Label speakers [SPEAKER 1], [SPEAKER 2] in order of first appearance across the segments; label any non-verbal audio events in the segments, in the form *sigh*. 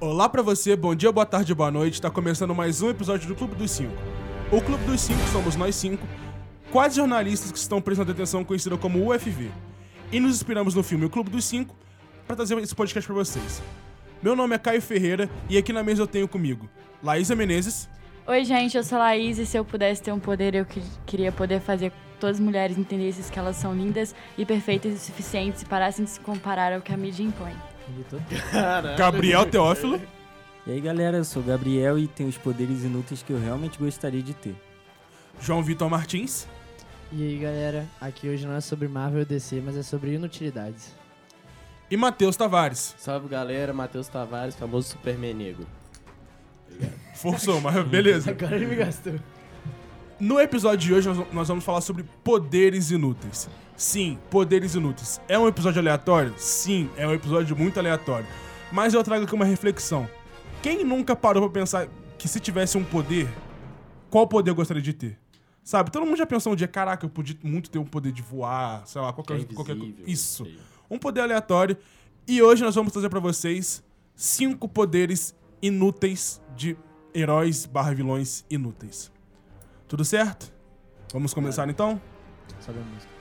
[SPEAKER 1] Olá pra você, bom dia, boa tarde, boa noite. Tá começando mais um episódio do Clube dos Cinco. O Clube dos Cinco somos nós cinco, quatro jornalistas que estão presos na detenção conhecida como UFV. E nos inspiramos no filme O Clube dos Cinco pra trazer esse podcast pra vocês. Meu nome é Caio Ferreira e aqui na mesa eu tenho comigo Laísa Menezes,
[SPEAKER 2] Oi, gente, eu sou a Laís e se eu pudesse ter um poder, eu que- queria poder fazer todas as mulheres entendessem que elas são lindas e perfeitas o suficiente e parassem de se comparar ao que a mídia impõe.
[SPEAKER 1] Gabriel Teófilo
[SPEAKER 3] E aí galera, eu sou o Gabriel e tenho os poderes inúteis que eu realmente gostaria de ter.
[SPEAKER 1] João Vitor Martins
[SPEAKER 4] E aí galera, aqui hoje não é sobre Marvel e DC, mas é sobre
[SPEAKER 1] *laughs*
[SPEAKER 4] inutilidades.
[SPEAKER 1] e Matheus Tavares.
[SPEAKER 5] Salve galera, Matheus Tavares, famoso Superman negro.
[SPEAKER 1] Forçou, mas beleza.
[SPEAKER 4] Agora ele me gastou.
[SPEAKER 1] No episódio de hoje, nós- nós vamos falar sobre poderes inúteis. Sim, poderes inúteis. É um episódio aleatório? Sim, é um episódio muito aleatório. Mas eu trago aqui uma reflexão. Quem nunca parou pra pensar que se tivesse um poder, qual poder eu gostaria de ter? Sabe, todo mundo já pensou um dia, caraca, eu podia muito ter um poder de voar, sei lá, qualquer,
[SPEAKER 5] Ficar
[SPEAKER 1] qualquer coisa.
[SPEAKER 5] É invisível,
[SPEAKER 1] Isso.
[SPEAKER 5] não sei.
[SPEAKER 1] Um poder aleatório. E hoje nós vamos trazer pra vocês cinco poderes inúteis de heróis barra vilões inúteis. Tudo certo? Vamos começar então?
[SPEAKER 3] Sabe a música?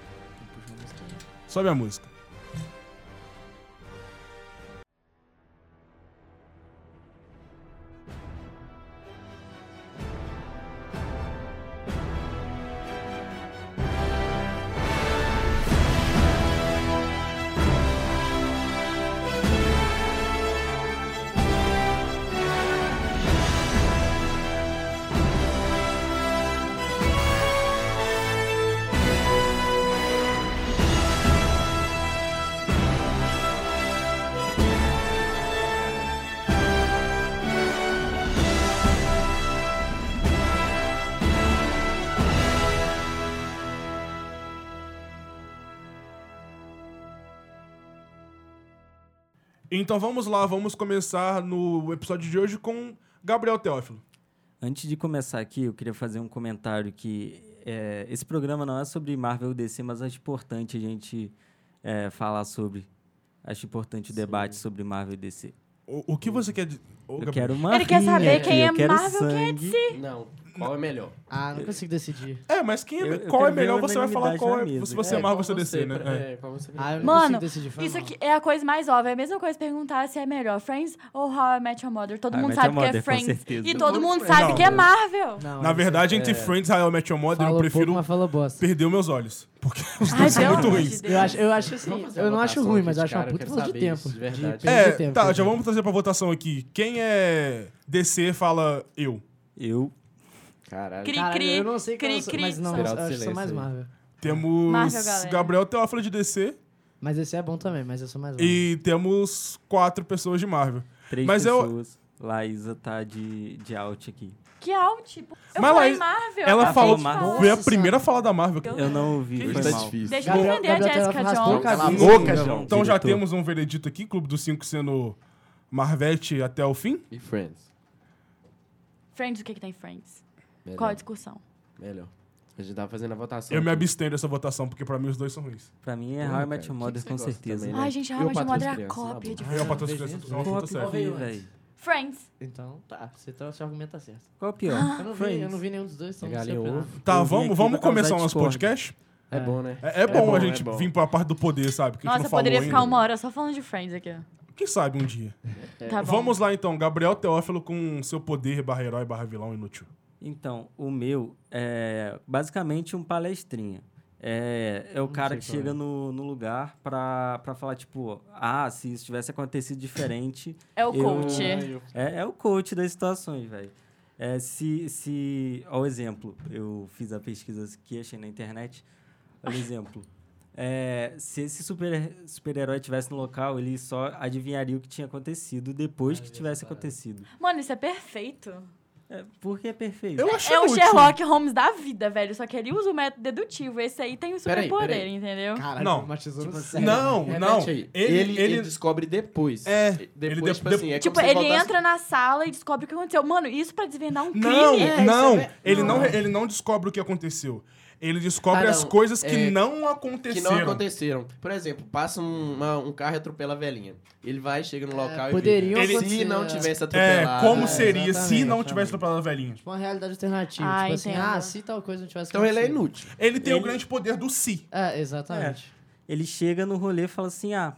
[SPEAKER 1] Sobe a música. Então vamos lá, vamos começar no episódio de hoje com Gabriel Teófilo.
[SPEAKER 3] Antes de começar aqui, eu queria fazer um comentário que é, esse programa não é sobre Marvel ou DC, mas acho importante a gente é, falar sobre. Acho importante o debate sobre Marvel e DC.
[SPEAKER 1] O, o que você quer dizer?
[SPEAKER 3] Eu quero uma
[SPEAKER 2] Ele quer
[SPEAKER 3] rinha
[SPEAKER 2] saber
[SPEAKER 3] aqui,
[SPEAKER 2] quem
[SPEAKER 3] eu
[SPEAKER 2] é
[SPEAKER 3] quero
[SPEAKER 2] Marvel, quem é
[SPEAKER 3] sangue.
[SPEAKER 5] Não, qual é melhor?
[SPEAKER 4] Ah, não consigo decidir.
[SPEAKER 1] É, mas quem,
[SPEAKER 3] Eu- eu
[SPEAKER 1] qual é
[SPEAKER 3] quero ver
[SPEAKER 1] melhor
[SPEAKER 3] a
[SPEAKER 1] você vai falar
[SPEAKER 3] unanimidade
[SPEAKER 1] qual
[SPEAKER 3] na
[SPEAKER 1] é.
[SPEAKER 3] mesa.
[SPEAKER 1] Se você
[SPEAKER 3] É,
[SPEAKER 1] é Marvel,
[SPEAKER 5] qual
[SPEAKER 1] você DC, né? É.
[SPEAKER 5] É, qual você
[SPEAKER 4] Ah, eu não
[SPEAKER 2] Mano,
[SPEAKER 4] consigo decidir. foi
[SPEAKER 2] Isso
[SPEAKER 4] mal.
[SPEAKER 2] aqui é a coisa mais óbvia. É a mesma coisa que perguntar se é melhor Friends ou How I Met Your Mother. Todo
[SPEAKER 3] How I
[SPEAKER 2] mundo
[SPEAKER 3] Met
[SPEAKER 2] sabe
[SPEAKER 3] Your
[SPEAKER 2] que é
[SPEAKER 3] Mother, com
[SPEAKER 2] Friends.
[SPEAKER 3] certeza.
[SPEAKER 2] E
[SPEAKER 5] Eu
[SPEAKER 2] todo
[SPEAKER 5] vou
[SPEAKER 2] mundo
[SPEAKER 5] de
[SPEAKER 2] sabe
[SPEAKER 1] Friends.
[SPEAKER 2] que é Marvel.
[SPEAKER 4] Não,
[SPEAKER 1] Na
[SPEAKER 4] olha,
[SPEAKER 1] verdade,
[SPEAKER 3] é.
[SPEAKER 1] entre Friends e How I Met Your Mother,
[SPEAKER 4] fala um
[SPEAKER 3] um
[SPEAKER 1] eu prefiro
[SPEAKER 4] pouco, mas fala bosta.
[SPEAKER 1] perder os meus olhos. Porque os
[SPEAKER 2] Ai,
[SPEAKER 1] dois são
[SPEAKER 2] pelo
[SPEAKER 1] muito
[SPEAKER 2] amor de
[SPEAKER 1] ruins.
[SPEAKER 2] Deus.
[SPEAKER 4] Eu acho, eu acho assim,
[SPEAKER 5] fazer uma
[SPEAKER 4] eu não acho
[SPEAKER 5] votação
[SPEAKER 4] ruim,
[SPEAKER 5] aqui
[SPEAKER 4] mas
[SPEAKER 5] de
[SPEAKER 4] eu acho uma
[SPEAKER 5] cara, eu
[SPEAKER 4] puta
[SPEAKER 5] quero
[SPEAKER 4] falta de
[SPEAKER 5] saber
[SPEAKER 4] tempo.
[SPEAKER 5] isso, de verdade.
[SPEAKER 4] perda de
[SPEAKER 1] É,
[SPEAKER 4] tempo,
[SPEAKER 1] tá,
[SPEAKER 4] perda
[SPEAKER 1] já
[SPEAKER 4] de
[SPEAKER 1] vamos trazer pra votação aqui. Quem é DC fala eu.
[SPEAKER 3] Eu.
[SPEAKER 5] Caralho.
[SPEAKER 4] tempo.
[SPEAKER 2] Cri,
[SPEAKER 4] Caralho,
[SPEAKER 2] cri,
[SPEAKER 4] eu não sei
[SPEAKER 2] cri,
[SPEAKER 4] quem eu sou,
[SPEAKER 2] cri.
[SPEAKER 4] mas não, eu
[SPEAKER 5] Espiral do
[SPEAKER 4] acho que sou
[SPEAKER 5] silêncio
[SPEAKER 4] mais
[SPEAKER 5] aí.
[SPEAKER 4] Marvel.
[SPEAKER 1] Temos
[SPEAKER 2] Marvel, galera.
[SPEAKER 1] Gabriel Teófilo de DC
[SPEAKER 4] Mas esse é bom também, mas eu sou mais Marvel.
[SPEAKER 1] e temos quatro pessoas de Marvel.
[SPEAKER 3] Três
[SPEAKER 1] Mas eu-
[SPEAKER 3] pessoas. Laísa tá de, de out aqui.
[SPEAKER 2] Que out. pô. Eu
[SPEAKER 1] Mas,
[SPEAKER 2] falei
[SPEAKER 1] Laís,
[SPEAKER 2] Marvel.
[SPEAKER 1] Ela
[SPEAKER 2] acabei
[SPEAKER 1] falou,
[SPEAKER 2] de
[SPEAKER 3] Marvel.
[SPEAKER 2] falar.
[SPEAKER 1] foi a
[SPEAKER 4] Nossa
[SPEAKER 1] primeira fala da Marvel.
[SPEAKER 2] Eu-
[SPEAKER 3] Eu não ouvi,
[SPEAKER 1] Que
[SPEAKER 3] foi
[SPEAKER 1] isso?
[SPEAKER 5] Tá
[SPEAKER 3] mal.
[SPEAKER 5] difícil.
[SPEAKER 2] Deixa eu
[SPEAKER 4] Gabriel-
[SPEAKER 2] defender a
[SPEAKER 4] Gabriel
[SPEAKER 2] Jessica
[SPEAKER 4] raspou
[SPEAKER 2] Jones.
[SPEAKER 4] a cabeça.
[SPEAKER 1] Cala a
[SPEAKER 5] boca, João.
[SPEAKER 1] Então já
[SPEAKER 3] diretor.
[SPEAKER 1] temos um veredito aqui, Clube dos Cinco sendo Marvete até o fim.
[SPEAKER 5] E Friends.
[SPEAKER 2] Friends, o que, que tem Friends?
[SPEAKER 5] Melhor.
[SPEAKER 2] Qual a discussão?
[SPEAKER 5] Melhor. A gente tava fazendo a votação.
[SPEAKER 1] Eu me
[SPEAKER 5] aqui.
[SPEAKER 1] abstenho dessa votação, porque pra mim os dois são ruins.
[SPEAKER 3] Pra mim é
[SPEAKER 5] Pô,
[SPEAKER 3] How I
[SPEAKER 5] cara,
[SPEAKER 3] Met Your
[SPEAKER 5] que
[SPEAKER 3] Mother,
[SPEAKER 5] que você
[SPEAKER 3] com
[SPEAKER 5] gosta
[SPEAKER 3] certeza.
[SPEAKER 5] também, né?
[SPEAKER 2] Ai, gente,
[SPEAKER 5] Eu
[SPEAKER 2] How I Met Your Mother
[SPEAKER 5] patrocino
[SPEAKER 2] é a
[SPEAKER 5] criança,
[SPEAKER 2] cópia
[SPEAKER 5] na
[SPEAKER 2] de
[SPEAKER 5] boa.
[SPEAKER 1] Aí eu
[SPEAKER 2] Friends.
[SPEAKER 1] patrocínio essa é uma
[SPEAKER 3] Qual
[SPEAKER 1] puta
[SPEAKER 3] a pior,
[SPEAKER 1] série.
[SPEAKER 3] véi?
[SPEAKER 2] Friends.
[SPEAKER 4] Então, tá, você tá seu argumento tá certo.
[SPEAKER 3] Qual a
[SPEAKER 2] *gasps*
[SPEAKER 3] pior?
[SPEAKER 4] Eu não vi, eu não vi nenhum dos dois, então
[SPEAKER 5] É
[SPEAKER 4] não sei
[SPEAKER 5] galinha
[SPEAKER 4] opinar.
[SPEAKER 5] ovo.
[SPEAKER 1] Tá,
[SPEAKER 3] Eu vim
[SPEAKER 1] vamos,
[SPEAKER 3] aqui
[SPEAKER 1] vamos
[SPEAKER 3] pra causar
[SPEAKER 1] começar o nosso
[SPEAKER 3] discórdia.
[SPEAKER 1] podcast?
[SPEAKER 5] É bom, né?
[SPEAKER 1] É, é bom a
[SPEAKER 5] é
[SPEAKER 1] gente
[SPEAKER 5] bom.
[SPEAKER 1] vir pra parte do poder, sabe? Que a gente
[SPEAKER 2] Nossa,
[SPEAKER 1] não
[SPEAKER 2] eu
[SPEAKER 1] falou
[SPEAKER 2] poderia
[SPEAKER 1] ainda.
[SPEAKER 2] ficar uma hora só falando de Friends aqui. ó.
[SPEAKER 1] Quem sabe um dia.
[SPEAKER 2] Tá bom.
[SPEAKER 1] Vamos lá então, Gabriel Teófilo com seu poder barra herói barra vilão inútil.
[SPEAKER 3] Então, o meu é basicamente um palestrinha. É, é o cara
[SPEAKER 4] sei
[SPEAKER 3] que
[SPEAKER 4] qual
[SPEAKER 3] chega no, no lugar pra, pra falar, tipo, ah, se isso tivesse acontecido diferente.
[SPEAKER 2] É o
[SPEAKER 3] eu-
[SPEAKER 2] coach.
[SPEAKER 3] É, é o coach das situações, velho. É, se, se. Ó, o exemplo, eu fiz a pesquisa que achei na internet. Olha o exemplo. É, se esse super- super-herói tivesse no local, ele só adivinharia o que tinha acontecido
[SPEAKER 4] Ah,
[SPEAKER 3] depois que tivesse acontecido.
[SPEAKER 2] Mano, isso é perfeito.
[SPEAKER 3] É, porque é perfeito.
[SPEAKER 1] Eu achei
[SPEAKER 2] é o
[SPEAKER 1] útil.
[SPEAKER 2] Sherlock Holmes da vida, velho. Só que ele usa o método dedutivo. Esse aí tem o
[SPEAKER 5] Peraí,
[SPEAKER 2] superpoder,
[SPEAKER 5] peraí.
[SPEAKER 2] entendeu?
[SPEAKER 4] Caralho,
[SPEAKER 1] Não.
[SPEAKER 4] traumatizou no
[SPEAKER 5] Tipo,
[SPEAKER 4] sério.
[SPEAKER 1] Não,
[SPEAKER 5] Repete
[SPEAKER 1] não.
[SPEAKER 5] aí.
[SPEAKER 1] Ele,
[SPEAKER 5] Ele, ele
[SPEAKER 1] ele,
[SPEAKER 5] descobre depois.
[SPEAKER 1] É, ele de-
[SPEAKER 5] Depois, tipo
[SPEAKER 1] de-
[SPEAKER 5] assim, é
[SPEAKER 2] tipo,
[SPEAKER 5] como se
[SPEAKER 2] ele
[SPEAKER 5] voltasse-
[SPEAKER 2] entra na sala e descobre o que aconteceu. Mano, isso pra desvendar um crime.
[SPEAKER 1] Não,
[SPEAKER 4] É, isso
[SPEAKER 1] não,
[SPEAKER 4] é-
[SPEAKER 1] ele não,
[SPEAKER 4] não.
[SPEAKER 1] ele não descobre o que aconteceu. Ele descobre
[SPEAKER 5] Ah,
[SPEAKER 1] as
[SPEAKER 5] não.
[SPEAKER 1] coisas que
[SPEAKER 5] É,
[SPEAKER 1] não
[SPEAKER 5] Que
[SPEAKER 1] aconteceram.
[SPEAKER 5] não aconteceram. Por exemplo, passa um, uma- um carro e atropela a velhinha. Ele vai, chega no local
[SPEAKER 4] poderiam
[SPEAKER 5] e vê.
[SPEAKER 4] acontecer-
[SPEAKER 5] Se não tivesse
[SPEAKER 1] É,
[SPEAKER 5] atropelado...
[SPEAKER 1] como
[SPEAKER 5] né?
[SPEAKER 1] seria se
[SPEAKER 4] exatamente,
[SPEAKER 1] não tivesse
[SPEAKER 4] exatamente.
[SPEAKER 1] atropelado a velhinha?
[SPEAKER 4] Tipo, uma realidade alternativa.
[SPEAKER 2] Ah,
[SPEAKER 4] tipo assim,
[SPEAKER 2] entendo.
[SPEAKER 4] ah, se tal coisa não tivesse
[SPEAKER 5] Então ele é
[SPEAKER 4] acontecido.
[SPEAKER 5] inútil.
[SPEAKER 1] Ele tem o
[SPEAKER 3] Ele-
[SPEAKER 1] grande poder do si.
[SPEAKER 4] É, exatamente.
[SPEAKER 3] Ele chega no rolê e fala assim: ah,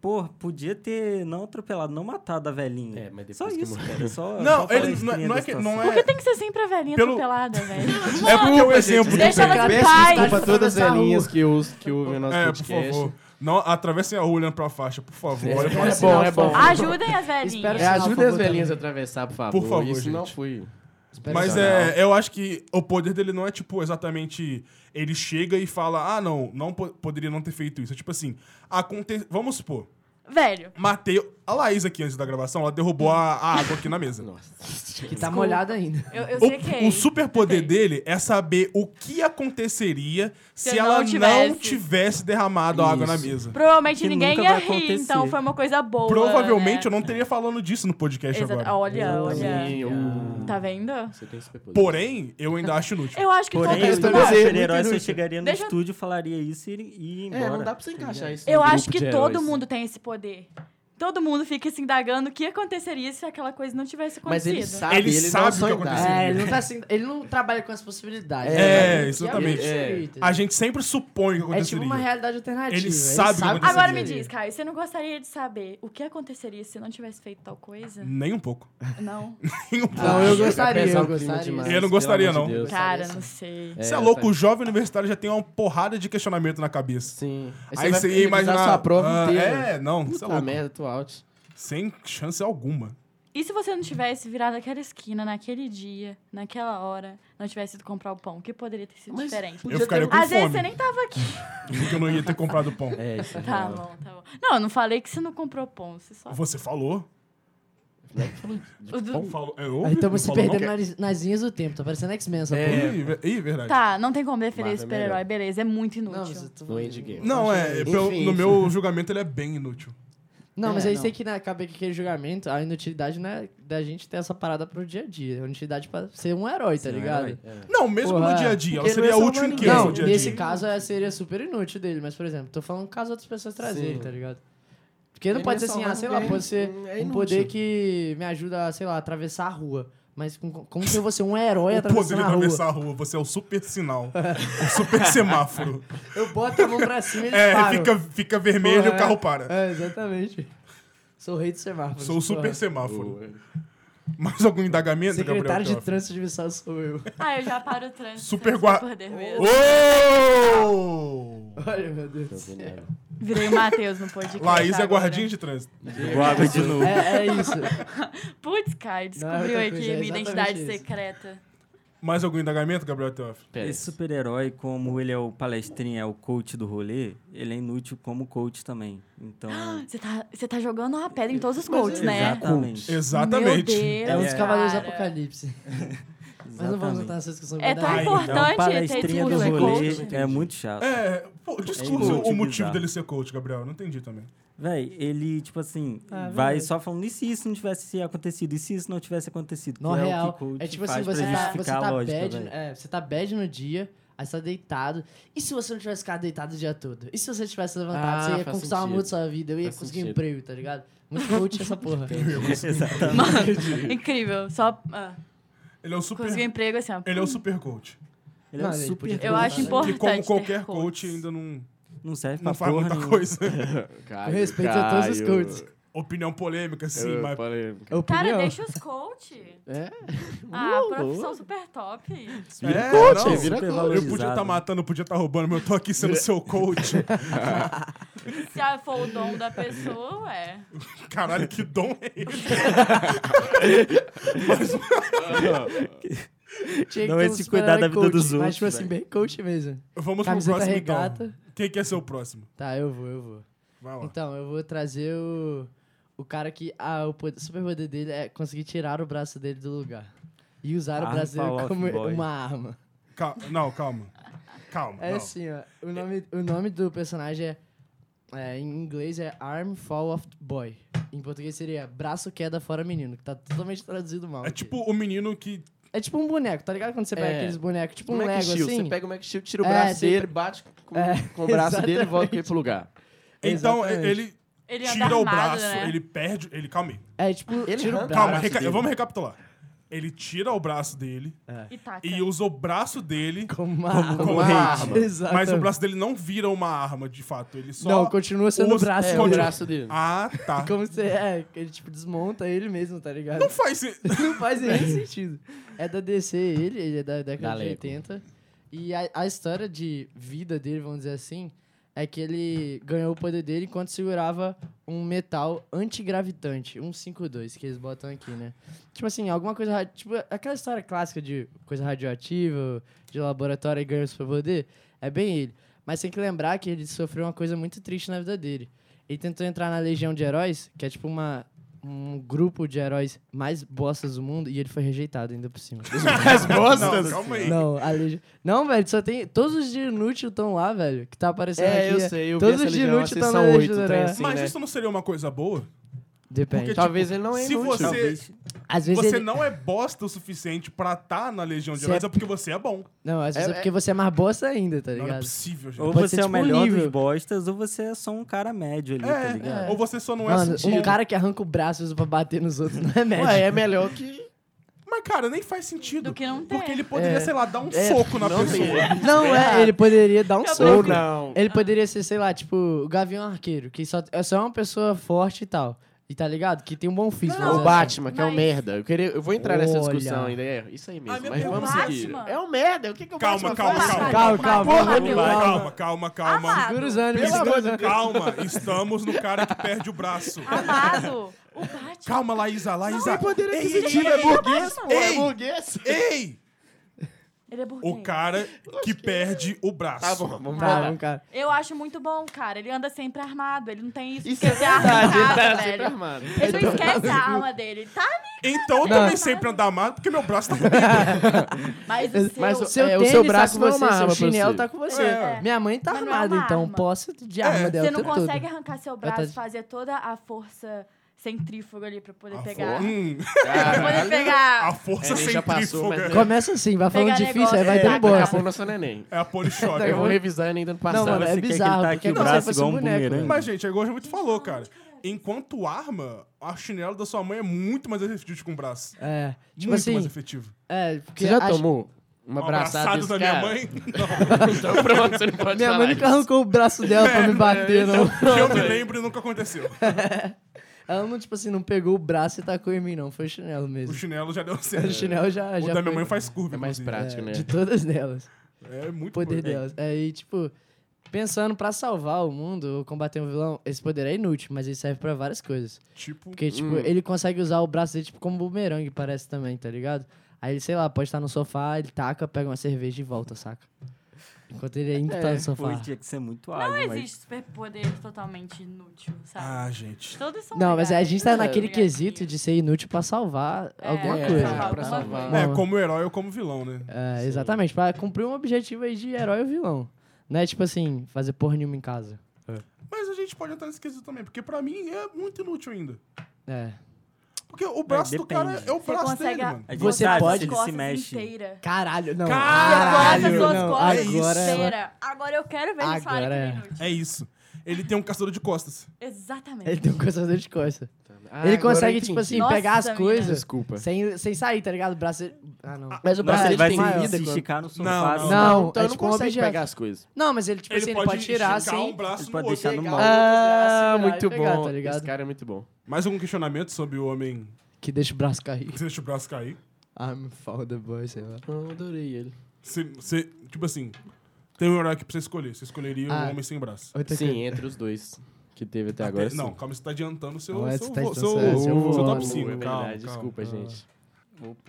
[SPEAKER 3] pô, podia ter não atropelado, não matado a velhinha.
[SPEAKER 5] É, mas depois
[SPEAKER 3] só
[SPEAKER 5] que
[SPEAKER 3] isso,
[SPEAKER 5] morreu.
[SPEAKER 3] cara. Ah, Só,
[SPEAKER 1] Não,
[SPEAKER 3] só
[SPEAKER 1] ele não é, não
[SPEAKER 3] palestrinha
[SPEAKER 1] é
[SPEAKER 3] da
[SPEAKER 1] que
[SPEAKER 3] situação.
[SPEAKER 1] não
[SPEAKER 2] Por que
[SPEAKER 1] é.
[SPEAKER 2] tem que ser sempre a velhinha
[SPEAKER 1] Pelo-
[SPEAKER 2] atropelada, velho?
[SPEAKER 1] É porque é o
[SPEAKER 5] Desculpa,
[SPEAKER 1] exemplo.
[SPEAKER 5] gente,
[SPEAKER 2] Deixa elas em
[SPEAKER 5] Peço
[SPEAKER 2] paz.
[SPEAKER 5] desculpa a todas
[SPEAKER 4] Atravessar
[SPEAKER 5] as
[SPEAKER 4] a
[SPEAKER 5] velhinhas
[SPEAKER 4] rua.
[SPEAKER 5] que, us- que ouvem o nosso
[SPEAKER 1] É, por
[SPEAKER 5] podcast.
[SPEAKER 1] favor. Não atravessem a rua olhando pra faixa, por favor.
[SPEAKER 5] É,
[SPEAKER 1] Olha pra
[SPEAKER 5] é
[SPEAKER 1] cima.
[SPEAKER 5] bom, é bom.
[SPEAKER 2] Ajudem as
[SPEAKER 4] Espero-
[SPEAKER 5] É,
[SPEAKER 2] velhinhas.
[SPEAKER 4] Por
[SPEAKER 5] ajuda
[SPEAKER 4] favor,
[SPEAKER 5] as velhinhas a
[SPEAKER 4] também.
[SPEAKER 5] atravessar, por favor.
[SPEAKER 1] Por favor,
[SPEAKER 5] Isso não
[SPEAKER 1] gente.
[SPEAKER 5] foi...
[SPEAKER 4] Espera
[SPEAKER 1] Mas
[SPEAKER 4] só.
[SPEAKER 1] é, eu acho que o poder dele não é tipo exatamente ele chega e fala: "Ah, não, não po- poderia não ter feito isso". É tipo assim, aconte... vamos supor,
[SPEAKER 2] Velho,
[SPEAKER 1] matei a Laís aqui antes da gravação, ela derrubou a, a água aqui na mesa.
[SPEAKER 4] Que tá molhado ainda.
[SPEAKER 2] eu, eu sei que
[SPEAKER 1] O, o superpoder dele é saber o que aconteceria se,
[SPEAKER 2] eu
[SPEAKER 1] ela
[SPEAKER 2] não tivesse.
[SPEAKER 1] não tivesse derramado a água na
[SPEAKER 5] Isso.
[SPEAKER 1] mesa.
[SPEAKER 2] Provavelmente
[SPEAKER 3] Que
[SPEAKER 2] ninguém
[SPEAKER 3] nunca
[SPEAKER 2] ia
[SPEAKER 3] vai
[SPEAKER 2] rir,
[SPEAKER 3] acontecer.
[SPEAKER 2] então foi uma coisa boa.
[SPEAKER 1] Provavelmente eu
[SPEAKER 2] né?
[SPEAKER 1] não teria falando disso no podcast
[SPEAKER 2] Exa-
[SPEAKER 1] agora.
[SPEAKER 2] Olha, olha.
[SPEAKER 5] Sim, o-
[SPEAKER 2] Tá vendo?
[SPEAKER 5] Você tem superpoder.
[SPEAKER 1] Porém, eu ainda acho inútil.
[SPEAKER 2] Eu acho que
[SPEAKER 3] Porém,
[SPEAKER 2] talvez.
[SPEAKER 5] isso
[SPEAKER 3] o
[SPEAKER 5] também
[SPEAKER 2] Não,
[SPEAKER 5] seria
[SPEAKER 3] super-herói
[SPEAKER 5] muito
[SPEAKER 3] só
[SPEAKER 5] inútil.
[SPEAKER 3] chegaria no
[SPEAKER 2] Deixa-
[SPEAKER 3] estúdio, falaria isso e iria- iria
[SPEAKER 5] É,
[SPEAKER 3] embora.
[SPEAKER 5] não dá pra você encaixar isso.
[SPEAKER 2] Eu
[SPEAKER 5] num
[SPEAKER 2] acho
[SPEAKER 5] grupo
[SPEAKER 2] que
[SPEAKER 5] de
[SPEAKER 2] todo
[SPEAKER 5] heróis.
[SPEAKER 2] mundo tem esse poder. Todo mundo fica se indagando o que aconteceria se aquela coisa não tivesse
[SPEAKER 5] Mas
[SPEAKER 2] acontecido.
[SPEAKER 5] ele sabe,
[SPEAKER 1] Ele
[SPEAKER 5] ele,
[SPEAKER 1] sabe o
[SPEAKER 5] não
[SPEAKER 1] que
[SPEAKER 5] sonha em dar.
[SPEAKER 1] aconteceu.
[SPEAKER 4] É, ele não, tá assim, ele não trabalha com as possibilidades.
[SPEAKER 5] É,
[SPEAKER 4] né?
[SPEAKER 1] exatamente.
[SPEAKER 4] Que é o que seria,
[SPEAKER 1] A
[SPEAKER 4] entendeu?
[SPEAKER 1] gente sempre supõe que
[SPEAKER 4] É
[SPEAKER 1] aconteceria.
[SPEAKER 4] tipo uma realidade alternativa.
[SPEAKER 1] Ele sabe o que aconteceria.
[SPEAKER 2] Agora me diz, Caio, você não gostaria de saber o que aconteceria se não tivesse feito tal coisa?
[SPEAKER 1] Nem um pouco. *laughs*
[SPEAKER 2] *laughs* Não.
[SPEAKER 1] Nem um pouco.
[SPEAKER 4] Não, eu
[SPEAKER 5] Vai
[SPEAKER 4] gostaria,
[SPEAKER 5] pesar
[SPEAKER 4] eu
[SPEAKER 5] o clima
[SPEAKER 4] gostaria.
[SPEAKER 5] demais,
[SPEAKER 1] Eu não
[SPEAKER 5] pelo
[SPEAKER 1] gostaria,
[SPEAKER 5] amor de
[SPEAKER 1] não.
[SPEAKER 5] Deus.
[SPEAKER 2] Cara, não sei.
[SPEAKER 1] Você é,
[SPEAKER 5] É,
[SPEAKER 1] louco,
[SPEAKER 5] tá-
[SPEAKER 1] o jovem universitário já tem uma porrada de questionamento na cabeça.
[SPEAKER 5] Sim.
[SPEAKER 1] Aí você
[SPEAKER 5] vai
[SPEAKER 1] ia
[SPEAKER 5] finalizar
[SPEAKER 1] imaginar.
[SPEAKER 5] sua prova
[SPEAKER 1] ah,
[SPEAKER 5] inteira.
[SPEAKER 1] É, não, você é
[SPEAKER 5] Puta
[SPEAKER 1] louco.
[SPEAKER 5] merda, tu out.
[SPEAKER 1] Sem chance alguma.
[SPEAKER 2] E se você não tivesse virado aquela esquina naquele dia, naquela hora, não tivesse ido comprar o pão, o que poderia ter sido
[SPEAKER 5] Mas
[SPEAKER 2] é diferente?
[SPEAKER 5] podia
[SPEAKER 1] Eu ficaria
[SPEAKER 5] ter-
[SPEAKER 1] com
[SPEAKER 2] Às vezes
[SPEAKER 1] fome.
[SPEAKER 2] você nem tava
[SPEAKER 5] *laughs*
[SPEAKER 2] aqui.
[SPEAKER 1] Porque eu não ia ter comprado
[SPEAKER 2] *laughs*
[SPEAKER 1] pão.
[SPEAKER 5] É, isso é
[SPEAKER 2] Tá
[SPEAKER 5] real.
[SPEAKER 2] bom, tá bom. Não, eu não falei que você não comprou pão, você só.
[SPEAKER 1] Você falou.
[SPEAKER 2] O do-
[SPEAKER 1] Falou. É,
[SPEAKER 5] Ah,
[SPEAKER 1] ouve?
[SPEAKER 4] Aí
[SPEAKER 5] então
[SPEAKER 4] estamos se
[SPEAKER 1] Não É. falou,
[SPEAKER 4] perdendo nas, nas linhas do tempo. Tá parecendo X-Men essa
[SPEAKER 1] não?
[SPEAKER 4] porra.
[SPEAKER 1] Ih, ve- Ih, verdade.
[SPEAKER 2] Tá, não tem como defender
[SPEAKER 5] é Marvel é
[SPEAKER 2] super-herói, beleza, é muito inútil.
[SPEAKER 4] Não, tá mas, eu tô-
[SPEAKER 5] No endgame.
[SPEAKER 1] Não, é.
[SPEAKER 5] Enfim,
[SPEAKER 1] pelo- no
[SPEAKER 5] enfim.
[SPEAKER 1] meu julgamento ele é bem inútil.
[SPEAKER 4] não, mas
[SPEAKER 5] É,
[SPEAKER 4] aí
[SPEAKER 5] não.
[SPEAKER 4] tem que né, caber que aquele julgamento, a inutilidade não é da gente ter essa parada pro dia a dia. É a inutilidade pra ser um herói, tá ligado?
[SPEAKER 1] Não, mesmo
[SPEAKER 4] Porra,
[SPEAKER 1] no dia a dia. Ela
[SPEAKER 5] porque não
[SPEAKER 1] seria
[SPEAKER 5] é só
[SPEAKER 1] útil em
[SPEAKER 5] uma
[SPEAKER 1] que
[SPEAKER 5] ninguém.
[SPEAKER 1] no
[SPEAKER 4] Não,
[SPEAKER 1] dia a
[SPEAKER 4] nesse
[SPEAKER 1] dia?
[SPEAKER 4] caso é, seria super inútil dele, mas, por exemplo, tô falando caso outras pessoas trazerem,
[SPEAKER 5] Sim.
[SPEAKER 4] tá ligado? Porque não
[SPEAKER 5] Ele
[SPEAKER 4] pode
[SPEAKER 5] é
[SPEAKER 4] ser assim,
[SPEAKER 5] salvar
[SPEAKER 4] ah, sei lá,
[SPEAKER 5] ninguém,
[SPEAKER 4] pode ser
[SPEAKER 5] é
[SPEAKER 4] um
[SPEAKER 5] inútil.
[SPEAKER 4] poder que me ajuda a, sei lá, atravessar a rua. Mas com- como que eu vou ser um
[SPEAKER 1] *laughs*
[SPEAKER 4] herói
[SPEAKER 1] O poder
[SPEAKER 4] atravessando
[SPEAKER 1] de
[SPEAKER 4] a rua?
[SPEAKER 1] atravessar a rua. Você é o super sinal. o super semáforo.
[SPEAKER 4] Eu boto a mão pra cima e ele
[SPEAKER 1] *laughs* É,
[SPEAKER 4] param.
[SPEAKER 1] fica, fica vermelho e
[SPEAKER 4] Porra,
[SPEAKER 1] o
[SPEAKER 4] é.
[SPEAKER 1] carro para.
[SPEAKER 4] É, exatamente. Sou o rei do semáforo. tipo,
[SPEAKER 1] Sou o super
[SPEAKER 4] porra.
[SPEAKER 1] semáforo. Mais algum indagamento,
[SPEAKER 4] Secretário de
[SPEAKER 1] Gabriel? Teófilo?
[SPEAKER 4] Trânsito de Missal sou eu. *laughs*
[SPEAKER 2] *laughs* Ah, eu já paro o trânsito.
[SPEAKER 1] Super
[SPEAKER 2] eu sou
[SPEAKER 1] guar-
[SPEAKER 2] poder mesmo.
[SPEAKER 1] Ô!
[SPEAKER 4] Olha, meu Deus do
[SPEAKER 5] Tá
[SPEAKER 4] céu.
[SPEAKER 2] Virei o Matheus no podcast.
[SPEAKER 1] Laís é
[SPEAKER 2] agora.
[SPEAKER 4] né?
[SPEAKER 2] né?
[SPEAKER 1] guardinha de trânsito.
[SPEAKER 3] Guarda de novo.
[SPEAKER 4] É, é isso.
[SPEAKER 2] *laughs* Putz, Caio, descobriu
[SPEAKER 4] outra
[SPEAKER 2] aqui
[SPEAKER 4] coisa, é
[SPEAKER 2] minha identidade
[SPEAKER 4] exatamente isso.
[SPEAKER 2] secreta.
[SPEAKER 1] Mais algum indagamento, Gabriel Teoff?
[SPEAKER 5] Pera.
[SPEAKER 3] Esse super-herói, como ele é o palestrinha, é o coach do rolê, ele é inútil como coach também. Então,
[SPEAKER 2] Você tá, você tá jogando uma pedra em todos os coaches, né?
[SPEAKER 3] exatamente.
[SPEAKER 1] Exatamente.
[SPEAKER 2] Meu Deus,
[SPEAKER 4] É um dos
[SPEAKER 2] cara.
[SPEAKER 4] Cavaleiros do
[SPEAKER 5] *laughs*
[SPEAKER 4] Apocalipse. Mas não vamos
[SPEAKER 3] exatamente.
[SPEAKER 4] entrar nessa discussão.
[SPEAKER 2] É tão
[SPEAKER 4] guardada.
[SPEAKER 1] Ai, então,
[SPEAKER 2] importante ter
[SPEAKER 3] É um
[SPEAKER 2] né?
[SPEAKER 3] palestrinha do
[SPEAKER 2] discurso
[SPEAKER 3] rolê,
[SPEAKER 2] coach.
[SPEAKER 3] é muito chato.
[SPEAKER 1] É, pô, discurso
[SPEAKER 3] inútil,
[SPEAKER 1] o motivo
[SPEAKER 3] bizarro.
[SPEAKER 1] dele ser coach, Gabriel. Não entendi também.
[SPEAKER 3] Véi, ele, tipo assim,
[SPEAKER 4] Ah,
[SPEAKER 3] vai
[SPEAKER 4] verdade.
[SPEAKER 3] só falando, e se isso não tivesse acontecido? E se isso não tivesse acontecido?
[SPEAKER 4] No
[SPEAKER 3] que é o
[SPEAKER 4] real,
[SPEAKER 3] que coach
[SPEAKER 4] é tipo assim,
[SPEAKER 3] faz
[SPEAKER 4] você
[SPEAKER 3] pra
[SPEAKER 4] tá,
[SPEAKER 3] justificar
[SPEAKER 4] você
[SPEAKER 3] a
[SPEAKER 4] tá
[SPEAKER 3] lógica, *laughs*
[SPEAKER 4] bad,
[SPEAKER 3] véi.
[SPEAKER 4] é, você tá bad no dia, aí você tá deitado. E se você não tivesse ficado deitado o dia todo? E se você tivesse levantado,
[SPEAKER 5] Ah,
[SPEAKER 4] você ia
[SPEAKER 5] faz
[SPEAKER 4] conquistar uma
[SPEAKER 5] sentido.
[SPEAKER 4] muda da sua vida, eu ia
[SPEAKER 5] Faz
[SPEAKER 4] conseguir um
[SPEAKER 5] sentido.
[SPEAKER 4] emprego, tá ligado? Muito coach
[SPEAKER 3] *laughs*
[SPEAKER 4] essa porra.
[SPEAKER 3] Exatamente.
[SPEAKER 2] Incrível. Só ah,
[SPEAKER 1] Ele é o super.
[SPEAKER 2] conseguiu emprego assim, ó.
[SPEAKER 1] Ele é o super coach.
[SPEAKER 3] Ele é um
[SPEAKER 4] Não, ele podia
[SPEAKER 3] super
[SPEAKER 2] Eu
[SPEAKER 4] ter assim,
[SPEAKER 3] coach.
[SPEAKER 2] acho importante
[SPEAKER 1] Que, como
[SPEAKER 2] ter
[SPEAKER 1] qualquer
[SPEAKER 2] coach.
[SPEAKER 1] coach, ainda não,
[SPEAKER 3] Não serve
[SPEAKER 1] não
[SPEAKER 3] pra
[SPEAKER 1] faz
[SPEAKER 3] porra
[SPEAKER 1] muita
[SPEAKER 3] nenhuma.
[SPEAKER 5] *laughs*
[SPEAKER 1] coisa.
[SPEAKER 5] Caio,
[SPEAKER 4] Com respeito a todos os
[SPEAKER 5] Caio.
[SPEAKER 4] coaches.
[SPEAKER 1] Opinião polêmica, sim,
[SPEAKER 5] Eu
[SPEAKER 1] mas.
[SPEAKER 5] falei-
[SPEAKER 3] É
[SPEAKER 4] Opinião?
[SPEAKER 2] Cara, deixa os coach.
[SPEAKER 5] É?
[SPEAKER 2] Ah,
[SPEAKER 5] Uh,
[SPEAKER 2] profissão
[SPEAKER 5] uh.
[SPEAKER 2] super top.
[SPEAKER 5] Vira
[SPEAKER 1] É,
[SPEAKER 5] coach,
[SPEAKER 1] não,
[SPEAKER 5] vira
[SPEAKER 3] super
[SPEAKER 5] coach.
[SPEAKER 1] Eu podia estar
[SPEAKER 3] Valorizado.
[SPEAKER 1] matando, podia estar roubando, mas eu tô aqui sendo seu coach.
[SPEAKER 5] *laughs*
[SPEAKER 2] Se ah, for o dom da pessoa, é.
[SPEAKER 1] Caralho, que dom é esse?
[SPEAKER 4] Tinha
[SPEAKER 3] Não
[SPEAKER 4] ter
[SPEAKER 3] é
[SPEAKER 4] um
[SPEAKER 3] se cuidar da vida
[SPEAKER 4] super-herói
[SPEAKER 3] dos
[SPEAKER 4] coach, Mas,
[SPEAKER 3] outros,
[SPEAKER 4] tipo assim, bem coach mesmo.
[SPEAKER 1] Vamos
[SPEAKER 4] Camiseta
[SPEAKER 1] pro próximo,
[SPEAKER 4] regata.
[SPEAKER 1] então. Quem quer ser o próximo?
[SPEAKER 4] Tá, eu vou, eu vou.
[SPEAKER 1] Vai lá.
[SPEAKER 4] Então, eu vou trazer o, o cara que ah, o poder, super poder dele é conseguir tirar o braço dele do lugar. E usar o
[SPEAKER 3] Arm
[SPEAKER 4] braço
[SPEAKER 3] Fall
[SPEAKER 4] dele
[SPEAKER 3] Off
[SPEAKER 4] como
[SPEAKER 3] Ah, Boy.
[SPEAKER 4] uma arma.
[SPEAKER 2] Então.
[SPEAKER 1] Cal- não, calma. Calma.
[SPEAKER 4] É
[SPEAKER 1] não.
[SPEAKER 4] assim, ó. O nome, o nome do personagem é, é, Em inglês é Arm Fall Off Boy. Em português seria Braço Queda Fora Menino, que tá totalmente traduzido mal.
[SPEAKER 5] tipo
[SPEAKER 1] É
[SPEAKER 4] aqui.
[SPEAKER 1] tipo o menino que
[SPEAKER 4] É tipo um boneco, tá ligado? Quando você pega
[SPEAKER 5] É.
[SPEAKER 4] aqueles bonecos, tipo um
[SPEAKER 5] Mac
[SPEAKER 4] Lego
[SPEAKER 5] Shield.
[SPEAKER 4] assim.
[SPEAKER 5] Você pega o Mac Shield, tira o
[SPEAKER 4] É,
[SPEAKER 5] braço
[SPEAKER 4] você
[SPEAKER 5] dele, bate com,
[SPEAKER 4] É,
[SPEAKER 5] com o braço dele e volta com
[SPEAKER 4] exatamente.
[SPEAKER 5] ele pro lugar.
[SPEAKER 1] Então,
[SPEAKER 4] Exatamente.
[SPEAKER 1] ele
[SPEAKER 2] Ele anda
[SPEAKER 1] tira o
[SPEAKER 2] armado,
[SPEAKER 1] braço,
[SPEAKER 2] né?
[SPEAKER 1] ele perde. Ele, calma aí.
[SPEAKER 4] É tipo,
[SPEAKER 5] Ele
[SPEAKER 4] tira o
[SPEAKER 5] arranca.
[SPEAKER 4] braço.
[SPEAKER 1] Calma,
[SPEAKER 4] *laughs*
[SPEAKER 5] braço
[SPEAKER 1] reca-
[SPEAKER 5] dele.
[SPEAKER 1] vamos recapitular. Ele tira o braço dele
[SPEAKER 2] E taca.
[SPEAKER 1] e usa o braço dele,
[SPEAKER 4] Como uma
[SPEAKER 3] Como-
[SPEAKER 4] arma.
[SPEAKER 5] como uma arma.
[SPEAKER 4] *laughs*
[SPEAKER 5] um
[SPEAKER 4] Exato.
[SPEAKER 1] mas o braço dele não vira uma arma, de fato. Ele só.
[SPEAKER 4] Não, continua sendo o
[SPEAKER 1] usa-
[SPEAKER 4] braço.
[SPEAKER 5] É, o
[SPEAKER 1] Continua.
[SPEAKER 5] braço dele.
[SPEAKER 1] Ah, tá.
[SPEAKER 4] Como você. É, ele tipo desmonta ele mesmo, tá ligado?
[SPEAKER 5] *laughs*
[SPEAKER 1] Não faz se-
[SPEAKER 4] *laughs* Não faz nenhum sentido. É da DC ele, ele é da década
[SPEAKER 5] Da
[SPEAKER 4] de
[SPEAKER 5] Lego.
[SPEAKER 4] 80. E a, a história de vida dele, vamos dizer assim, é que ele ganhou o poder dele enquanto segurava um metal antigravitante, um 52, que eles botam aqui, né? Tipo assim, alguma coisa. ra- Tipo, aquela história clássica de coisa radioativa, de laboratório e ganha o superpoder, é bem ele. Mas tem que lembrar que ele sofreu uma coisa muito triste na vida dele. Ele tentou entrar na Legião de Heróis, que é tipo uma, um grupo de heróis mais bostas do mundo, e ele foi rejeitado ainda por cima.
[SPEAKER 5] As
[SPEAKER 1] Não,
[SPEAKER 5] bostas.
[SPEAKER 1] calma aí.
[SPEAKER 4] Não, a Legião. Não, velho, só tem. Todos os de inútil estão lá, velho. Que tá aparecendo
[SPEAKER 5] É,
[SPEAKER 4] aqui.
[SPEAKER 5] eu sei, eu
[SPEAKER 4] Todos
[SPEAKER 5] vi
[SPEAKER 4] os
[SPEAKER 5] essa
[SPEAKER 4] de
[SPEAKER 5] legião,
[SPEAKER 4] inútil
[SPEAKER 5] a
[SPEAKER 4] estão
[SPEAKER 5] sessão
[SPEAKER 4] na
[SPEAKER 5] 8,
[SPEAKER 4] Legião,
[SPEAKER 5] trem
[SPEAKER 4] né?
[SPEAKER 5] assim,
[SPEAKER 1] Mas
[SPEAKER 5] né?
[SPEAKER 1] isso não seria uma coisa boa?
[SPEAKER 4] Depende.
[SPEAKER 1] Porque,
[SPEAKER 5] Talvez ele não é
[SPEAKER 1] Se
[SPEAKER 5] inútil.
[SPEAKER 1] você,
[SPEAKER 3] Talvez.
[SPEAKER 4] Às vezes
[SPEAKER 1] você
[SPEAKER 4] ele...
[SPEAKER 1] não é bosta o suficiente pra estar na Legião de
[SPEAKER 4] Se
[SPEAKER 1] Heróis,
[SPEAKER 4] é-
[SPEAKER 1] é porque você é bom.
[SPEAKER 4] Não, às vezes é,
[SPEAKER 5] É-
[SPEAKER 4] porque você é mais bosta ainda, tá
[SPEAKER 1] Não, não é
[SPEAKER 4] ligado?
[SPEAKER 1] possível, gente.
[SPEAKER 3] Ou
[SPEAKER 4] Pode
[SPEAKER 3] você
[SPEAKER 4] ser
[SPEAKER 3] é o
[SPEAKER 4] tipo um
[SPEAKER 3] melhor
[SPEAKER 4] nível.
[SPEAKER 3] dos bostas, ou você é só um cara médio ali, tá ligado?
[SPEAKER 1] É, ou você só não é
[SPEAKER 4] Mano,
[SPEAKER 1] sentido.
[SPEAKER 4] um cara que arranca o braço e usa pra bater nos outros não é médico.
[SPEAKER 5] Ué, é melhor que...
[SPEAKER 1] Mas, cara, nem faz sentido.
[SPEAKER 2] Do que não ter.
[SPEAKER 1] Porque ele poderia,
[SPEAKER 4] É.
[SPEAKER 1] sei lá, dar um
[SPEAKER 4] É.
[SPEAKER 1] soco na
[SPEAKER 5] Não
[SPEAKER 1] pessoa.
[SPEAKER 4] Não é, ele poderia dar um
[SPEAKER 2] Eu
[SPEAKER 5] Ou
[SPEAKER 4] soco.
[SPEAKER 5] não.
[SPEAKER 4] Ele poderia ser, sei lá, tipo, o Gavião Arqueiro, que só é só uma pessoa forte e tal. E tá ligado? Que tem um bom físico.
[SPEAKER 2] Não,
[SPEAKER 4] vamos
[SPEAKER 5] o
[SPEAKER 4] dizer assim.
[SPEAKER 5] Batman, que é um
[SPEAKER 2] mas-
[SPEAKER 5] merda. Eu, queria, eu vou entrar nessa discussão
[SPEAKER 4] Olha.
[SPEAKER 5] ainda. É, isso aí mesmo.
[SPEAKER 1] Ah, meu
[SPEAKER 5] mas
[SPEAKER 1] Deus,
[SPEAKER 5] vamos
[SPEAKER 1] o
[SPEAKER 5] seguir.
[SPEAKER 2] Batman.
[SPEAKER 5] É um merda. O que, que o
[SPEAKER 1] Calma,
[SPEAKER 5] Batman
[SPEAKER 1] calma,
[SPEAKER 5] faz?
[SPEAKER 1] calma.
[SPEAKER 4] Calma, calma,
[SPEAKER 2] Porra,
[SPEAKER 4] vamos
[SPEAKER 2] meu.
[SPEAKER 4] lá.
[SPEAKER 1] Calma, calma, calma.
[SPEAKER 2] Amado.
[SPEAKER 4] Segura os ânimos.
[SPEAKER 5] Pelo amor de Deus.
[SPEAKER 1] Calma, estamos no cara que perde o braço.
[SPEAKER 2] Ah. Amado. O Batman.
[SPEAKER 1] Calma, Laísa, Laísa.
[SPEAKER 5] Sem poder
[SPEAKER 1] Ei,
[SPEAKER 5] aquisitivo,
[SPEAKER 2] ei,
[SPEAKER 5] é
[SPEAKER 2] ei,
[SPEAKER 5] burguês,
[SPEAKER 2] ei,
[SPEAKER 5] pô, é
[SPEAKER 1] ei.
[SPEAKER 5] burguês.
[SPEAKER 1] Ei!
[SPEAKER 2] Ele é burguês.
[SPEAKER 1] O cara que perde o braço.
[SPEAKER 5] Tá bom, vamos
[SPEAKER 4] Tá,
[SPEAKER 5] lá.
[SPEAKER 4] vamos, cara.
[SPEAKER 2] Eu acho muito bom, cara. Ele anda sempre armado. Ele não tem isso. de
[SPEAKER 5] Isso é
[SPEAKER 2] esquecer a arma
[SPEAKER 5] verdade,
[SPEAKER 2] em
[SPEAKER 5] ele
[SPEAKER 2] casa,
[SPEAKER 5] tá
[SPEAKER 2] velho.
[SPEAKER 5] sempre armado. tá
[SPEAKER 2] Ele não
[SPEAKER 4] Então,
[SPEAKER 2] esquece a arma dele. Ele tá ali.
[SPEAKER 1] Então eu também sempre ando amado porque meu braço tá comigo.
[SPEAKER 2] Mas o seu...
[SPEAKER 5] Mas o-
[SPEAKER 4] Seu
[SPEAKER 5] É,
[SPEAKER 4] tênis
[SPEAKER 5] seu
[SPEAKER 4] tá
[SPEAKER 5] braço
[SPEAKER 4] com
[SPEAKER 5] não é
[SPEAKER 4] você,
[SPEAKER 5] uma arma pra
[SPEAKER 4] seu chinelo
[SPEAKER 5] você.
[SPEAKER 4] tá com você.
[SPEAKER 1] É.
[SPEAKER 4] Minha mãe tá
[SPEAKER 2] Mas não é
[SPEAKER 4] armada,
[SPEAKER 2] uma
[SPEAKER 4] então
[SPEAKER 2] arma.
[SPEAKER 4] posso de arma dela
[SPEAKER 2] Você
[SPEAKER 4] o
[SPEAKER 2] não
[SPEAKER 4] tempo todo.
[SPEAKER 2] consegue arrancar seu
[SPEAKER 4] Ela
[SPEAKER 2] braço,
[SPEAKER 4] tá-
[SPEAKER 2] fazer toda a força centrífuga ali pra poder
[SPEAKER 5] A
[SPEAKER 2] pegar. Ah.
[SPEAKER 5] força?
[SPEAKER 1] Hum,
[SPEAKER 2] Pra poder
[SPEAKER 1] a
[SPEAKER 2] pegar.
[SPEAKER 1] força
[SPEAKER 5] É, ele já passou,
[SPEAKER 1] centrífuga.
[SPEAKER 4] *laughs*
[SPEAKER 5] mas-
[SPEAKER 4] Começa assim, vai falando
[SPEAKER 2] Pegar
[SPEAKER 4] difícil, aí vai
[SPEAKER 2] negócio,
[SPEAKER 4] dando
[SPEAKER 2] é.
[SPEAKER 5] Daqui tá a
[SPEAKER 4] bosta.
[SPEAKER 5] pouco nós somos neném.
[SPEAKER 1] É a
[SPEAKER 5] *laughs*
[SPEAKER 1] polichoque.
[SPEAKER 5] Eu vou revisar ainda ano passado.
[SPEAKER 4] Não, mano,
[SPEAKER 3] você
[SPEAKER 4] é
[SPEAKER 3] quer que ele
[SPEAKER 4] bizarro,
[SPEAKER 3] taque
[SPEAKER 4] porque
[SPEAKER 3] o
[SPEAKER 4] não, se
[SPEAKER 3] braço
[SPEAKER 4] fosse
[SPEAKER 3] igual
[SPEAKER 4] um
[SPEAKER 3] um
[SPEAKER 4] boneco,
[SPEAKER 3] bumerangue?
[SPEAKER 1] Mas, gente, é igual a gente falou, cara. Enquanto arma, a chinela da sua mãe é muito mais efetiva com o braço.
[SPEAKER 4] É, tipo
[SPEAKER 1] muito
[SPEAKER 4] assim,
[SPEAKER 1] mais efetivo.
[SPEAKER 4] é, porque
[SPEAKER 5] Você já
[SPEAKER 4] acho-
[SPEAKER 5] tomou uma
[SPEAKER 1] Um
[SPEAKER 5] abraçada
[SPEAKER 1] abraçado
[SPEAKER 5] desse
[SPEAKER 1] da
[SPEAKER 5] cara?
[SPEAKER 1] minha mãe?
[SPEAKER 5] *laughs* Então pronto, você não pode
[SPEAKER 4] Minha
[SPEAKER 5] falar
[SPEAKER 4] mãe nunca
[SPEAKER 5] isso.
[SPEAKER 4] arrancou o braço dela pra me bater, não.
[SPEAKER 1] Que eu me lembro nunca aconteceu.
[SPEAKER 4] Ela não, tipo assim, não pegou o braço e tacou em mim, não. Foi o chinelo
[SPEAKER 1] O
[SPEAKER 4] mesmo.
[SPEAKER 1] chinelo já deu certo.
[SPEAKER 4] O chinelo já.
[SPEAKER 1] O
[SPEAKER 4] já
[SPEAKER 1] da minha
[SPEAKER 4] foi-
[SPEAKER 1] mãe faz curva.
[SPEAKER 5] É mais
[SPEAKER 1] inclusive.
[SPEAKER 5] prático,
[SPEAKER 4] *laughs*
[SPEAKER 5] né?
[SPEAKER 4] De todas delas.
[SPEAKER 1] É muito
[SPEAKER 4] poder
[SPEAKER 1] bom.
[SPEAKER 4] delas. É, e, tipo, pensando pra salvar o mundo ou combater um vilão, esse poder é inútil, mas ele serve pra várias coisas.
[SPEAKER 1] Tipo,
[SPEAKER 4] Porque, tipo,
[SPEAKER 5] Hum.
[SPEAKER 4] ele consegue usar o braço dele, tipo, como bumerangue, parece também, tá ligado? Aí ele, sei lá, pode estar no sofá, ele taca, pega uma cerveja e volta, saca? Enquanto ele ainda tá
[SPEAKER 5] É,
[SPEAKER 4] no sofá.
[SPEAKER 3] Pô, tinha que ser muito
[SPEAKER 2] Não
[SPEAKER 3] ágil, mas
[SPEAKER 2] existe superpoder totalmente inútil, sabe?
[SPEAKER 1] ah, gente.
[SPEAKER 2] Todos são
[SPEAKER 4] Não, mas a
[SPEAKER 2] legais.
[SPEAKER 4] gente tá
[SPEAKER 5] É.
[SPEAKER 4] naquele quesito de ser inútil pra salvar
[SPEAKER 2] É,
[SPEAKER 4] alguma
[SPEAKER 2] pra
[SPEAKER 4] coisa.
[SPEAKER 2] salvar
[SPEAKER 5] Pra
[SPEAKER 2] alguma
[SPEAKER 5] salvar.
[SPEAKER 2] coisa.
[SPEAKER 1] É,
[SPEAKER 4] Não.
[SPEAKER 1] como herói ou como vilão, né?
[SPEAKER 4] É, exatamente, pra cumprir um objetivo aí de herói ou vilão. Não é tipo assim, fazer porra nenhuma em casa.
[SPEAKER 1] Mas a gente pode entrar nesse quesito também, porque pra mim é muito inútil ainda.
[SPEAKER 4] É.
[SPEAKER 1] Porque o braço do
[SPEAKER 3] depende.
[SPEAKER 1] cara é o
[SPEAKER 2] Você
[SPEAKER 1] braço
[SPEAKER 2] consegue
[SPEAKER 1] dele, mano.
[SPEAKER 3] a gente
[SPEAKER 4] Você
[SPEAKER 3] sabe
[SPEAKER 4] pode-
[SPEAKER 3] se ele
[SPEAKER 2] costas
[SPEAKER 3] se mexe.
[SPEAKER 2] inteira.
[SPEAKER 4] Caralho, não.
[SPEAKER 1] Caralho,
[SPEAKER 2] Agora suas
[SPEAKER 4] não,
[SPEAKER 2] costas
[SPEAKER 1] agora é-
[SPEAKER 2] inteira. Agora eu quero ver eles falarem que
[SPEAKER 4] Agora
[SPEAKER 2] é
[SPEAKER 4] é.
[SPEAKER 2] inútil.
[SPEAKER 1] É isso. Ele tem um caçador de costas.
[SPEAKER 2] Exatamente.
[SPEAKER 4] Ele tem um coçador de costa.
[SPEAKER 5] Ah,
[SPEAKER 4] ele
[SPEAKER 5] agora
[SPEAKER 4] consegue,
[SPEAKER 5] eu
[SPEAKER 4] tipo
[SPEAKER 5] entendi.
[SPEAKER 4] assim,
[SPEAKER 2] Nossa,
[SPEAKER 4] pegar as
[SPEAKER 2] menina.
[SPEAKER 4] coisas
[SPEAKER 5] Desculpa.
[SPEAKER 4] sem, sem sair, tá ligado? O braço. Ah, não.
[SPEAKER 5] Mas o
[SPEAKER 3] Nossa, ele
[SPEAKER 5] bracelete
[SPEAKER 3] vai
[SPEAKER 5] tem
[SPEAKER 3] se,
[SPEAKER 5] vida?
[SPEAKER 3] se
[SPEAKER 5] quando-
[SPEAKER 3] esticar no sofá.
[SPEAKER 1] Não,
[SPEAKER 3] assim.
[SPEAKER 4] não.
[SPEAKER 5] Então
[SPEAKER 4] é
[SPEAKER 5] eu não
[SPEAKER 4] tipo um
[SPEAKER 5] consegue
[SPEAKER 4] objeto.
[SPEAKER 5] pegar as coisas.
[SPEAKER 4] Não, mas ele, tipo assim, ele pode tirar
[SPEAKER 1] esticar
[SPEAKER 4] assim.
[SPEAKER 1] um braço
[SPEAKER 3] Ele
[SPEAKER 1] no
[SPEAKER 3] pode
[SPEAKER 1] outro.
[SPEAKER 3] deixar no
[SPEAKER 4] pegar.
[SPEAKER 3] mal.
[SPEAKER 5] Ah,
[SPEAKER 4] Ah,
[SPEAKER 5] muito
[SPEAKER 4] pegar,
[SPEAKER 5] bom.
[SPEAKER 4] tá ligado?
[SPEAKER 5] Esse cara é muito bom.
[SPEAKER 1] Mais algum questionamento sobre o homem
[SPEAKER 4] Que deixa o braço cair.
[SPEAKER 1] *laughs* que deixa o braço cair?
[SPEAKER 4] I'm for the boy, sei lá.
[SPEAKER 5] Eu adorei ele.
[SPEAKER 1] Você, você- tipo assim, tem um herói que pra você escolher. Você escolheria um
[SPEAKER 4] Ah.
[SPEAKER 1] homem sem braço.
[SPEAKER 4] Outra
[SPEAKER 5] Sim,
[SPEAKER 4] coisa.
[SPEAKER 5] entre os dois que teve até agora.
[SPEAKER 1] Não,
[SPEAKER 5] sim.
[SPEAKER 1] calma, você tá adiantando o seu,
[SPEAKER 4] Não, é,
[SPEAKER 1] seu,
[SPEAKER 4] você tá
[SPEAKER 1] vo- seu,
[SPEAKER 4] adiantando, é,
[SPEAKER 1] seu,
[SPEAKER 4] seu-
[SPEAKER 1] seu top
[SPEAKER 4] seu-
[SPEAKER 1] 5.
[SPEAKER 5] É verdade,
[SPEAKER 1] Calma, calma.
[SPEAKER 5] desculpa,
[SPEAKER 4] calma.
[SPEAKER 5] gente.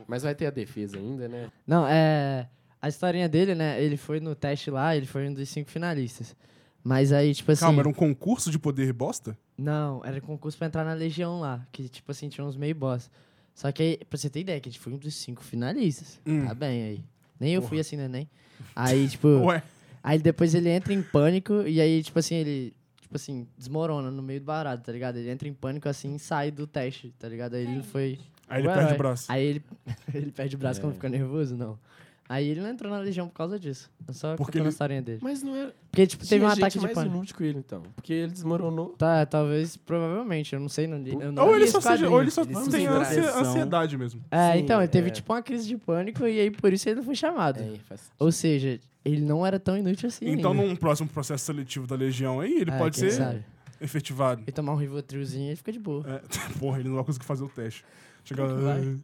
[SPEAKER 5] Mas vai ter a defesa ainda, né?
[SPEAKER 4] Não, é. A historinha dele, né? Ele foi no teste lá, ele foi um dos cinco finalistas. Mas aí, tipo assim.
[SPEAKER 1] Calma, era um concurso de poder bosta?
[SPEAKER 4] Não, era concurso pra entrar na Legião lá. Que, tipo assim, tinha uns meio boss. Só que aí, pra você ter ideia, que a gente foi um dos cinco finalistas.
[SPEAKER 1] Hum.
[SPEAKER 4] Tá bem aí. Nem eu
[SPEAKER 1] Porra.
[SPEAKER 4] fui assim, né? Nem. Aí, tipo.
[SPEAKER 1] Ué,
[SPEAKER 4] Aí depois ele entra em pânico e aí, tipo assim, ele. Tipo assim, desmorona no meio do barato, tá ligado? Ele entra em pânico assim e sai do teste, tá ligado? Aí ele foi.
[SPEAKER 1] Aí ele
[SPEAKER 4] o
[SPEAKER 1] perde
[SPEAKER 4] herói.
[SPEAKER 1] o braço.
[SPEAKER 4] Aí ele, *laughs* ele perde o braço
[SPEAKER 3] É.
[SPEAKER 4] quando fica nervoso? Não. Aí ele não entrou na legião por causa disso. Eu Só
[SPEAKER 1] Porque
[SPEAKER 4] Porque contando
[SPEAKER 1] ele-
[SPEAKER 4] a historinha dele.
[SPEAKER 5] Mas não era.
[SPEAKER 4] Porque, tipo, teve
[SPEAKER 5] tinha
[SPEAKER 4] um
[SPEAKER 5] gente
[SPEAKER 4] ataque de
[SPEAKER 5] mais
[SPEAKER 4] pânico.
[SPEAKER 5] inútil que ele, então. Porque ele desmoronou.
[SPEAKER 4] Tá, talvez, provavelmente, eu não sei, não li. eu não
[SPEAKER 1] Ou
[SPEAKER 4] li
[SPEAKER 1] ele
[SPEAKER 4] esse
[SPEAKER 1] só, seja,
[SPEAKER 4] quadrinho.
[SPEAKER 1] ou ele só
[SPEAKER 3] Ele se
[SPEAKER 1] tem
[SPEAKER 3] livrar.
[SPEAKER 1] ansia-
[SPEAKER 3] Depressão.
[SPEAKER 1] ansiedade mesmo.
[SPEAKER 4] É,
[SPEAKER 3] Sim,
[SPEAKER 4] então, ele teve,
[SPEAKER 3] é.
[SPEAKER 4] tipo, uma crise de pânico e aí por isso ele não foi chamado.
[SPEAKER 5] faz
[SPEAKER 4] Ou seja, ele não era tão inútil assim.
[SPEAKER 1] Então,
[SPEAKER 4] ainda.
[SPEAKER 1] num próximo processo seletivo da Legião aí, ele
[SPEAKER 4] É,
[SPEAKER 1] pode
[SPEAKER 4] quem
[SPEAKER 1] ser
[SPEAKER 4] sabe?
[SPEAKER 1] efetivado.
[SPEAKER 4] Ele tomar um Rivotrilzinho e fica de boa.
[SPEAKER 1] É, porra, ele não vai conseguir fazer o teste. Chega
[SPEAKER 4] Como que
[SPEAKER 1] lá.
[SPEAKER 4] vai?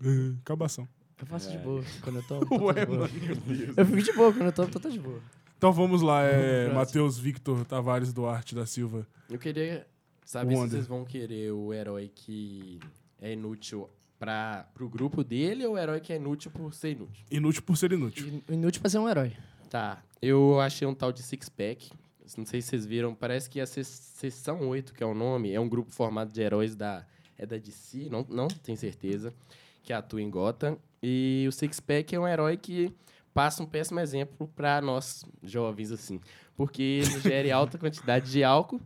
[SPEAKER 1] "Ah, ah, Acabação.
[SPEAKER 4] Eu faço de
[SPEAKER 3] Vai.
[SPEAKER 4] boa quando
[SPEAKER 5] *laughs*
[SPEAKER 4] eu tomo. tô
[SPEAKER 1] Ué,
[SPEAKER 4] de boa.
[SPEAKER 1] mano, meu Deus.
[SPEAKER 4] Eu fico de boa quando eu tomo, tô, tô de boa.
[SPEAKER 1] Então vamos lá, é
[SPEAKER 4] Próximo.
[SPEAKER 1] Matheus Victor Tavares Duarte da Silva.
[SPEAKER 5] Eu queria saber
[SPEAKER 1] Wonder.
[SPEAKER 5] se vocês vão querer o herói que é inútil pra, pro grupo dele ou o herói que é inútil por ser inútil.
[SPEAKER 1] Inútil por ser inútil.
[SPEAKER 4] In- Inútil pra ser um herói.
[SPEAKER 5] Tá, eu achei um tal de Six Pack. Não sei se vocês viram, parece que a se- Sessão 8, que é o nome, é um grupo formado de heróis da. É da DC, não, não tenho certeza, que atua em Gotham. E o Six Pack é um herói que passa um péssimo exemplo pra nós jovens, assim. Porque ele
[SPEAKER 1] *laughs*
[SPEAKER 5] gere alta quantidade de álcool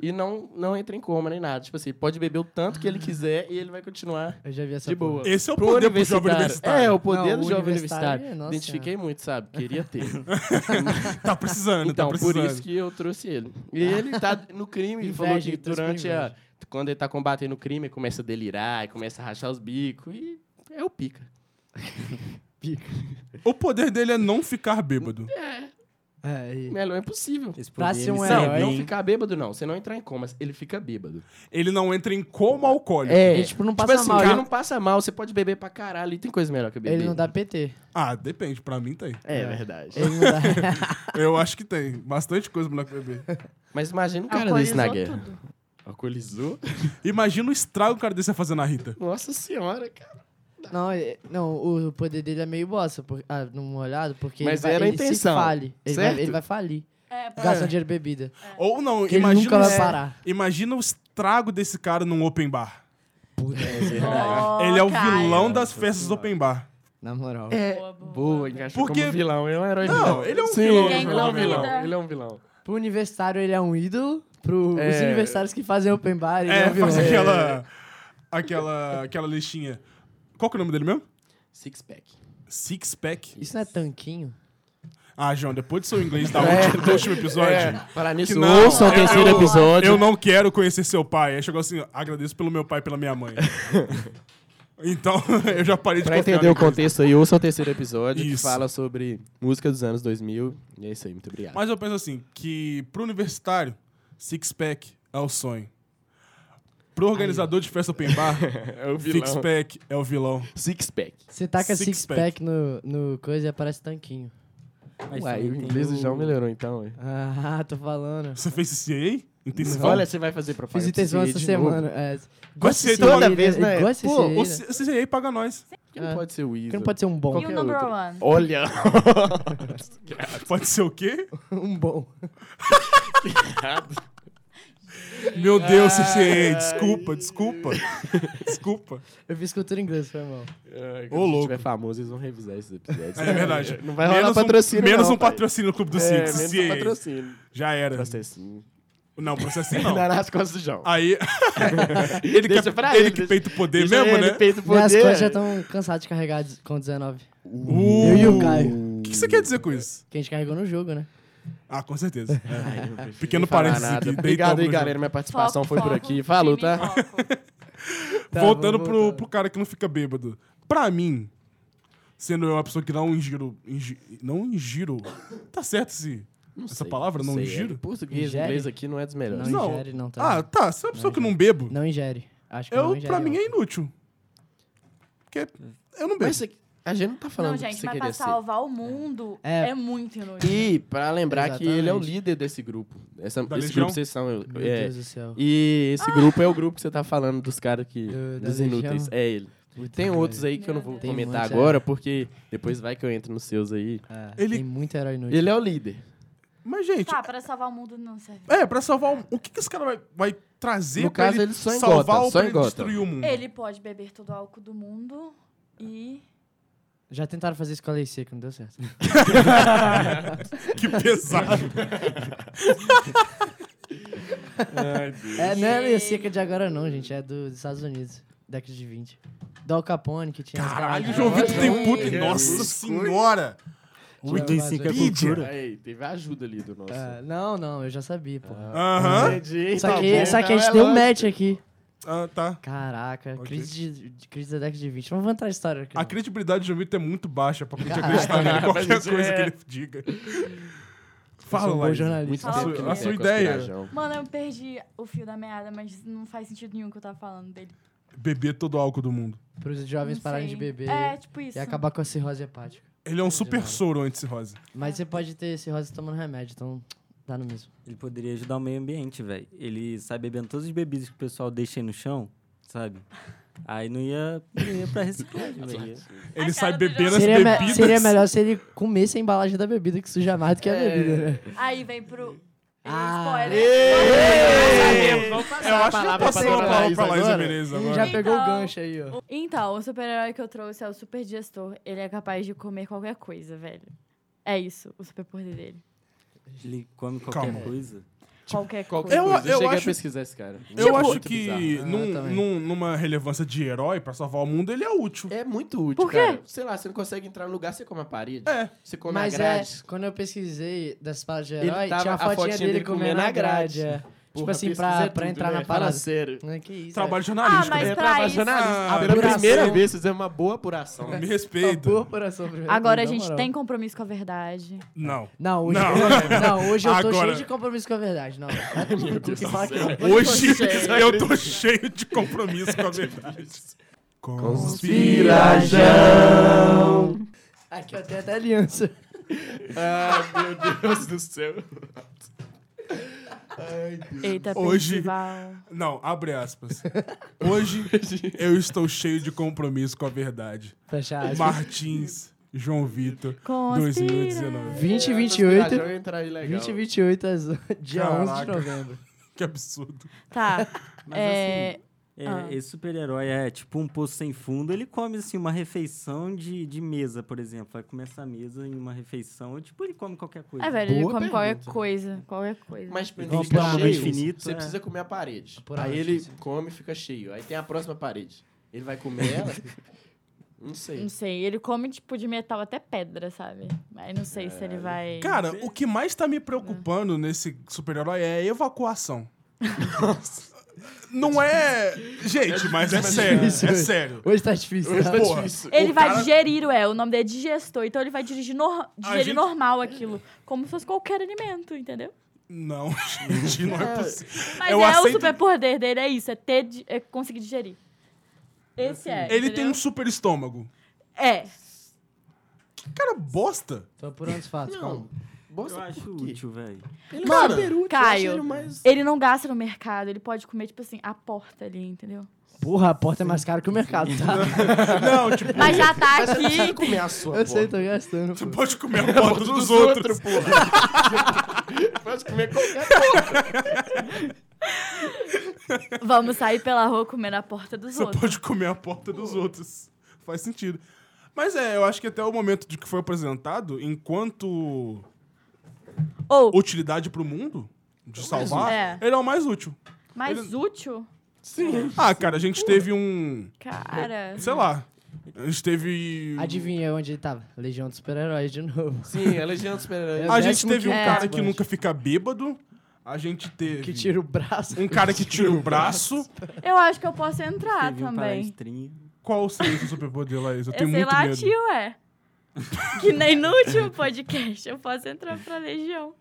[SPEAKER 5] e não, não entra em coma nem nada. Tipo assim, ele pode beber o tanto que ele quiser e ele vai continuar
[SPEAKER 4] Eu já vi essa
[SPEAKER 5] de
[SPEAKER 4] porra.
[SPEAKER 5] boa.
[SPEAKER 1] Esse é o
[SPEAKER 5] Pro
[SPEAKER 1] poder pro jovem
[SPEAKER 5] É,
[SPEAKER 1] universitário.
[SPEAKER 5] o poder
[SPEAKER 4] Não,
[SPEAKER 5] do
[SPEAKER 4] o
[SPEAKER 5] jovem
[SPEAKER 4] universitário,
[SPEAKER 5] universitário.
[SPEAKER 4] nossa
[SPEAKER 5] Identifiquei muito, sabe?
[SPEAKER 4] *laughs*
[SPEAKER 5] Queria ter.
[SPEAKER 1] Tá precisando,
[SPEAKER 5] Então,
[SPEAKER 1] tá
[SPEAKER 5] por
[SPEAKER 1] precisando.
[SPEAKER 5] isso que eu trouxe ele. E ele tá no crime, ele falou
[SPEAKER 4] Inveja,
[SPEAKER 5] que
[SPEAKER 4] trouxe
[SPEAKER 5] durante
[SPEAKER 4] pra
[SPEAKER 5] a. Quando ele tá combatendo o crime, ele começa a delirar, e começa a rachar os bicos e é o pica.
[SPEAKER 1] O poder dele é não ficar bêbado.
[SPEAKER 4] É, e...
[SPEAKER 5] Melhor é possível.
[SPEAKER 3] Esse
[SPEAKER 4] Pra
[SPEAKER 3] poder
[SPEAKER 4] ser um
[SPEAKER 3] ele
[SPEAKER 5] Não, é
[SPEAKER 4] herói,
[SPEAKER 3] serve,
[SPEAKER 5] não
[SPEAKER 3] hein?
[SPEAKER 5] ficar bêbado, não. Você não entrar em coma, ele fica bêbado.
[SPEAKER 1] Ele não entra em coma alcoólico.
[SPEAKER 4] Ele, tipo, não passa
[SPEAKER 5] É, assim,
[SPEAKER 4] mal.
[SPEAKER 5] Ele
[SPEAKER 4] ele-
[SPEAKER 5] não passa mal, você pode beber pra caralho. E tem coisa melhor que beber.
[SPEAKER 4] Ele não dá
[SPEAKER 5] *laughs*
[SPEAKER 4] PT.
[SPEAKER 1] Ah, depende. Pra mim tem.
[SPEAKER 5] É verdade.
[SPEAKER 4] Ele não dá.
[SPEAKER 1] Eu acho que tem. Bastante coisa pra beber.
[SPEAKER 5] Mas imagina um cara
[SPEAKER 2] Alcoolizou
[SPEAKER 5] desse na guerra.
[SPEAKER 2] tudo.
[SPEAKER 5] Alcoolizou?
[SPEAKER 1] Imagina o estrago que o cara desse ia fazer na Rita.
[SPEAKER 5] Nossa senhora, cara.
[SPEAKER 4] Não, é- não, o poder dele é meio bosta, por, ah, num olhado, porque
[SPEAKER 5] Mas
[SPEAKER 4] ele,
[SPEAKER 5] era
[SPEAKER 4] vai,
[SPEAKER 5] a
[SPEAKER 4] ele se
[SPEAKER 5] intenção,
[SPEAKER 4] fale. Ele vai,
[SPEAKER 5] certo?
[SPEAKER 4] ele vai falir.
[SPEAKER 2] É,
[SPEAKER 4] Gastar dinheiro em bebida.
[SPEAKER 1] Ou não,
[SPEAKER 4] Porque ele
[SPEAKER 1] imagina,
[SPEAKER 4] nunca vai
[SPEAKER 1] o-
[SPEAKER 4] parar.
[SPEAKER 1] imagina o estrago desse cara num open bar.
[SPEAKER 2] Oh,
[SPEAKER 1] ele é o
[SPEAKER 2] cara.
[SPEAKER 1] vilão das
[SPEAKER 3] Nossa
[SPEAKER 1] festas
[SPEAKER 3] senhora.
[SPEAKER 1] open bar.
[SPEAKER 4] Na moral.
[SPEAKER 5] É.
[SPEAKER 2] Boa,
[SPEAKER 5] Boa,
[SPEAKER 2] boa.
[SPEAKER 5] encaixou
[SPEAKER 1] Porque-
[SPEAKER 5] como vilão. Ele é um herói
[SPEAKER 1] Não,
[SPEAKER 5] vilão.
[SPEAKER 1] ele é um
[SPEAKER 5] Sim,
[SPEAKER 1] vilão.
[SPEAKER 5] Ele é um
[SPEAKER 2] Quem convida?
[SPEAKER 5] vilão. Ele é um vilão.
[SPEAKER 4] Pro universitário, ele é um ídolo. Pro, Os
[SPEAKER 5] É.
[SPEAKER 4] universitários que fazem open bar, ele é,
[SPEAKER 1] É,
[SPEAKER 4] um vilão.
[SPEAKER 1] faz aquela. Aquela. Aquela listinha. Qual que é o nome dele mesmo?
[SPEAKER 5] Six pack.
[SPEAKER 1] Six Pack.
[SPEAKER 4] Isso não é tanquinho?
[SPEAKER 1] Ah, João, depois do seu inglês
[SPEAKER 4] *laughs*
[SPEAKER 1] da
[SPEAKER 4] É.
[SPEAKER 1] última- do último episódio.
[SPEAKER 5] Falar nisso,
[SPEAKER 1] É, Que não,
[SPEAKER 5] ouçam o
[SPEAKER 1] eu-
[SPEAKER 5] terceiro
[SPEAKER 1] eu-
[SPEAKER 5] episódio.
[SPEAKER 1] Eu não quero conhecer seu pai. Aí chegou assim: agradeço pelo meu pai e pela minha
[SPEAKER 4] *laughs*
[SPEAKER 1] mãe. então, *laughs* eu já parei de
[SPEAKER 5] Pra
[SPEAKER 1] confiar
[SPEAKER 5] entender o
[SPEAKER 1] na coisa.
[SPEAKER 5] contexto aí, ouçam o terceiro episódio que
[SPEAKER 1] Isso.
[SPEAKER 5] fala sobre música dos anos 2000. E é isso aí, muito obrigado.
[SPEAKER 1] Mas eu penso assim: que pro universitário, Six Pack é o sonho. Pro organizador de festa open
[SPEAKER 5] *laughs*
[SPEAKER 1] bar,
[SPEAKER 5] é o
[SPEAKER 1] Six Pack é o vilão.
[SPEAKER 5] Six pack.
[SPEAKER 4] Você taca
[SPEAKER 1] Six
[SPEAKER 4] six-pack no, no coisa e aparece tanquinho.
[SPEAKER 3] Mas
[SPEAKER 5] Ué,
[SPEAKER 3] também
[SPEAKER 5] o
[SPEAKER 3] tem
[SPEAKER 5] inglês
[SPEAKER 3] o-
[SPEAKER 4] é
[SPEAKER 5] já melhorou então. ué.
[SPEAKER 4] Ah, tô falando.
[SPEAKER 1] Você fez isso aí? Intensivão?
[SPEAKER 5] Olha, você vai fazer
[SPEAKER 4] Fiz
[SPEAKER 5] propaganda. do
[SPEAKER 4] intenção
[SPEAKER 5] CCA
[SPEAKER 4] essa
[SPEAKER 5] de novo.
[SPEAKER 4] semana. É.
[SPEAKER 1] Gosto de ser
[SPEAKER 4] Cecília,
[SPEAKER 5] toda vez, né?
[SPEAKER 4] Gosto de
[SPEAKER 5] Pô,
[SPEAKER 1] o
[SPEAKER 4] Cecília.
[SPEAKER 1] C- CCA paga nós.
[SPEAKER 5] Por que não
[SPEAKER 4] É.
[SPEAKER 5] pode ser o
[SPEAKER 4] Por
[SPEAKER 5] Iso?
[SPEAKER 4] que não pode ser um bom?
[SPEAKER 2] E o number
[SPEAKER 1] *laughs*
[SPEAKER 2] one?
[SPEAKER 5] Olha!
[SPEAKER 1] Pode ser o quê?
[SPEAKER 4] um bom.
[SPEAKER 1] Meu Deus, CCA, desculpa,
[SPEAKER 5] *laughs*
[SPEAKER 1] desculpa. desculpa.
[SPEAKER 4] Eu fiz cultura inglesa, foi mal.
[SPEAKER 5] Ai,
[SPEAKER 1] Ô,
[SPEAKER 5] Quando
[SPEAKER 1] louco.
[SPEAKER 5] se tiver famoso, eles vão revisar esses episódios.
[SPEAKER 1] É verdade.
[SPEAKER 5] Não vai rolar patrocínio,
[SPEAKER 1] um, menos
[SPEAKER 5] não,
[SPEAKER 1] um
[SPEAKER 5] pai.
[SPEAKER 1] patrocínio no Clube do
[SPEAKER 5] É,
[SPEAKER 1] Cinco.
[SPEAKER 5] menos
[SPEAKER 1] CCA.
[SPEAKER 5] um patrocínio.
[SPEAKER 1] Já era.
[SPEAKER 5] Processinho.
[SPEAKER 1] Não, processinho não. Ah,
[SPEAKER 5] Não, nas costas do João. *laughs*
[SPEAKER 1] Aí. *laughs* ele
[SPEAKER 5] Deixa
[SPEAKER 1] que, é
[SPEAKER 5] pra
[SPEAKER 1] ele
[SPEAKER 5] eles.
[SPEAKER 1] que peita o poder
[SPEAKER 5] Deixa
[SPEAKER 1] mesmo,
[SPEAKER 5] ele
[SPEAKER 1] né?
[SPEAKER 5] peito
[SPEAKER 4] Minhas
[SPEAKER 5] poder.
[SPEAKER 4] coisas já estão cansadas de carregar des- com 19.
[SPEAKER 1] Uh,
[SPEAKER 4] Eu e o Caio.
[SPEAKER 1] O que, que você quer dizer com isso?
[SPEAKER 4] Que a gente carregou no jogo, né?
[SPEAKER 1] Ah, com certeza. É.
[SPEAKER 5] *laughs* Ai, não
[SPEAKER 1] *laughs*
[SPEAKER 5] prefiro
[SPEAKER 1] Pequeno
[SPEAKER 5] nem falar
[SPEAKER 1] parênteses
[SPEAKER 5] nada.
[SPEAKER 1] aqui, deitamos
[SPEAKER 5] Obrigado aí,
[SPEAKER 1] no
[SPEAKER 5] galera. Minha participação
[SPEAKER 2] Foco,
[SPEAKER 5] foi por
[SPEAKER 2] foco,
[SPEAKER 5] aqui. Falou,
[SPEAKER 2] time,
[SPEAKER 5] tá?
[SPEAKER 2] foco.
[SPEAKER 4] Tá,
[SPEAKER 1] Voltando
[SPEAKER 4] vamos
[SPEAKER 1] pro,
[SPEAKER 4] voltar.
[SPEAKER 1] pro cara que não fica bêbado. Pra mim, sendo eu uma pessoa que não ingiro. ingi- não ingiro. Tá certo se.
[SPEAKER 5] Não
[SPEAKER 1] Essa
[SPEAKER 5] sei,
[SPEAKER 1] palavra não
[SPEAKER 5] sei.
[SPEAKER 1] giro?
[SPEAKER 5] tá? É, Português,
[SPEAKER 4] Ingere?
[SPEAKER 5] inglês aqui não é dos melhores.
[SPEAKER 4] Não,
[SPEAKER 1] Não.
[SPEAKER 4] ingere, não, tá?
[SPEAKER 1] Ah, tá. Se é uma pessoa que não bebo,
[SPEAKER 4] Não ingere. Acho que não
[SPEAKER 1] eu,
[SPEAKER 4] ingere.
[SPEAKER 1] pra mim
[SPEAKER 4] não.
[SPEAKER 1] é inútil. Porque eu não bebo.
[SPEAKER 5] Mas você- a gente não tá *laughs* falando
[SPEAKER 2] Não,
[SPEAKER 5] do que
[SPEAKER 2] gente,
[SPEAKER 5] você
[SPEAKER 2] mas pra
[SPEAKER 5] queria ser.
[SPEAKER 2] salvar o mundo é,
[SPEAKER 4] É.
[SPEAKER 2] muito inútil.
[SPEAKER 5] E pra lembrar que
[SPEAKER 4] Exatamente.
[SPEAKER 5] ele é o líder desse grupo. Essa, esse
[SPEAKER 1] Da Legião?
[SPEAKER 5] grupo vocês são. eu-
[SPEAKER 4] Meu
[SPEAKER 5] é.
[SPEAKER 4] Deus do céu.
[SPEAKER 5] E
[SPEAKER 2] Ah.
[SPEAKER 5] esse grupo é o grupo que você tá falando dos caras que.
[SPEAKER 4] Do- da
[SPEAKER 5] dos
[SPEAKER 4] Legião?
[SPEAKER 5] inúteis. É ele.
[SPEAKER 4] Puta
[SPEAKER 5] Tem
[SPEAKER 4] merda.
[SPEAKER 5] outros aí que eu não vou
[SPEAKER 4] Tem
[SPEAKER 5] comentar
[SPEAKER 4] muitos, é.
[SPEAKER 5] agora, porque depois vai que eu entro nos seus aí.
[SPEAKER 4] É,
[SPEAKER 1] Ele-
[SPEAKER 4] Tem muito herói inútil.
[SPEAKER 5] Ele é o líder.
[SPEAKER 1] Mas, gente,
[SPEAKER 2] Tá, pra salvar o mundo não
[SPEAKER 5] Hum.
[SPEAKER 2] serve.
[SPEAKER 1] é, pra salvar o. O que, que esse cara vai, vai trazer
[SPEAKER 5] No
[SPEAKER 1] pra
[SPEAKER 5] caso,
[SPEAKER 1] ele
[SPEAKER 5] ele só
[SPEAKER 1] salvar
[SPEAKER 5] engota,
[SPEAKER 1] ou
[SPEAKER 5] só
[SPEAKER 1] pra ele
[SPEAKER 5] engota.
[SPEAKER 1] destruir o mundo?
[SPEAKER 2] Ele pode beber todo o álcool do mundo e...
[SPEAKER 1] um
[SPEAKER 4] Já tentaram fazer isso com a lei seca, não deu certo.
[SPEAKER 1] Que pesado.
[SPEAKER 5] *laughs*
[SPEAKER 4] é, não é a lei seca de agora não, gente. É do- dos Estados Unidos. década de 20. Dal Capone, que tinha... as
[SPEAKER 1] Caralho, o João
[SPEAKER 4] garagens.
[SPEAKER 5] Olha
[SPEAKER 1] Vitor tem
[SPEAKER 5] aí,
[SPEAKER 1] puta.
[SPEAKER 5] que
[SPEAKER 1] Nossa
[SPEAKER 5] isso,
[SPEAKER 1] senhora!
[SPEAKER 3] é
[SPEAKER 1] Wikipedia.
[SPEAKER 5] Aí, teve a ajuda ali do nosso.
[SPEAKER 4] Ah, não, não, eu já sabia, pô.
[SPEAKER 1] Ah. Aham.
[SPEAKER 5] Entendi.
[SPEAKER 4] Só
[SPEAKER 5] tá
[SPEAKER 4] que,
[SPEAKER 5] bom,
[SPEAKER 4] só que a
[SPEAKER 5] então
[SPEAKER 4] gente
[SPEAKER 5] é
[SPEAKER 4] deu um
[SPEAKER 5] lógico.
[SPEAKER 4] match aqui.
[SPEAKER 1] Ah, tá.
[SPEAKER 4] Caraca,
[SPEAKER 1] Ok.
[SPEAKER 4] crise, de, de- crise da década de 20. Vamos entrar na história aqui.
[SPEAKER 1] A credibilidade do João Vitor é muito baixa pra
[SPEAKER 5] *laughs*
[SPEAKER 1] gente acreditar nele qualquer
[SPEAKER 5] Mas isso
[SPEAKER 1] coisa que
[SPEAKER 5] é-
[SPEAKER 1] ele diga.
[SPEAKER 4] Eu sou
[SPEAKER 1] Fala,
[SPEAKER 4] um bom
[SPEAKER 1] Laís.
[SPEAKER 5] Muito
[SPEAKER 4] jornalista.
[SPEAKER 2] Fala
[SPEAKER 5] tempo
[SPEAKER 2] o
[SPEAKER 5] que
[SPEAKER 2] que
[SPEAKER 5] não
[SPEAKER 2] é.
[SPEAKER 1] A sua
[SPEAKER 5] tem
[SPEAKER 1] ideia.
[SPEAKER 5] conspirajão.
[SPEAKER 2] Mano, eu perdi o fio da meada, mas não faz sentido nenhum que eu tava falando dele.
[SPEAKER 1] Beber todo o álcool do mundo.
[SPEAKER 4] Para os jovens
[SPEAKER 2] Não
[SPEAKER 4] pararem
[SPEAKER 2] sei.
[SPEAKER 4] de beber
[SPEAKER 2] É, tipo isso.
[SPEAKER 4] e acabar com a cirrose hepática.
[SPEAKER 1] Ele é um super
[SPEAKER 4] nada.
[SPEAKER 1] soro anti-cirrose.
[SPEAKER 4] Mas você pode ter cirrose tomando remédio, então dá no mesmo.
[SPEAKER 3] Ele poderia ajudar o meio ambiente, velho. Ele sai bebendo todos os bebidas que o pessoal deixa aí no chão, sabe? Aí não ia, não ia pra reciclagem, velho.
[SPEAKER 1] Ele
[SPEAKER 2] A
[SPEAKER 1] sai
[SPEAKER 2] cara do
[SPEAKER 1] bebendo
[SPEAKER 2] João
[SPEAKER 1] as
[SPEAKER 4] Seria, me-
[SPEAKER 1] bebidas.
[SPEAKER 4] seria melhor se ele comesse a embalagem da bebida, que suja mais do que a
[SPEAKER 1] É,
[SPEAKER 4] bebida, né?
[SPEAKER 2] Aí vem pro.
[SPEAKER 4] Ah.
[SPEAKER 5] é. Ei! Vamos passar
[SPEAKER 1] Eu
[SPEAKER 5] a
[SPEAKER 1] acho que eu
[SPEAKER 5] palavra
[SPEAKER 1] passei
[SPEAKER 5] pra
[SPEAKER 1] uma palavra
[SPEAKER 5] Laís
[SPEAKER 1] pra Laís
[SPEAKER 5] agora.
[SPEAKER 1] Menezes
[SPEAKER 4] Ih,
[SPEAKER 1] agora.
[SPEAKER 4] já pegou o
[SPEAKER 2] Então-
[SPEAKER 4] gancho aí, ó.
[SPEAKER 2] Então, o super-herói que eu trouxe é o Super Digestor. Ele é capaz de comer qualquer coisa, velho. É isso, o superpoder dele.
[SPEAKER 3] Ele come qualquer
[SPEAKER 1] Calma.
[SPEAKER 3] coisa.
[SPEAKER 2] Qualquer
[SPEAKER 5] Qual que é
[SPEAKER 2] coisa.
[SPEAKER 1] Eu-
[SPEAKER 5] coisa? Eu,
[SPEAKER 1] eu
[SPEAKER 5] cheguei
[SPEAKER 1] acho-
[SPEAKER 5] a pesquisar esse cara.
[SPEAKER 1] Eu
[SPEAKER 5] Muito
[SPEAKER 1] acho
[SPEAKER 5] bizarro.
[SPEAKER 1] que
[SPEAKER 4] bizarro.
[SPEAKER 1] num-
[SPEAKER 4] Ah, também.
[SPEAKER 1] num- numa relevância de herói pra salvar o mundo, ele é útil.
[SPEAKER 5] É muito útil,
[SPEAKER 2] Por quê?
[SPEAKER 5] cara. Sei lá, você não consegue entrar no lugar, você come a parede.
[SPEAKER 1] É.
[SPEAKER 5] Você come
[SPEAKER 4] Mas
[SPEAKER 5] a
[SPEAKER 4] é,
[SPEAKER 5] grade.
[SPEAKER 4] quando eu pesquisei das palavras de
[SPEAKER 5] Ele
[SPEAKER 4] herói,
[SPEAKER 5] tava-
[SPEAKER 4] tinha a
[SPEAKER 5] a
[SPEAKER 4] fotinha,
[SPEAKER 5] fotinha
[SPEAKER 4] dele, comendo a grade. é. tipo
[SPEAKER 5] Porra,
[SPEAKER 4] assim,
[SPEAKER 5] pesquisa
[SPEAKER 4] pra,
[SPEAKER 5] é
[SPEAKER 4] pra
[SPEAKER 5] tudo,
[SPEAKER 4] entrar
[SPEAKER 5] né?
[SPEAKER 4] na
[SPEAKER 5] Fala
[SPEAKER 4] parada.
[SPEAKER 5] sério.
[SPEAKER 4] Não é que isso.
[SPEAKER 1] Trabalho
[SPEAKER 2] Ah,
[SPEAKER 1] jornalístico. né?
[SPEAKER 2] mas
[SPEAKER 5] É
[SPEAKER 2] pra
[SPEAKER 5] trabalho
[SPEAKER 2] isso-
[SPEAKER 1] Ah,
[SPEAKER 5] jornalista. Pela
[SPEAKER 4] Apuração.
[SPEAKER 5] primeira vez fizemos uma boa apuração.
[SPEAKER 1] Me
[SPEAKER 4] é.
[SPEAKER 1] respeita.
[SPEAKER 4] Corporação primeiro,
[SPEAKER 2] Agora a
[SPEAKER 4] na
[SPEAKER 2] gente
[SPEAKER 4] moral.
[SPEAKER 2] tem compromisso com a verdade.
[SPEAKER 1] Não.
[SPEAKER 4] Não, hoje,
[SPEAKER 1] Não.
[SPEAKER 4] não, hoje eu tô
[SPEAKER 1] Agora-
[SPEAKER 4] cheio de compromisso com a verdade. Não, vai tomar no cu, que fala que não.
[SPEAKER 1] Hoje *laughs* eu tô cheio de compromisso com a verdade.
[SPEAKER 5] Conspirajão.
[SPEAKER 4] Aqui eu tenho até aliança.
[SPEAKER 5] Ah, meu Deus do céu.
[SPEAKER 2] Eita,
[SPEAKER 1] Hoje-
[SPEAKER 2] festival.
[SPEAKER 1] Não, abre *laughs* aspas. Hoje eu estou cheio de compromisso com a verdade.
[SPEAKER 4] Fecha aspas.
[SPEAKER 1] Martins, João Vitor,
[SPEAKER 2] Conspira.
[SPEAKER 1] 2019.
[SPEAKER 4] 20 e 28.
[SPEAKER 5] Conspirajão ia entrar aí é legal.
[SPEAKER 4] 20 e 28, às- dia 11 de
[SPEAKER 1] Caraca.
[SPEAKER 4] novembro.
[SPEAKER 1] Que absurdo.
[SPEAKER 2] Tá.
[SPEAKER 3] Mas assim,
[SPEAKER 2] é,
[SPEAKER 3] É,
[SPEAKER 2] Ah.
[SPEAKER 3] Esse super-herói é tipo um poço sem fundo. Ele come, assim, uma refeição de, de mesa, por exemplo. Vai comer essa mesa em uma refeição. Tipo, ele come qualquer coisa.
[SPEAKER 2] é, velho, ele
[SPEAKER 5] Boa
[SPEAKER 2] come qualquer
[SPEAKER 5] pergunta.
[SPEAKER 2] coisa. Qualquer coisa.
[SPEAKER 5] Mas pra
[SPEAKER 4] Vamos
[SPEAKER 5] fica
[SPEAKER 4] pular no
[SPEAKER 5] cheio,
[SPEAKER 3] infinito,
[SPEAKER 5] você
[SPEAKER 3] é.
[SPEAKER 5] precisa comer a parede.
[SPEAKER 4] Pular no
[SPEAKER 5] aí ele
[SPEAKER 4] infinito.
[SPEAKER 5] come e fica cheio. Aí tem a próxima parede. Ele vai comer ela? não sei.
[SPEAKER 2] Não sei, ele come tipo de metal até pedra, sabe? Mas não sei se ele vai.
[SPEAKER 1] Cara, o que mais tá me preocupando nesse super-herói é a evacuação. Não é. Gente, mas é sério. É
[SPEAKER 4] difícil.
[SPEAKER 1] sério.
[SPEAKER 4] Hoje tá difícil,
[SPEAKER 5] *laughs* Hoje
[SPEAKER 4] tá?
[SPEAKER 5] tá
[SPEAKER 1] Porra.
[SPEAKER 5] difícil.
[SPEAKER 2] ele
[SPEAKER 1] o
[SPEAKER 2] vai
[SPEAKER 1] cara-
[SPEAKER 2] digerir, ué. O nome dele é digestor, então ele vai dirigir nor- digerir
[SPEAKER 1] gente-
[SPEAKER 2] normal aquilo. Como se fosse qualquer alimento, entendeu?
[SPEAKER 1] Não, gente, não é possível.
[SPEAKER 2] Mas
[SPEAKER 1] Eu
[SPEAKER 2] é
[SPEAKER 1] aceito-
[SPEAKER 2] o superpoder dele, é isso, é ter di- é conseguir digerir. Esse é.
[SPEAKER 1] Ele tem
[SPEAKER 2] entendeu?
[SPEAKER 1] um super estômago.
[SPEAKER 2] É.
[SPEAKER 1] Que cara bosta.
[SPEAKER 4] Tô apurando os fatos,
[SPEAKER 5] Não.
[SPEAKER 4] calma.
[SPEAKER 5] Bosta,
[SPEAKER 3] Eu acho
[SPEAKER 5] por quê?
[SPEAKER 3] útil, velho.
[SPEAKER 5] Ele é
[SPEAKER 1] Cara,
[SPEAKER 5] super útil, eu
[SPEAKER 2] Caio,
[SPEAKER 5] acho ele mais-
[SPEAKER 2] Ele não gasta no mercado, ele pode comer, tipo assim, a porta ali, entendeu?
[SPEAKER 4] Porra, a porta é mais cara que o mercado, tá?
[SPEAKER 1] Não, tipo,
[SPEAKER 2] Mas
[SPEAKER 1] *laughs*
[SPEAKER 2] já tá
[SPEAKER 5] Mas você não precisa
[SPEAKER 2] aqui.
[SPEAKER 5] comer a sua,
[SPEAKER 4] Eu sei,
[SPEAKER 5] porra.
[SPEAKER 4] tô gastando.
[SPEAKER 1] tu
[SPEAKER 4] pô.
[SPEAKER 1] pode comer a porta dos, outros.
[SPEAKER 5] porra. Pode comer qualquer coisa.
[SPEAKER 2] Vamos sair pela rua comendo a porta dos
[SPEAKER 1] Você
[SPEAKER 2] outros.
[SPEAKER 1] pode comer a porta dos outros. Faz sentido. Mas é, eu acho que até o momento de que foi apresentado, enquanto
[SPEAKER 2] Ou,
[SPEAKER 1] utilidade pro mundo, de salvar,
[SPEAKER 2] útil.
[SPEAKER 1] ele é o mais útil.
[SPEAKER 2] mais
[SPEAKER 1] ele-
[SPEAKER 2] útil,
[SPEAKER 5] Sim.
[SPEAKER 1] Ah, cara, a gente teve um.
[SPEAKER 2] cara.
[SPEAKER 1] Sei lá. A gente teve.
[SPEAKER 4] Adivinha onde ele tava? Legião dos Super-Heróis de novo.
[SPEAKER 5] Sim, a Legião dos Super-Heróis.
[SPEAKER 4] É
[SPEAKER 1] A
[SPEAKER 4] o
[SPEAKER 1] gente
[SPEAKER 4] décimo
[SPEAKER 1] teve um
[SPEAKER 2] quinto
[SPEAKER 1] cara
[SPEAKER 4] Batman.
[SPEAKER 1] que nunca fica bêbado. A gente teve.
[SPEAKER 4] Que tira o braço.
[SPEAKER 1] Um cara que tira o braço.
[SPEAKER 2] Eu acho que eu posso entrar
[SPEAKER 3] Teve um
[SPEAKER 2] Ah, também.
[SPEAKER 3] palestrinho.
[SPEAKER 1] Qual seria o seu superpoder, Laís? Eu
[SPEAKER 2] Eu
[SPEAKER 1] tenho
[SPEAKER 2] sei
[SPEAKER 1] muito
[SPEAKER 2] lá,
[SPEAKER 1] medo.
[SPEAKER 2] tio, é.
[SPEAKER 4] *laughs*
[SPEAKER 2] Que nem no último podcast eu posso entrar pra Legião.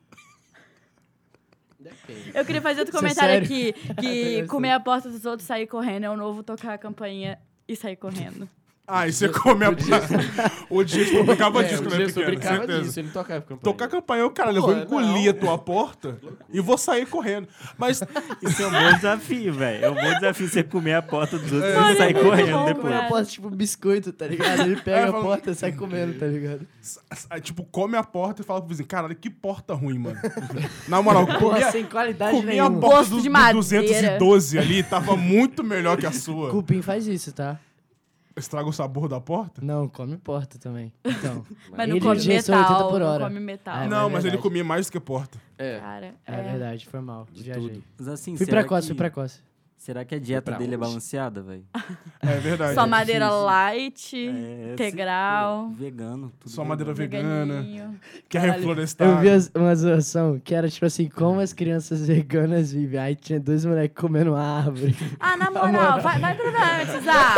[SPEAKER 5] Depende.
[SPEAKER 2] Eu queria fazer outro
[SPEAKER 4] Isso é
[SPEAKER 2] comentário
[SPEAKER 4] sério?
[SPEAKER 2] aqui:
[SPEAKER 4] *laughs*
[SPEAKER 2] que
[SPEAKER 4] engraçado.
[SPEAKER 2] comer a porta dos outros, sair correndo é o novo tocar a campainha e sair
[SPEAKER 4] *laughs*
[SPEAKER 2] correndo.
[SPEAKER 1] Ah, e você come a *laughs* O Diego brincava disso
[SPEAKER 5] É, o
[SPEAKER 1] quando era
[SPEAKER 5] Gerson
[SPEAKER 1] pequeno,
[SPEAKER 5] brincava
[SPEAKER 1] certeza.
[SPEAKER 5] disso, ele tocava campainha.
[SPEAKER 1] Tocar campanha, caralho, eu
[SPEAKER 5] Pô,
[SPEAKER 1] vou engolir
[SPEAKER 5] não.
[SPEAKER 1] a tua porta e vou sair correndo. Mas
[SPEAKER 3] Isso é um bom desafio, velho. É um bom desafio você comer a porta dos outros
[SPEAKER 2] Mano,
[SPEAKER 3] e sair
[SPEAKER 2] é muito
[SPEAKER 3] correndo
[SPEAKER 2] bom,
[SPEAKER 3] depois.
[SPEAKER 4] Põe a porta tipo biscoito, tá ligado? Ele pega
[SPEAKER 1] É,
[SPEAKER 4] a
[SPEAKER 1] fala-
[SPEAKER 4] porta e sai comendo, tá ligado?
[SPEAKER 1] s- s- tipo, come a porta e fala pro vizinho, caralho, que porta ruim, mano. Na moral, comi
[SPEAKER 4] Porra,
[SPEAKER 1] a,
[SPEAKER 4] sem qualidade
[SPEAKER 1] comi a
[SPEAKER 4] nenhuma.
[SPEAKER 1] porta
[SPEAKER 2] Gosto
[SPEAKER 1] do,
[SPEAKER 2] de
[SPEAKER 1] do
[SPEAKER 2] madeira.
[SPEAKER 1] 212 ali, tava muito melhor que a sua.
[SPEAKER 4] Cupim faz isso, tá?
[SPEAKER 1] Estraga o sabor da porta?
[SPEAKER 4] Não, come porta também. Então,
[SPEAKER 2] Mas não
[SPEAKER 4] Ele
[SPEAKER 2] come
[SPEAKER 4] injetou 80
[SPEAKER 2] metal.
[SPEAKER 4] por hora.
[SPEAKER 2] Não come metal.
[SPEAKER 1] não,
[SPEAKER 4] É, mas é
[SPEAKER 1] mas ele
[SPEAKER 4] verdade.
[SPEAKER 1] comia mais do que porta.
[SPEAKER 2] *laughs*
[SPEAKER 5] É.
[SPEAKER 2] Cara,
[SPEAKER 4] é verdade, foi mal. Viajei.
[SPEAKER 3] Mas assim,
[SPEAKER 4] Fui
[SPEAKER 3] será
[SPEAKER 4] precoce,
[SPEAKER 3] que...
[SPEAKER 4] fui precoce.
[SPEAKER 3] Será que a dieta
[SPEAKER 5] pra
[SPEAKER 3] dele é
[SPEAKER 5] onde?
[SPEAKER 2] *laughs*
[SPEAKER 3] balanceada, velho?
[SPEAKER 1] É verdade.
[SPEAKER 2] Só madeira
[SPEAKER 3] difícil.
[SPEAKER 2] light,
[SPEAKER 3] É,
[SPEAKER 2] integral.
[SPEAKER 3] sim, pô, Vegano. Tudo
[SPEAKER 1] Só madeira
[SPEAKER 3] vegano.
[SPEAKER 1] vegana.
[SPEAKER 2] veganinho.
[SPEAKER 1] Quer
[SPEAKER 4] Caralho,
[SPEAKER 1] reflorestar.
[SPEAKER 4] Eu vi as- uma zoação que era tipo assim, como as crianças veganas vivem. Aí tinha dois moleques comendo uma árvore.
[SPEAKER 1] *laughs*
[SPEAKER 2] Ah, na moral, vai, vai problematizar.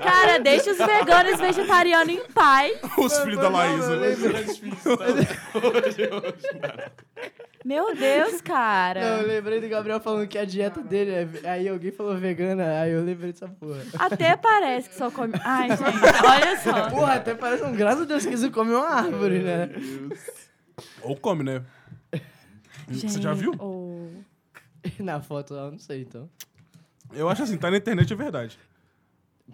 [SPEAKER 2] Cara, deixa os veganos e os vegetarianos em paz.
[SPEAKER 1] *laughs* os filhos da Laís. né?
[SPEAKER 2] Meu Deus,
[SPEAKER 4] Não, eu
[SPEAKER 2] cara.
[SPEAKER 4] lembrei do Gabriel falando que a dieta dele é... Aí alguém falou vegana, aí eu lembrei dessa porra.
[SPEAKER 2] Até parece que só come.
[SPEAKER 1] *laughs*
[SPEAKER 2] Ai, gente, olha só.
[SPEAKER 4] Porra, até parece um graças a Deus que isso come uma árvore, né?
[SPEAKER 1] Ou come, né? Você já
[SPEAKER 2] Gente, oh.
[SPEAKER 1] viu?
[SPEAKER 2] ô.
[SPEAKER 4] Na foto lá, eu não sei, então.
[SPEAKER 1] Eu acho assim, tá na internet é verdade.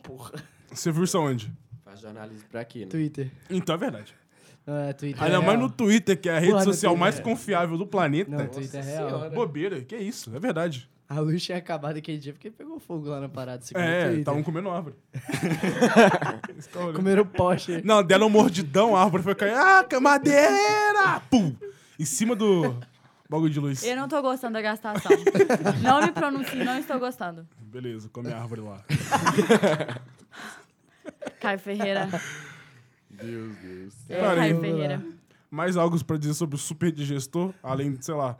[SPEAKER 4] Porra.
[SPEAKER 1] Você viu isso aonde?
[SPEAKER 5] Faz jornalismo pra aqui, né?
[SPEAKER 4] Twitter.
[SPEAKER 1] Então é verdade.
[SPEAKER 4] Não, é Twitter
[SPEAKER 1] Ainda mais
[SPEAKER 4] real.
[SPEAKER 1] Ah, no Twitter, que é a rede
[SPEAKER 4] Porra, no
[SPEAKER 1] social
[SPEAKER 4] Twitter,
[SPEAKER 1] mais
[SPEAKER 4] é.
[SPEAKER 1] confiável do planeta.
[SPEAKER 4] Não, Twitter é real.
[SPEAKER 1] Bobeira, que isso, é verdade.
[SPEAKER 4] A luz tinha acabado aquele dia porque pegou fogo lá na parada. segundo o
[SPEAKER 1] É,
[SPEAKER 4] Twitter.
[SPEAKER 1] estavam comendo
[SPEAKER 4] *laughs*
[SPEAKER 1] árvore. Eles tavam olhando.
[SPEAKER 4] Comeram poste.
[SPEAKER 1] Não, deram um mordidão, a árvore foi cair. Ah, que madeira! Pum! Em cima do bagulho de luz.
[SPEAKER 2] Eu não tô gostando da gastação. não me pronuncie, não estou gostando.
[SPEAKER 1] Beleza, come a árvore lá.
[SPEAKER 2] Caio Ferreira.
[SPEAKER 5] Deus, Deus.
[SPEAKER 2] É,
[SPEAKER 1] Cara,
[SPEAKER 2] Caio
[SPEAKER 1] eu-
[SPEAKER 2] Ferreira.
[SPEAKER 1] Mais algo pra dizer sobre o super digestor, além de, sei lá,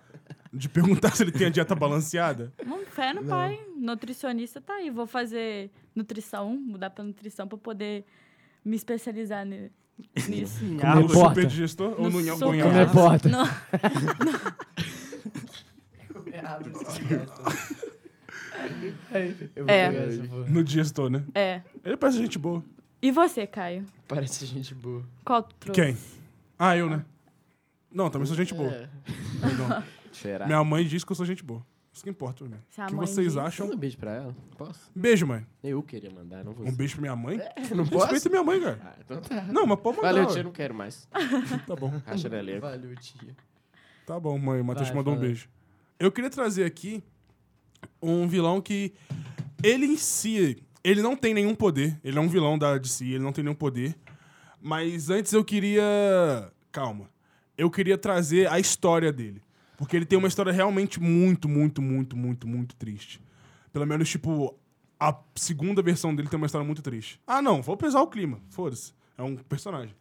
[SPEAKER 1] de perguntar se ele tem a dieta balanceada?
[SPEAKER 2] Vamos, fé no pai. Nutricionista tá aí. Vou fazer nutrição, mudar pra nutrição pra poder me especializar ne- nisso.
[SPEAKER 4] Não
[SPEAKER 1] no
[SPEAKER 4] importa.
[SPEAKER 1] é super digestor ou no
[SPEAKER 2] super-
[SPEAKER 1] nhão-
[SPEAKER 4] Não
[SPEAKER 1] nhão?
[SPEAKER 4] importa.
[SPEAKER 2] No-
[SPEAKER 4] Eu vou
[SPEAKER 2] É.
[SPEAKER 4] pegar essa porra.
[SPEAKER 1] No digestor, né?
[SPEAKER 2] É.
[SPEAKER 1] Ele parece gente boa.
[SPEAKER 2] E você, Caio?
[SPEAKER 4] Parece gente boa.
[SPEAKER 2] Qual tu trouxe?
[SPEAKER 1] Quem? Ah, eu, né? Não, também sou gente boa.
[SPEAKER 4] É.
[SPEAKER 1] Perdão.
[SPEAKER 5] Será?
[SPEAKER 1] Minha mãe diz que eu sou gente boa. Isso que importa pra mim.
[SPEAKER 2] Se é a
[SPEAKER 1] O que
[SPEAKER 2] Tá, mãe
[SPEAKER 1] vocês
[SPEAKER 2] diz.
[SPEAKER 1] acham?
[SPEAKER 5] Manda um beijo pra ela. Posso?
[SPEAKER 1] Beijo, mãe.
[SPEAKER 5] Eu queria mandar, não vou.
[SPEAKER 1] Um beijo pra minha mãe?
[SPEAKER 5] *laughs* Não
[SPEAKER 1] Respeita minha mãe, cara.
[SPEAKER 5] Ah, então tá.
[SPEAKER 1] Não, mas pode mandar.
[SPEAKER 5] Valeu,
[SPEAKER 1] ué.
[SPEAKER 5] tia, não quero *laughs* mais.
[SPEAKER 1] Tá bom.
[SPEAKER 5] Racha na elenco.
[SPEAKER 4] é Valeu, tia.
[SPEAKER 1] Tá bom, mãe. O Matheus
[SPEAKER 4] Vai,
[SPEAKER 1] te mandou um
[SPEAKER 4] fala.
[SPEAKER 1] beijo. Eu queria trazer aqui um vilão que. Ele em si. Ele não tem nenhum poder. Ele é um vilão da DC, ele não tem nenhum poder. Mas antes eu queria. Calma. Eu queria trazer a história dele. Porque ele tem uma história realmente muito, muito, muito, muito, muito triste. Pelo menos, tipo, a segunda versão dele tem uma história muito triste. Ah, não, vou pesar o clima. Foda-se. É um personagem.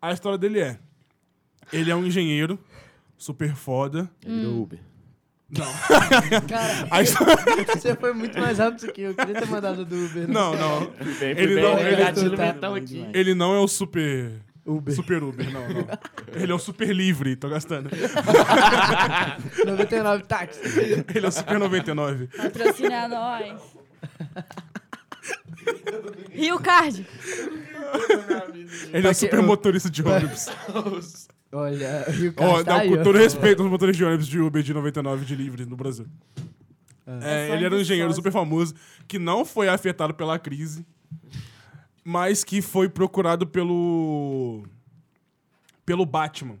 [SPEAKER 1] A história dele é. Ele é um engenheiro, super foda.
[SPEAKER 5] Ele virou Uber.
[SPEAKER 1] Não.
[SPEAKER 4] Cara,
[SPEAKER 1] A história...
[SPEAKER 4] você foi muito mais rápido que eu. Eu queria ter mandado do
[SPEAKER 1] *laughs*
[SPEAKER 4] Uber. né?
[SPEAKER 1] Não, não.
[SPEAKER 5] Bem,
[SPEAKER 1] Ele não- ele-
[SPEAKER 5] gatilho
[SPEAKER 4] tá-
[SPEAKER 5] mental aqui.
[SPEAKER 1] Ele não é o super.
[SPEAKER 4] Uber.
[SPEAKER 1] Super Uber, não, não. Ele é o super livre, tô gastando.
[SPEAKER 4] 99 táxi.
[SPEAKER 1] Ele é o super 99.
[SPEAKER 2] Patrocina nós.
[SPEAKER 1] *laughs*
[SPEAKER 2] Rio Card. Tá
[SPEAKER 1] Ele é o
[SPEAKER 4] que-
[SPEAKER 1] super motorista de ônibus.
[SPEAKER 4] Olha, *laughs* Rio
[SPEAKER 1] Ó,
[SPEAKER 4] Castanho.
[SPEAKER 1] não, com todo respeito aos motoristas de ônibus de Uber de 99 de livre no Brasil. É,
[SPEAKER 2] É só
[SPEAKER 1] ele era um engenheiro
[SPEAKER 2] ambicioso.
[SPEAKER 1] super famoso que não foi afetado pela crise, mas que foi procurado pelo. pelo Batman.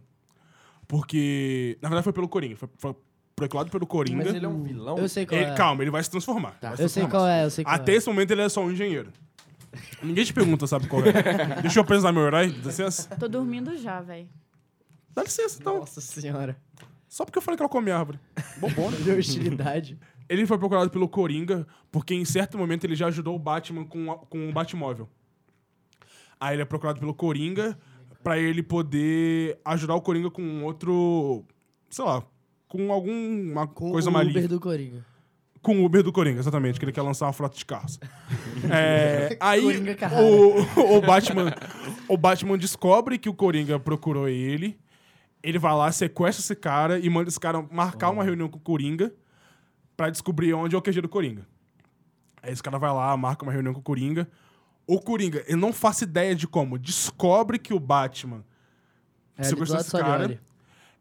[SPEAKER 1] Porque. Na verdade, foi pelo Coringa. Foi, foi procurado pelo Coringa.
[SPEAKER 5] Mas ele é um vilão.
[SPEAKER 4] Eu sei qual
[SPEAKER 1] Ele-
[SPEAKER 4] é.
[SPEAKER 1] Calma, ele vai se transformar. Vai se
[SPEAKER 4] Eu sei
[SPEAKER 1] transformar.
[SPEAKER 4] qual é, eu sei qual
[SPEAKER 1] Até
[SPEAKER 4] é.
[SPEAKER 1] esse momento ele é só um engenheiro. Ninguém te pergunta, sabe qual
[SPEAKER 4] *laughs*
[SPEAKER 1] é. Deixa eu pensar meu herói, dá licença?
[SPEAKER 2] Tô dormindo já, velho.
[SPEAKER 1] Dá licença, então.
[SPEAKER 4] Nossa senhora.
[SPEAKER 1] Só porque eu falei que ela come árvore. Bobona.
[SPEAKER 4] Olha
[SPEAKER 1] *laughs*
[SPEAKER 4] a hostilidade.
[SPEAKER 1] Ele foi procurado pelo Coringa porque em certo momento ele já ajudou o Batman com, a- com o Batmóvel. Aí ele é procurado pelo Coringa pra ele poder ajudar o Coringa com outro, sei lá, com alguma
[SPEAKER 4] Com um
[SPEAKER 1] coisa
[SPEAKER 4] o
[SPEAKER 1] maligna.
[SPEAKER 4] Uber do Coringa.
[SPEAKER 1] Com o Uber do Coringa, exatamente, que ele quer lançar uma frota de carros. É, aí
[SPEAKER 4] Coringa Carrara.
[SPEAKER 1] o, o Batman, o Batman descobre que o Coringa procurou ele. Ele vai lá, sequestra esse cara e manda esse cara marcar uma reunião com o Coringa pra descobrir onde é o QG do Coringa. Aí esse cara vai lá, marca uma reunião com o Coringa. O Coringa, eu não faço ideia de como, descobre que o Batman
[SPEAKER 4] É,
[SPEAKER 1] Você
[SPEAKER 4] ali do
[SPEAKER 1] gostou
[SPEAKER 4] lado
[SPEAKER 1] desse
[SPEAKER 4] só de
[SPEAKER 1] cara?
[SPEAKER 4] olho.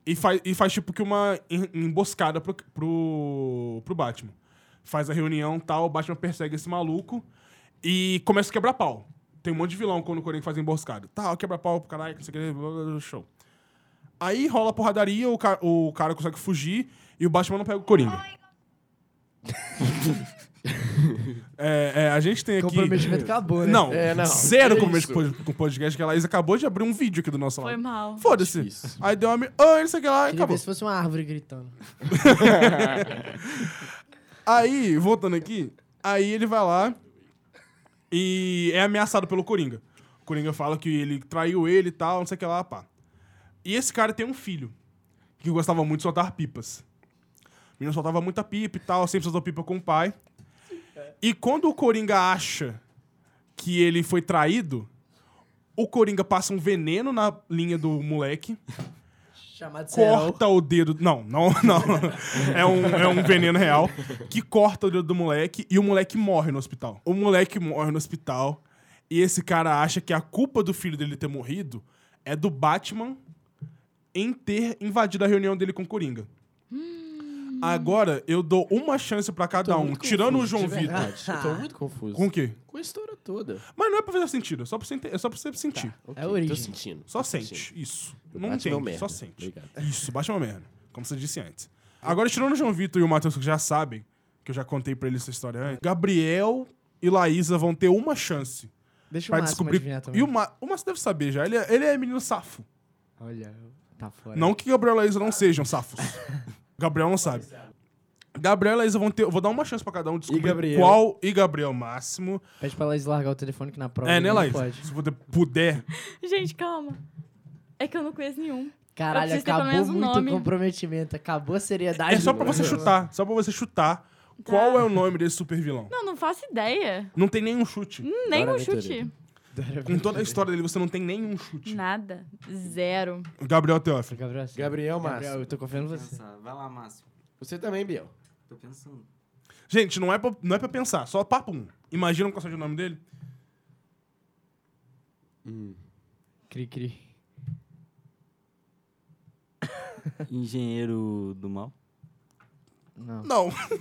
[SPEAKER 1] e faz, e faz tipo que uma en- emboscada pro, pro, pro Batman. Faz a reunião e tal, o Batman persegue esse maluco e começa a quebrar pau. Tem um monte de vilão quando o Coringa faz a emboscada. Tá, quebra pau pro caralho, não sei o que, blá, blá, blá, show. Aí rola a porradaria, o, ca- o cara consegue fugir e o Batman não pega o
[SPEAKER 5] *laughs*
[SPEAKER 1] Coringa. É, é, a gente tem aqui.
[SPEAKER 4] Comprometimento acabou, né?
[SPEAKER 1] Não,
[SPEAKER 5] É, não.
[SPEAKER 1] zero
[SPEAKER 5] Que
[SPEAKER 1] comprometimento com o podcast que a Laís acabou de abrir um vídeo aqui do nosso
[SPEAKER 2] Foi
[SPEAKER 1] lado.
[SPEAKER 2] mal.
[SPEAKER 1] Foda-se.
[SPEAKER 5] Difícil.
[SPEAKER 1] Aí deu uma. mi- Ai, não sei o que lá, e
[SPEAKER 4] Queria
[SPEAKER 1] acabou.
[SPEAKER 4] ver se fosse uma árvore gritando.
[SPEAKER 1] Aí, voltando aqui, aí ele vai lá e é ameaçado pelo Coringa. O Coringa fala que ele traiu ele e tal, não sei o que lá, pá. E esse cara tem um filho que gostava muito de soltar pipas. O menino soltava muita pipa e tal, sempre soltou pipa com o pai. E quando o Coringa acha que ele foi traído, o Coringa passa um veneno na linha do moleque
[SPEAKER 4] Chamado Serol.
[SPEAKER 1] corta o dedo. Não, não, *laughs* não. É um, é um veneno real que corta o dedo do moleque e o moleque morre no hospital. O moleque morre no hospital e esse cara acha que a culpa do filho dele ter morrido é do Batman em ter invadido a reunião dele com o Coringa. Agora eu dou uma chance pra cada
[SPEAKER 5] Hum. Tô
[SPEAKER 1] um,
[SPEAKER 5] muito
[SPEAKER 1] tirando o
[SPEAKER 5] confuso,
[SPEAKER 1] João
[SPEAKER 5] de
[SPEAKER 1] Vitor.
[SPEAKER 5] verdade. Eu tô muito confuso.
[SPEAKER 1] Com o quê?
[SPEAKER 5] Com a história toda.
[SPEAKER 1] Mas não é pra fazer sentido, é só pra você, ente- é só pra você sentir.
[SPEAKER 5] Ok,
[SPEAKER 4] a origem.
[SPEAKER 5] Tô sentindo.
[SPEAKER 1] Só
[SPEAKER 5] tô
[SPEAKER 1] sente.
[SPEAKER 5] sentindo.
[SPEAKER 1] Isso.
[SPEAKER 5] O
[SPEAKER 1] Não
[SPEAKER 5] Batman é um
[SPEAKER 1] entende,
[SPEAKER 5] merda.
[SPEAKER 1] só sente.
[SPEAKER 5] Obrigado.
[SPEAKER 1] Isso, Batman é um merda. Como você disse antes. Agora, tirando o João Vitor e o Matheus, que já sabem, que eu já contei pra eles essa história antes, Gabriel e Laísa vão ter uma chance
[SPEAKER 4] Deixa o
[SPEAKER 1] pra
[SPEAKER 4] Máximo
[SPEAKER 1] descobrir.
[SPEAKER 4] adivinhar também.
[SPEAKER 1] E o, Ma... o Márcio deve saber já. Ele é, ele é menino safo.
[SPEAKER 4] Olha, tá fora.
[SPEAKER 1] Não que Gabriel e Laísa não sejam safos. Gabriel não sabe. Gabriel e Laísa vão ter. eu Vou dar uma chance pra cada um descobrir
[SPEAKER 4] Gabriel.
[SPEAKER 1] qual e Gabriel Máximo.
[SPEAKER 4] Pede pra Laís largar o telefone que na prova
[SPEAKER 1] É,
[SPEAKER 4] ele
[SPEAKER 1] né,
[SPEAKER 4] não
[SPEAKER 1] Laísa?
[SPEAKER 4] pode.
[SPEAKER 1] Se você puder.
[SPEAKER 2] Gente, calma. É que eu não conheço nenhum.
[SPEAKER 4] Caralho,
[SPEAKER 2] preciso ter pelo
[SPEAKER 4] acabou
[SPEAKER 2] menos um
[SPEAKER 4] muito
[SPEAKER 2] nome.
[SPEAKER 4] o comprometimento, acabou a seriedade.
[SPEAKER 1] É só
[SPEAKER 4] do
[SPEAKER 1] pra você
[SPEAKER 4] programa. *laughs*
[SPEAKER 1] chutar. Só pra você chutar.
[SPEAKER 4] Tá.
[SPEAKER 1] Qual é o nome desse super vilão?
[SPEAKER 2] Não, não faço ideia.
[SPEAKER 1] Não tem nenhum chute.
[SPEAKER 2] Nem
[SPEAKER 5] Dora
[SPEAKER 2] um chute.
[SPEAKER 5] Venturini.
[SPEAKER 1] Com toda a história dele, você não tem nenhum chute.
[SPEAKER 2] Nada. Zero.
[SPEAKER 1] Gabriel Teófilo.
[SPEAKER 4] Gabriel,
[SPEAKER 5] Gabriel
[SPEAKER 4] Gabriel, eu
[SPEAKER 5] Márcio.
[SPEAKER 4] tô confiando em você.
[SPEAKER 3] Pensar. Vai lá, Márcio.
[SPEAKER 5] Você também, Biel.
[SPEAKER 3] Tô pensando.
[SPEAKER 1] Gente, não é pra, não é pra pensar, só papo um. Imagina qual seja o nome dele.
[SPEAKER 4] Cri, cri.
[SPEAKER 3] Engenheiro do mal.
[SPEAKER 4] Não.
[SPEAKER 1] Não.
[SPEAKER 4] Máximo,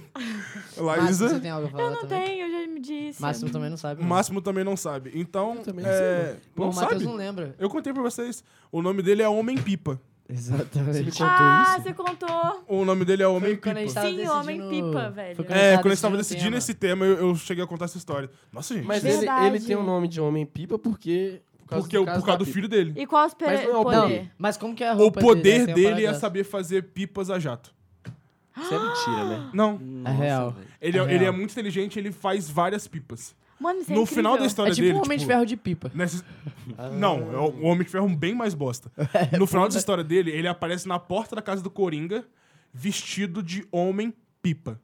[SPEAKER 4] você
[SPEAKER 1] Laísa,
[SPEAKER 4] tem algo a falar
[SPEAKER 2] Eu não
[SPEAKER 4] também?
[SPEAKER 2] tenho, eu já me disse.
[SPEAKER 4] Máximo também Tá. não tá sabe. né?
[SPEAKER 1] o Máximo também não sabe. Então,
[SPEAKER 5] Eu também não
[SPEAKER 1] é,
[SPEAKER 4] Pô,
[SPEAKER 1] não
[SPEAKER 4] o Matheus
[SPEAKER 1] sabe?
[SPEAKER 4] não lembra.
[SPEAKER 1] Eu contei pra vocês. O nome dele é Homem Pipa.
[SPEAKER 5] Você me
[SPEAKER 4] Exatamente.
[SPEAKER 5] contou
[SPEAKER 2] ah,
[SPEAKER 5] isso?
[SPEAKER 2] você contou.
[SPEAKER 1] O nome dele é Homem
[SPEAKER 4] quando a gente
[SPEAKER 1] Pipa.
[SPEAKER 4] tava
[SPEAKER 2] Sim,
[SPEAKER 4] decidindo-
[SPEAKER 2] Homem-Pipa, velho.
[SPEAKER 4] Foi quando a
[SPEAKER 1] É,
[SPEAKER 4] gente
[SPEAKER 1] quando a gente tava decidindo
[SPEAKER 4] tema.
[SPEAKER 1] esse tema, eu, eu cheguei a contar essa história. Nossa, gente.
[SPEAKER 5] Mas
[SPEAKER 1] Mas
[SPEAKER 5] ele,
[SPEAKER 2] Verdade.
[SPEAKER 5] ele tem o nome de homem pipa porque. Por causa
[SPEAKER 1] porque o- por causa do
[SPEAKER 5] da pipa.
[SPEAKER 1] filho dele.
[SPEAKER 2] E qual os pe-
[SPEAKER 5] Mas não é o
[SPEAKER 4] Não,
[SPEAKER 2] poder?
[SPEAKER 4] mas como que é a
[SPEAKER 1] O
[SPEAKER 4] roupa
[SPEAKER 1] poder
[SPEAKER 4] Tem uma
[SPEAKER 1] dele
[SPEAKER 4] parada
[SPEAKER 1] é
[SPEAKER 4] dessa.
[SPEAKER 1] saber fazer pipas a jato.
[SPEAKER 5] Isso é mentira, né?
[SPEAKER 1] Não.
[SPEAKER 4] É real.
[SPEAKER 1] Ele
[SPEAKER 4] É
[SPEAKER 1] é, ele é
[SPEAKER 4] real.
[SPEAKER 1] muito inteligente, ele faz várias pipas.
[SPEAKER 2] Mano, isso é
[SPEAKER 1] no
[SPEAKER 2] incrível.
[SPEAKER 1] final da história
[SPEAKER 4] É tipo
[SPEAKER 1] dele.
[SPEAKER 4] um homem de
[SPEAKER 1] tipo,
[SPEAKER 4] ferro de pipa.
[SPEAKER 1] Nessa- Não, é o o Homem de Ferro bem mais bosta.
[SPEAKER 5] *laughs* É,
[SPEAKER 1] No final dessa história dele, ele aparece na porta da casa do Coringa, vestido de homem pipa.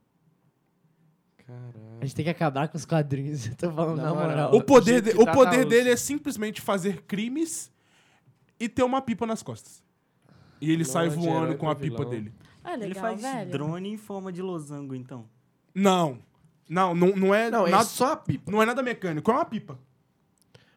[SPEAKER 4] A gente tem que acabar com os quadrinhos. *laughs* Eu tô falando
[SPEAKER 5] Na
[SPEAKER 4] na,
[SPEAKER 5] moral.
[SPEAKER 4] moral.
[SPEAKER 1] O poder,
[SPEAKER 5] jeito que
[SPEAKER 1] de- o
[SPEAKER 5] tá,
[SPEAKER 1] poder
[SPEAKER 5] tá osso.
[SPEAKER 1] dele é simplesmente fazer crimes e ter uma pipa nas costas. E ele
[SPEAKER 5] Não,
[SPEAKER 1] sai
[SPEAKER 5] é de
[SPEAKER 1] voando
[SPEAKER 5] herói
[SPEAKER 1] com a
[SPEAKER 5] pra
[SPEAKER 1] pipa
[SPEAKER 5] vilão.
[SPEAKER 1] dele.
[SPEAKER 2] Ah, legal,
[SPEAKER 3] Ele faz
[SPEAKER 2] velho.
[SPEAKER 3] drone em forma de losango, então.
[SPEAKER 1] Não. Não, não, não é
[SPEAKER 5] Não, é
[SPEAKER 1] nada,
[SPEAKER 5] só a pipa.
[SPEAKER 1] não é nada mecânico, é uma pipa.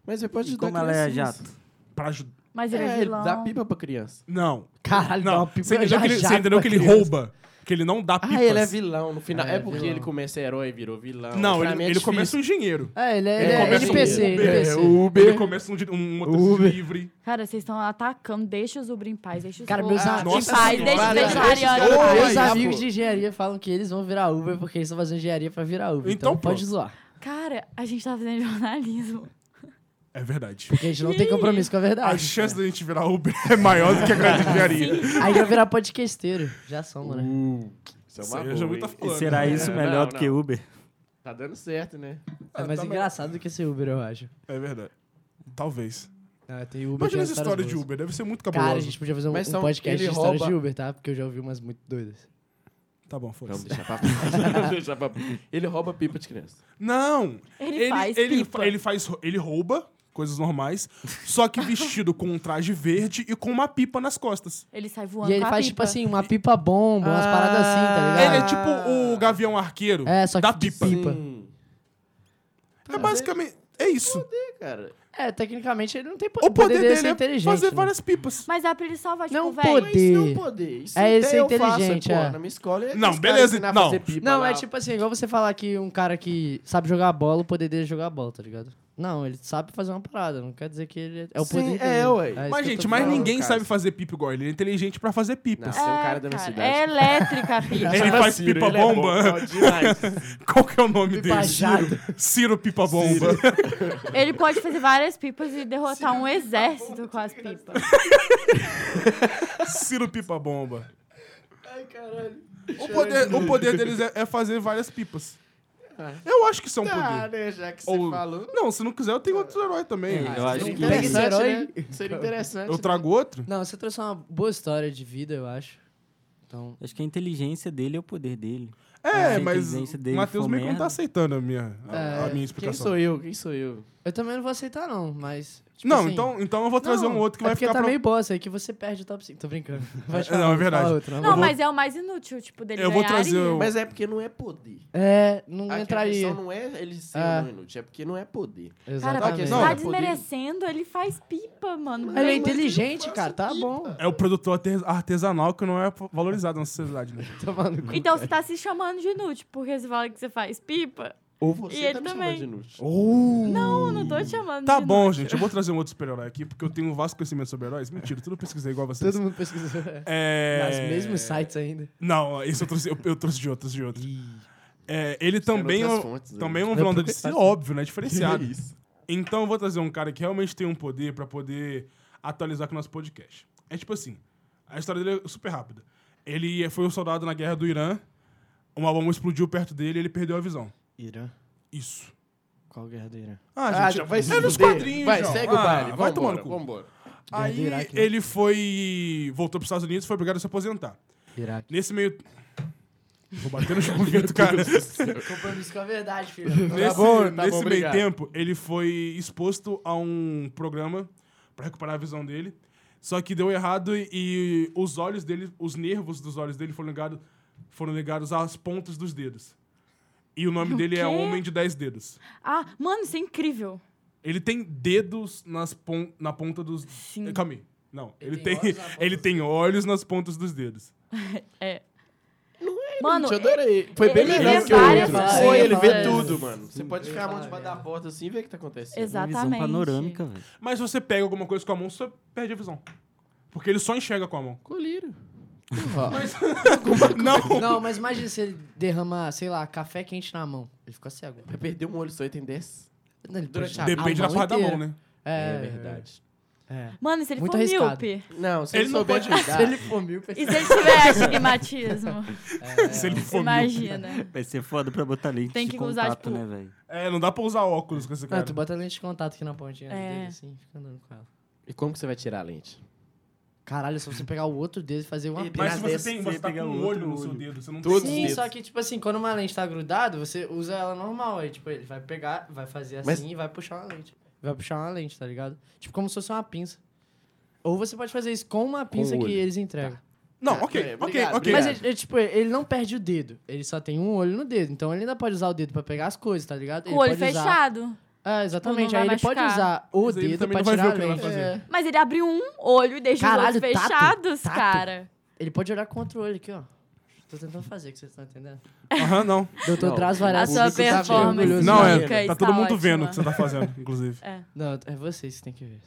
[SPEAKER 5] Mas você pode
[SPEAKER 3] E
[SPEAKER 5] ajudar
[SPEAKER 3] como ela é a
[SPEAKER 5] criancinhas.
[SPEAKER 3] jato?
[SPEAKER 1] Pra ajudar.
[SPEAKER 2] Mas ele é,
[SPEAKER 5] É, ele
[SPEAKER 2] vilão.
[SPEAKER 5] dá pipa pra criança.
[SPEAKER 1] Não.
[SPEAKER 5] É
[SPEAKER 4] Caralho, dá
[SPEAKER 1] Não.
[SPEAKER 4] uma pipa
[SPEAKER 1] Você entendeu
[SPEAKER 4] já
[SPEAKER 1] que ele, você
[SPEAKER 4] jato
[SPEAKER 1] entendeu
[SPEAKER 4] pra
[SPEAKER 1] que ele
[SPEAKER 4] criança.
[SPEAKER 1] rouba? Que ele não dá pipas.
[SPEAKER 5] Ah, ele é vilão. No final.
[SPEAKER 4] É,
[SPEAKER 5] É, porque
[SPEAKER 4] vilão.
[SPEAKER 5] ele começa herói, virou vilão.
[SPEAKER 1] Não,
[SPEAKER 5] Pra mim
[SPEAKER 1] ele,
[SPEAKER 5] é
[SPEAKER 1] ele
[SPEAKER 5] difícil.
[SPEAKER 1] começa um engenheiro.
[SPEAKER 4] É, ele é,
[SPEAKER 5] Ele
[SPEAKER 4] ele é,
[SPEAKER 5] começa
[SPEAKER 4] NPC,
[SPEAKER 5] um
[SPEAKER 1] Uber.
[SPEAKER 4] NPC.
[SPEAKER 5] É, Uber.
[SPEAKER 1] Ele começa um, di- um motorista
[SPEAKER 4] Uber.
[SPEAKER 1] livre.
[SPEAKER 2] Cara, vocês estão atacando. Deixa os Ubra em paz. Deixa os
[SPEAKER 4] Cara,
[SPEAKER 2] Ubra
[SPEAKER 4] meus
[SPEAKER 2] em paz.
[SPEAKER 4] amigos-
[SPEAKER 5] Nossa
[SPEAKER 2] Deixa,
[SPEAKER 5] senhora.
[SPEAKER 2] deixa a Ariana.
[SPEAKER 5] Ô,
[SPEAKER 2] em paz.
[SPEAKER 4] Meus
[SPEAKER 5] Ai,
[SPEAKER 4] amigos
[SPEAKER 5] pô.
[SPEAKER 4] de engenharia falam que eles vão virar Uber porque eles estão fazendo engenharia pra virar Uber.
[SPEAKER 1] Então
[SPEAKER 4] Então, pode
[SPEAKER 1] pronto.
[SPEAKER 4] zoar.
[SPEAKER 2] Cara, a gente tá fazendo jornalismo.
[SPEAKER 1] É verdade.
[SPEAKER 4] Porque a gente não tem compromisso com a
[SPEAKER 1] A
[SPEAKER 4] verdade. é
[SPEAKER 1] chance da gente virar Uber é maior do que Hum. a
[SPEAKER 4] *laughs*
[SPEAKER 1] grande engenharia.
[SPEAKER 4] Aí vai virar podcasteiro. Já somos, né?
[SPEAKER 5] Uh, isso é
[SPEAKER 1] Isso
[SPEAKER 5] uma
[SPEAKER 1] aí
[SPEAKER 5] boa,
[SPEAKER 1] eu já ouvi
[SPEAKER 5] hein?
[SPEAKER 1] tá
[SPEAKER 3] E
[SPEAKER 1] falando.
[SPEAKER 3] será
[SPEAKER 5] É,
[SPEAKER 3] isso
[SPEAKER 5] não,
[SPEAKER 3] melhor do
[SPEAKER 5] não.
[SPEAKER 3] que Uber?
[SPEAKER 5] Tá dando certo, né?
[SPEAKER 4] É mais engraçado do que ser Uber, eu acho.
[SPEAKER 1] Ah, tá É verdade. Talvez.
[SPEAKER 4] Ah, tem Uber que
[SPEAKER 1] Imagina
[SPEAKER 4] é
[SPEAKER 1] essa história
[SPEAKER 4] histórias
[SPEAKER 1] de
[SPEAKER 4] boas.
[SPEAKER 1] Uber, deve ser muito
[SPEAKER 4] Cara, a
[SPEAKER 1] cabulosa.
[SPEAKER 4] gente podia fazer um,
[SPEAKER 5] Mas
[SPEAKER 4] um
[SPEAKER 5] são-
[SPEAKER 4] podcast de
[SPEAKER 5] ele
[SPEAKER 4] histórias de
[SPEAKER 5] rouba-
[SPEAKER 4] Uber, tá? Porque eu já ouvi umas muito doidas.
[SPEAKER 1] Tá bom,
[SPEAKER 5] Vamos
[SPEAKER 1] foda-se.
[SPEAKER 5] deixar *laughs* pra Vamos deixar pra Ele rouba pipa de criança.
[SPEAKER 1] Não!
[SPEAKER 2] Ele faz
[SPEAKER 1] ele,
[SPEAKER 2] pipa.
[SPEAKER 1] ele faz. Ele rouba coisas normais, só que vestido com um traje verde e com uma pipa nas costas.
[SPEAKER 2] Ele sai voando
[SPEAKER 4] e ele
[SPEAKER 2] com a
[SPEAKER 4] faz,
[SPEAKER 2] pipa.
[SPEAKER 4] tipo assim, uma pipa bomba, umas paradas assim, tá
[SPEAKER 1] Ele é
[SPEAKER 4] ligado?
[SPEAKER 1] tipo o Gavião Arqueiro
[SPEAKER 4] É, só que
[SPEAKER 1] da
[SPEAKER 4] de
[SPEAKER 1] pipa.
[SPEAKER 4] pipa.
[SPEAKER 5] Hum.
[SPEAKER 1] É basicamente. É isso.
[SPEAKER 5] É, cara.
[SPEAKER 4] É, tecnicamente ele não tem poder.
[SPEAKER 1] O poder dele
[SPEAKER 4] ser
[SPEAKER 1] é
[SPEAKER 4] inteligente.
[SPEAKER 1] fazer
[SPEAKER 4] né?
[SPEAKER 1] várias pipas.
[SPEAKER 2] Mas dá pra ele salvar, tipo,
[SPEAKER 4] Não
[SPEAKER 2] velho.
[SPEAKER 4] pode.
[SPEAKER 5] Mas isso não é um
[SPEAKER 4] Poder.
[SPEAKER 5] poder. Isso
[SPEAKER 4] É,
[SPEAKER 5] até
[SPEAKER 4] esse é
[SPEAKER 5] eu faço,
[SPEAKER 4] inteligente,
[SPEAKER 5] pô,
[SPEAKER 4] é.
[SPEAKER 5] Na minha escola é que
[SPEAKER 1] Não,
[SPEAKER 5] os caras
[SPEAKER 1] beleza,
[SPEAKER 5] ensinam a
[SPEAKER 1] não.
[SPEAKER 5] fazer pipa
[SPEAKER 4] Não,
[SPEAKER 5] lá.
[SPEAKER 4] é tipo assim, igual você falar que um cara que sabe jogar bola, o poder dele é jogar bola, tá ligado? Não, ele sabe fazer uma parada, não quer dizer que ele é o
[SPEAKER 5] Sim,
[SPEAKER 4] poder
[SPEAKER 5] é,
[SPEAKER 4] dele.
[SPEAKER 5] ué.
[SPEAKER 4] isso
[SPEAKER 1] Mas,
[SPEAKER 4] que eu
[SPEAKER 1] gente,
[SPEAKER 4] tô
[SPEAKER 1] mas
[SPEAKER 4] falando.
[SPEAKER 1] ninguém
[SPEAKER 5] cara.
[SPEAKER 1] sabe fazer pipa igual ele. Ele é inteligente pra fazer pipas.
[SPEAKER 5] Não. Você é um cara da minha
[SPEAKER 2] cara,
[SPEAKER 5] cidade.
[SPEAKER 2] É elétrica, filho.
[SPEAKER 1] Ele faz pipa
[SPEAKER 5] ele é bom,
[SPEAKER 1] bomba.
[SPEAKER 5] bom *laughs* demais.
[SPEAKER 1] *laughs* Qual que é o nome
[SPEAKER 4] Pipa
[SPEAKER 1] dele?
[SPEAKER 4] jato.
[SPEAKER 1] Ciro. Ciro Pipa Bomba. *laughs*
[SPEAKER 2] Ele pode fazer várias pipas e derrotar um exército com as pipas.
[SPEAKER 1] Ciro Pipa Bomba.
[SPEAKER 4] Ai, caralho.
[SPEAKER 1] O poder, o poder deles é, é fazer várias pipas.
[SPEAKER 6] Ah.
[SPEAKER 1] Eu acho que isso é um
[SPEAKER 6] Tá,
[SPEAKER 1] poder.
[SPEAKER 6] né? Já que você
[SPEAKER 1] Ou-
[SPEAKER 6] falou.
[SPEAKER 1] Não, se não quiser, eu tenho outro herói também.
[SPEAKER 3] É, eu acho
[SPEAKER 6] Seria
[SPEAKER 3] que-
[SPEAKER 6] interessante,
[SPEAKER 4] Herói.
[SPEAKER 6] né? Seria interessante.
[SPEAKER 1] Eu trago outro?
[SPEAKER 4] Não, você trouxe uma boa história de vida, eu acho. Então,
[SPEAKER 3] Acho que a inteligência dele é o poder dele.
[SPEAKER 1] É,
[SPEAKER 3] Se a
[SPEAKER 1] mas
[SPEAKER 3] inteligência
[SPEAKER 1] o
[SPEAKER 3] dele
[SPEAKER 1] Matheus
[SPEAKER 3] for
[SPEAKER 1] meio que não tá
[SPEAKER 3] merda.
[SPEAKER 1] aceitando a minha, a, a
[SPEAKER 4] É,
[SPEAKER 1] minha
[SPEAKER 6] Quem
[SPEAKER 1] explicação.
[SPEAKER 6] sou eu? Quem sou eu?
[SPEAKER 4] eu também não vou aceitar, não, mas. tipo
[SPEAKER 1] não,
[SPEAKER 4] assim-
[SPEAKER 1] então, então eu vou trazer
[SPEAKER 4] Não,
[SPEAKER 1] um outro que
[SPEAKER 4] é
[SPEAKER 1] vai
[SPEAKER 4] porque
[SPEAKER 1] ficar
[SPEAKER 4] tá
[SPEAKER 1] pra...
[SPEAKER 4] meio bosta aí que você perde o top 5. Tô brincando. Vai
[SPEAKER 1] É, não, é verdade.
[SPEAKER 4] fala outro, não.
[SPEAKER 2] Não,
[SPEAKER 1] vou-
[SPEAKER 2] mas é o mais inútil, tipo, dele
[SPEAKER 1] Eu vou
[SPEAKER 2] ganhar
[SPEAKER 1] trazer
[SPEAKER 2] e-
[SPEAKER 1] o-
[SPEAKER 6] Mas é porque não é poder.
[SPEAKER 4] É, não
[SPEAKER 6] Aqui A
[SPEAKER 5] um-
[SPEAKER 4] entraria.
[SPEAKER 6] questão não é ele ser
[SPEAKER 4] Ah.
[SPEAKER 6] ou não inútil, é porque não é poder.
[SPEAKER 2] Cara,
[SPEAKER 4] Exatamente.
[SPEAKER 6] Não,
[SPEAKER 2] tá
[SPEAKER 6] é poder.
[SPEAKER 2] desmerecendo, ele faz pipa, mano.
[SPEAKER 4] Ele é
[SPEAKER 2] Bem-
[SPEAKER 4] inteligente, cara. Tá bom.
[SPEAKER 1] É o produtor arte- artesanal que não é valorizado na sociedade, né?
[SPEAKER 4] Tomar no cu.
[SPEAKER 2] Então você tá se chamando de inútil, porque você fala que você faz pipa.
[SPEAKER 6] Ou você
[SPEAKER 2] E ele
[SPEAKER 6] tá me
[SPEAKER 2] também.
[SPEAKER 6] chamando de inútil.
[SPEAKER 2] Não, eu não tô te chamando
[SPEAKER 1] Uh! Tá
[SPEAKER 2] de
[SPEAKER 1] bom,
[SPEAKER 2] inútil.
[SPEAKER 1] gente, eu vou trazer um outro super-herói aqui, porque eu tenho um vasto conhecimento sobre heróis. Mentira, tudo eu pesquisei igual a vocês.
[SPEAKER 4] Todo mundo assim- pesquisou. É...
[SPEAKER 1] É...
[SPEAKER 4] Nas mesmos sites ainda.
[SPEAKER 1] Não, isso eu trouxe, eu, eu trouxe de outros, de outros. É, ele também é,
[SPEAKER 6] outras
[SPEAKER 1] um-
[SPEAKER 6] fontes né? aí.
[SPEAKER 1] também é um vilão da DC, óbvio, né? Diferenciado.
[SPEAKER 6] Que isso?
[SPEAKER 1] Então eu vou trazer um cara que realmente tem um poder pra poder atualizar com o nosso podcast. É tipo assim, a história dele é super rápida. Ele foi um soldado na guerra do Irã, uma bomba explodiu perto dele e ele perdeu a visão.
[SPEAKER 6] Irã.
[SPEAKER 1] Isso.
[SPEAKER 6] Qual guerra do Irã?
[SPEAKER 1] Ah,
[SPEAKER 6] já vai se
[SPEAKER 1] é nos
[SPEAKER 6] fuder.
[SPEAKER 1] quadrinhos,
[SPEAKER 6] Vai,
[SPEAKER 1] João.
[SPEAKER 6] segue o
[SPEAKER 1] Ah,
[SPEAKER 6] baile,
[SPEAKER 1] Vai
[SPEAKER 6] vambora,
[SPEAKER 1] tomar no cu. *laughs*
[SPEAKER 6] vambora.
[SPEAKER 1] Aí
[SPEAKER 4] do Iraque, né?
[SPEAKER 1] ele foi... Voltou pros Estados Unidos e foi obrigado a se aposentar.
[SPEAKER 4] Iraque.
[SPEAKER 1] Nesse meio... Tá Vou bater no *laughs* chupamento, cara.
[SPEAKER 4] Compromisso com a é verdade, filho.
[SPEAKER 1] Nesse,
[SPEAKER 6] bom, tá
[SPEAKER 1] nesse
[SPEAKER 6] bom,
[SPEAKER 1] meio
[SPEAKER 6] obrigado.
[SPEAKER 1] tempo, ele foi exposto a um programa pra recuperar a visão dele. Só que deu errado e, e os olhos dele, os nervos dos olhos dele foram ligados, foram ligados às pontas dos dedos. E o nome
[SPEAKER 2] O
[SPEAKER 1] dele
[SPEAKER 2] quê?
[SPEAKER 1] é Homem de Dez Dedos.
[SPEAKER 2] Ah, mano, isso é incrível.
[SPEAKER 1] Ele tem dedos nas pon na ponta dos. Eh,
[SPEAKER 2] Sim.
[SPEAKER 1] Calma aí. Não, ele,
[SPEAKER 4] tem
[SPEAKER 1] tem,
[SPEAKER 4] olhos na
[SPEAKER 1] *laughs*
[SPEAKER 4] ponta
[SPEAKER 1] ele tem olhos nas pontas dos dedos.
[SPEAKER 2] Mano,
[SPEAKER 6] Eu adorei. Foi bem
[SPEAKER 2] ele
[SPEAKER 6] melhor
[SPEAKER 2] vê
[SPEAKER 6] que o
[SPEAKER 2] várias
[SPEAKER 6] outro.
[SPEAKER 4] coisas.
[SPEAKER 6] Foi, ele vê
[SPEAKER 4] Ele fala-
[SPEAKER 6] tudo, mano. Você pode ficar a mão debaixo da porta assim e ver o que tá acontecendo.
[SPEAKER 3] Uma
[SPEAKER 2] exatamente.
[SPEAKER 3] visão panorâmica, velho.
[SPEAKER 1] Mas se você pega alguma coisa com a mão, você perde a visão. Porque ele só enxerga com a mão.
[SPEAKER 6] Colírio.
[SPEAKER 1] *laughs* Não!
[SPEAKER 4] Não, mas imagina se ele derramar, sei lá, café quente na mão. Ele ficou cego.
[SPEAKER 6] Vai perder um olho só e tem 10.
[SPEAKER 4] Não, ele
[SPEAKER 6] Durante
[SPEAKER 4] puxa
[SPEAKER 6] a-
[SPEAKER 1] Depende da
[SPEAKER 4] mão
[SPEAKER 1] parte da
[SPEAKER 4] inteira.
[SPEAKER 1] mão, né?
[SPEAKER 4] É,
[SPEAKER 3] É verdade.
[SPEAKER 4] É.
[SPEAKER 2] Mano, e se ele
[SPEAKER 4] Muito
[SPEAKER 2] for
[SPEAKER 4] arriscado.
[SPEAKER 2] míope?
[SPEAKER 6] Não, se
[SPEAKER 1] Ele
[SPEAKER 6] ele,
[SPEAKER 1] não
[SPEAKER 6] souber
[SPEAKER 1] pode-
[SPEAKER 6] ajudar.
[SPEAKER 4] Se ele for mil é.
[SPEAKER 2] E se ele tiver astigmatismo?
[SPEAKER 1] *laughs* Se
[SPEAKER 2] *laughs*
[SPEAKER 1] ele for míope.
[SPEAKER 2] Imagina.
[SPEAKER 3] Vai ser foda pra botar lente
[SPEAKER 2] Tem
[SPEAKER 3] de
[SPEAKER 2] que usar,
[SPEAKER 3] contato,
[SPEAKER 2] tipo,
[SPEAKER 3] né, velho?
[SPEAKER 1] É, não dá pra usar óculos com esse
[SPEAKER 4] Não,
[SPEAKER 1] cara.
[SPEAKER 4] tu bota a lente de contato aqui na pontinha
[SPEAKER 2] É.
[SPEAKER 4] dele, assim, fica andando com ela.
[SPEAKER 5] E como que você vai tirar a lente?
[SPEAKER 4] Caralho, só você pegar o outro um dedo e fazer uma
[SPEAKER 6] Ele
[SPEAKER 4] pena.
[SPEAKER 1] Mas se você
[SPEAKER 6] Mas
[SPEAKER 1] tem,
[SPEAKER 6] desse,
[SPEAKER 1] você
[SPEAKER 6] você
[SPEAKER 1] tá com
[SPEAKER 3] pega
[SPEAKER 1] um
[SPEAKER 3] outro
[SPEAKER 1] olho no
[SPEAKER 3] olho.
[SPEAKER 1] seu dedo, você não
[SPEAKER 6] Todos
[SPEAKER 1] tem...
[SPEAKER 6] os
[SPEAKER 4] Sim,
[SPEAKER 6] dedos.
[SPEAKER 4] só que, tipo assim, quando uma lente tá grudada, você usa ela normal. Aí, tipo, ele vai pegar, vai fazer assim
[SPEAKER 6] Mas-
[SPEAKER 4] e vai puxar uma lente. Vai puxar uma lente, tá ligado? Tipo, como se fosse uma pinça. Ou você pode fazer isso com uma pinça
[SPEAKER 5] o
[SPEAKER 4] que
[SPEAKER 5] olho.
[SPEAKER 4] eles entregam.
[SPEAKER 1] Tá. Não, ok,
[SPEAKER 6] É,
[SPEAKER 1] ok,
[SPEAKER 6] obrigado,
[SPEAKER 1] ok.
[SPEAKER 4] Mas,
[SPEAKER 6] obrigado.
[SPEAKER 4] ele, ele, tipo, ele não perde o dedo. Ele só tem um olho no dedo. Então, ele ainda pode usar o dedo pra pegar as coisas, tá ligado?
[SPEAKER 2] Com
[SPEAKER 4] Ele
[SPEAKER 2] o olho
[SPEAKER 4] pode usar-
[SPEAKER 2] fechado.
[SPEAKER 4] É, exatamente.
[SPEAKER 2] Tipo, não
[SPEAKER 4] aí
[SPEAKER 2] vai
[SPEAKER 4] ele pode
[SPEAKER 2] machucar.
[SPEAKER 4] usar o
[SPEAKER 1] Mas aí ele
[SPEAKER 4] dedo
[SPEAKER 1] também
[SPEAKER 4] pra
[SPEAKER 1] não vai
[SPEAKER 4] tirar
[SPEAKER 1] ver o que
[SPEAKER 4] a
[SPEAKER 1] ele
[SPEAKER 4] lente.
[SPEAKER 1] vai fazer.
[SPEAKER 4] É.
[SPEAKER 2] Mas ele abriu um olho e deixa
[SPEAKER 4] Caralho,
[SPEAKER 2] os outros
[SPEAKER 4] tato,
[SPEAKER 2] fechados,
[SPEAKER 4] tato.
[SPEAKER 2] cara.
[SPEAKER 4] Ele pode olhar contra o olho aqui, ó. Tô tentando fazer, que vocês estão entendendo.
[SPEAKER 1] *laughs* Aham, não. é
[SPEAKER 4] Doutor
[SPEAKER 3] Não,
[SPEAKER 4] Traz
[SPEAKER 2] A
[SPEAKER 4] Varela.
[SPEAKER 2] sua
[SPEAKER 4] Público tá
[SPEAKER 2] performance
[SPEAKER 4] orgulhoso.
[SPEAKER 1] Não,
[SPEAKER 2] Sim,
[SPEAKER 1] é,
[SPEAKER 2] ok,
[SPEAKER 1] tá
[SPEAKER 2] está
[SPEAKER 1] todo mundo
[SPEAKER 2] ótima.
[SPEAKER 1] vendo o que você tá fazendo, inclusive.
[SPEAKER 4] Não, é vocês que tem que ver.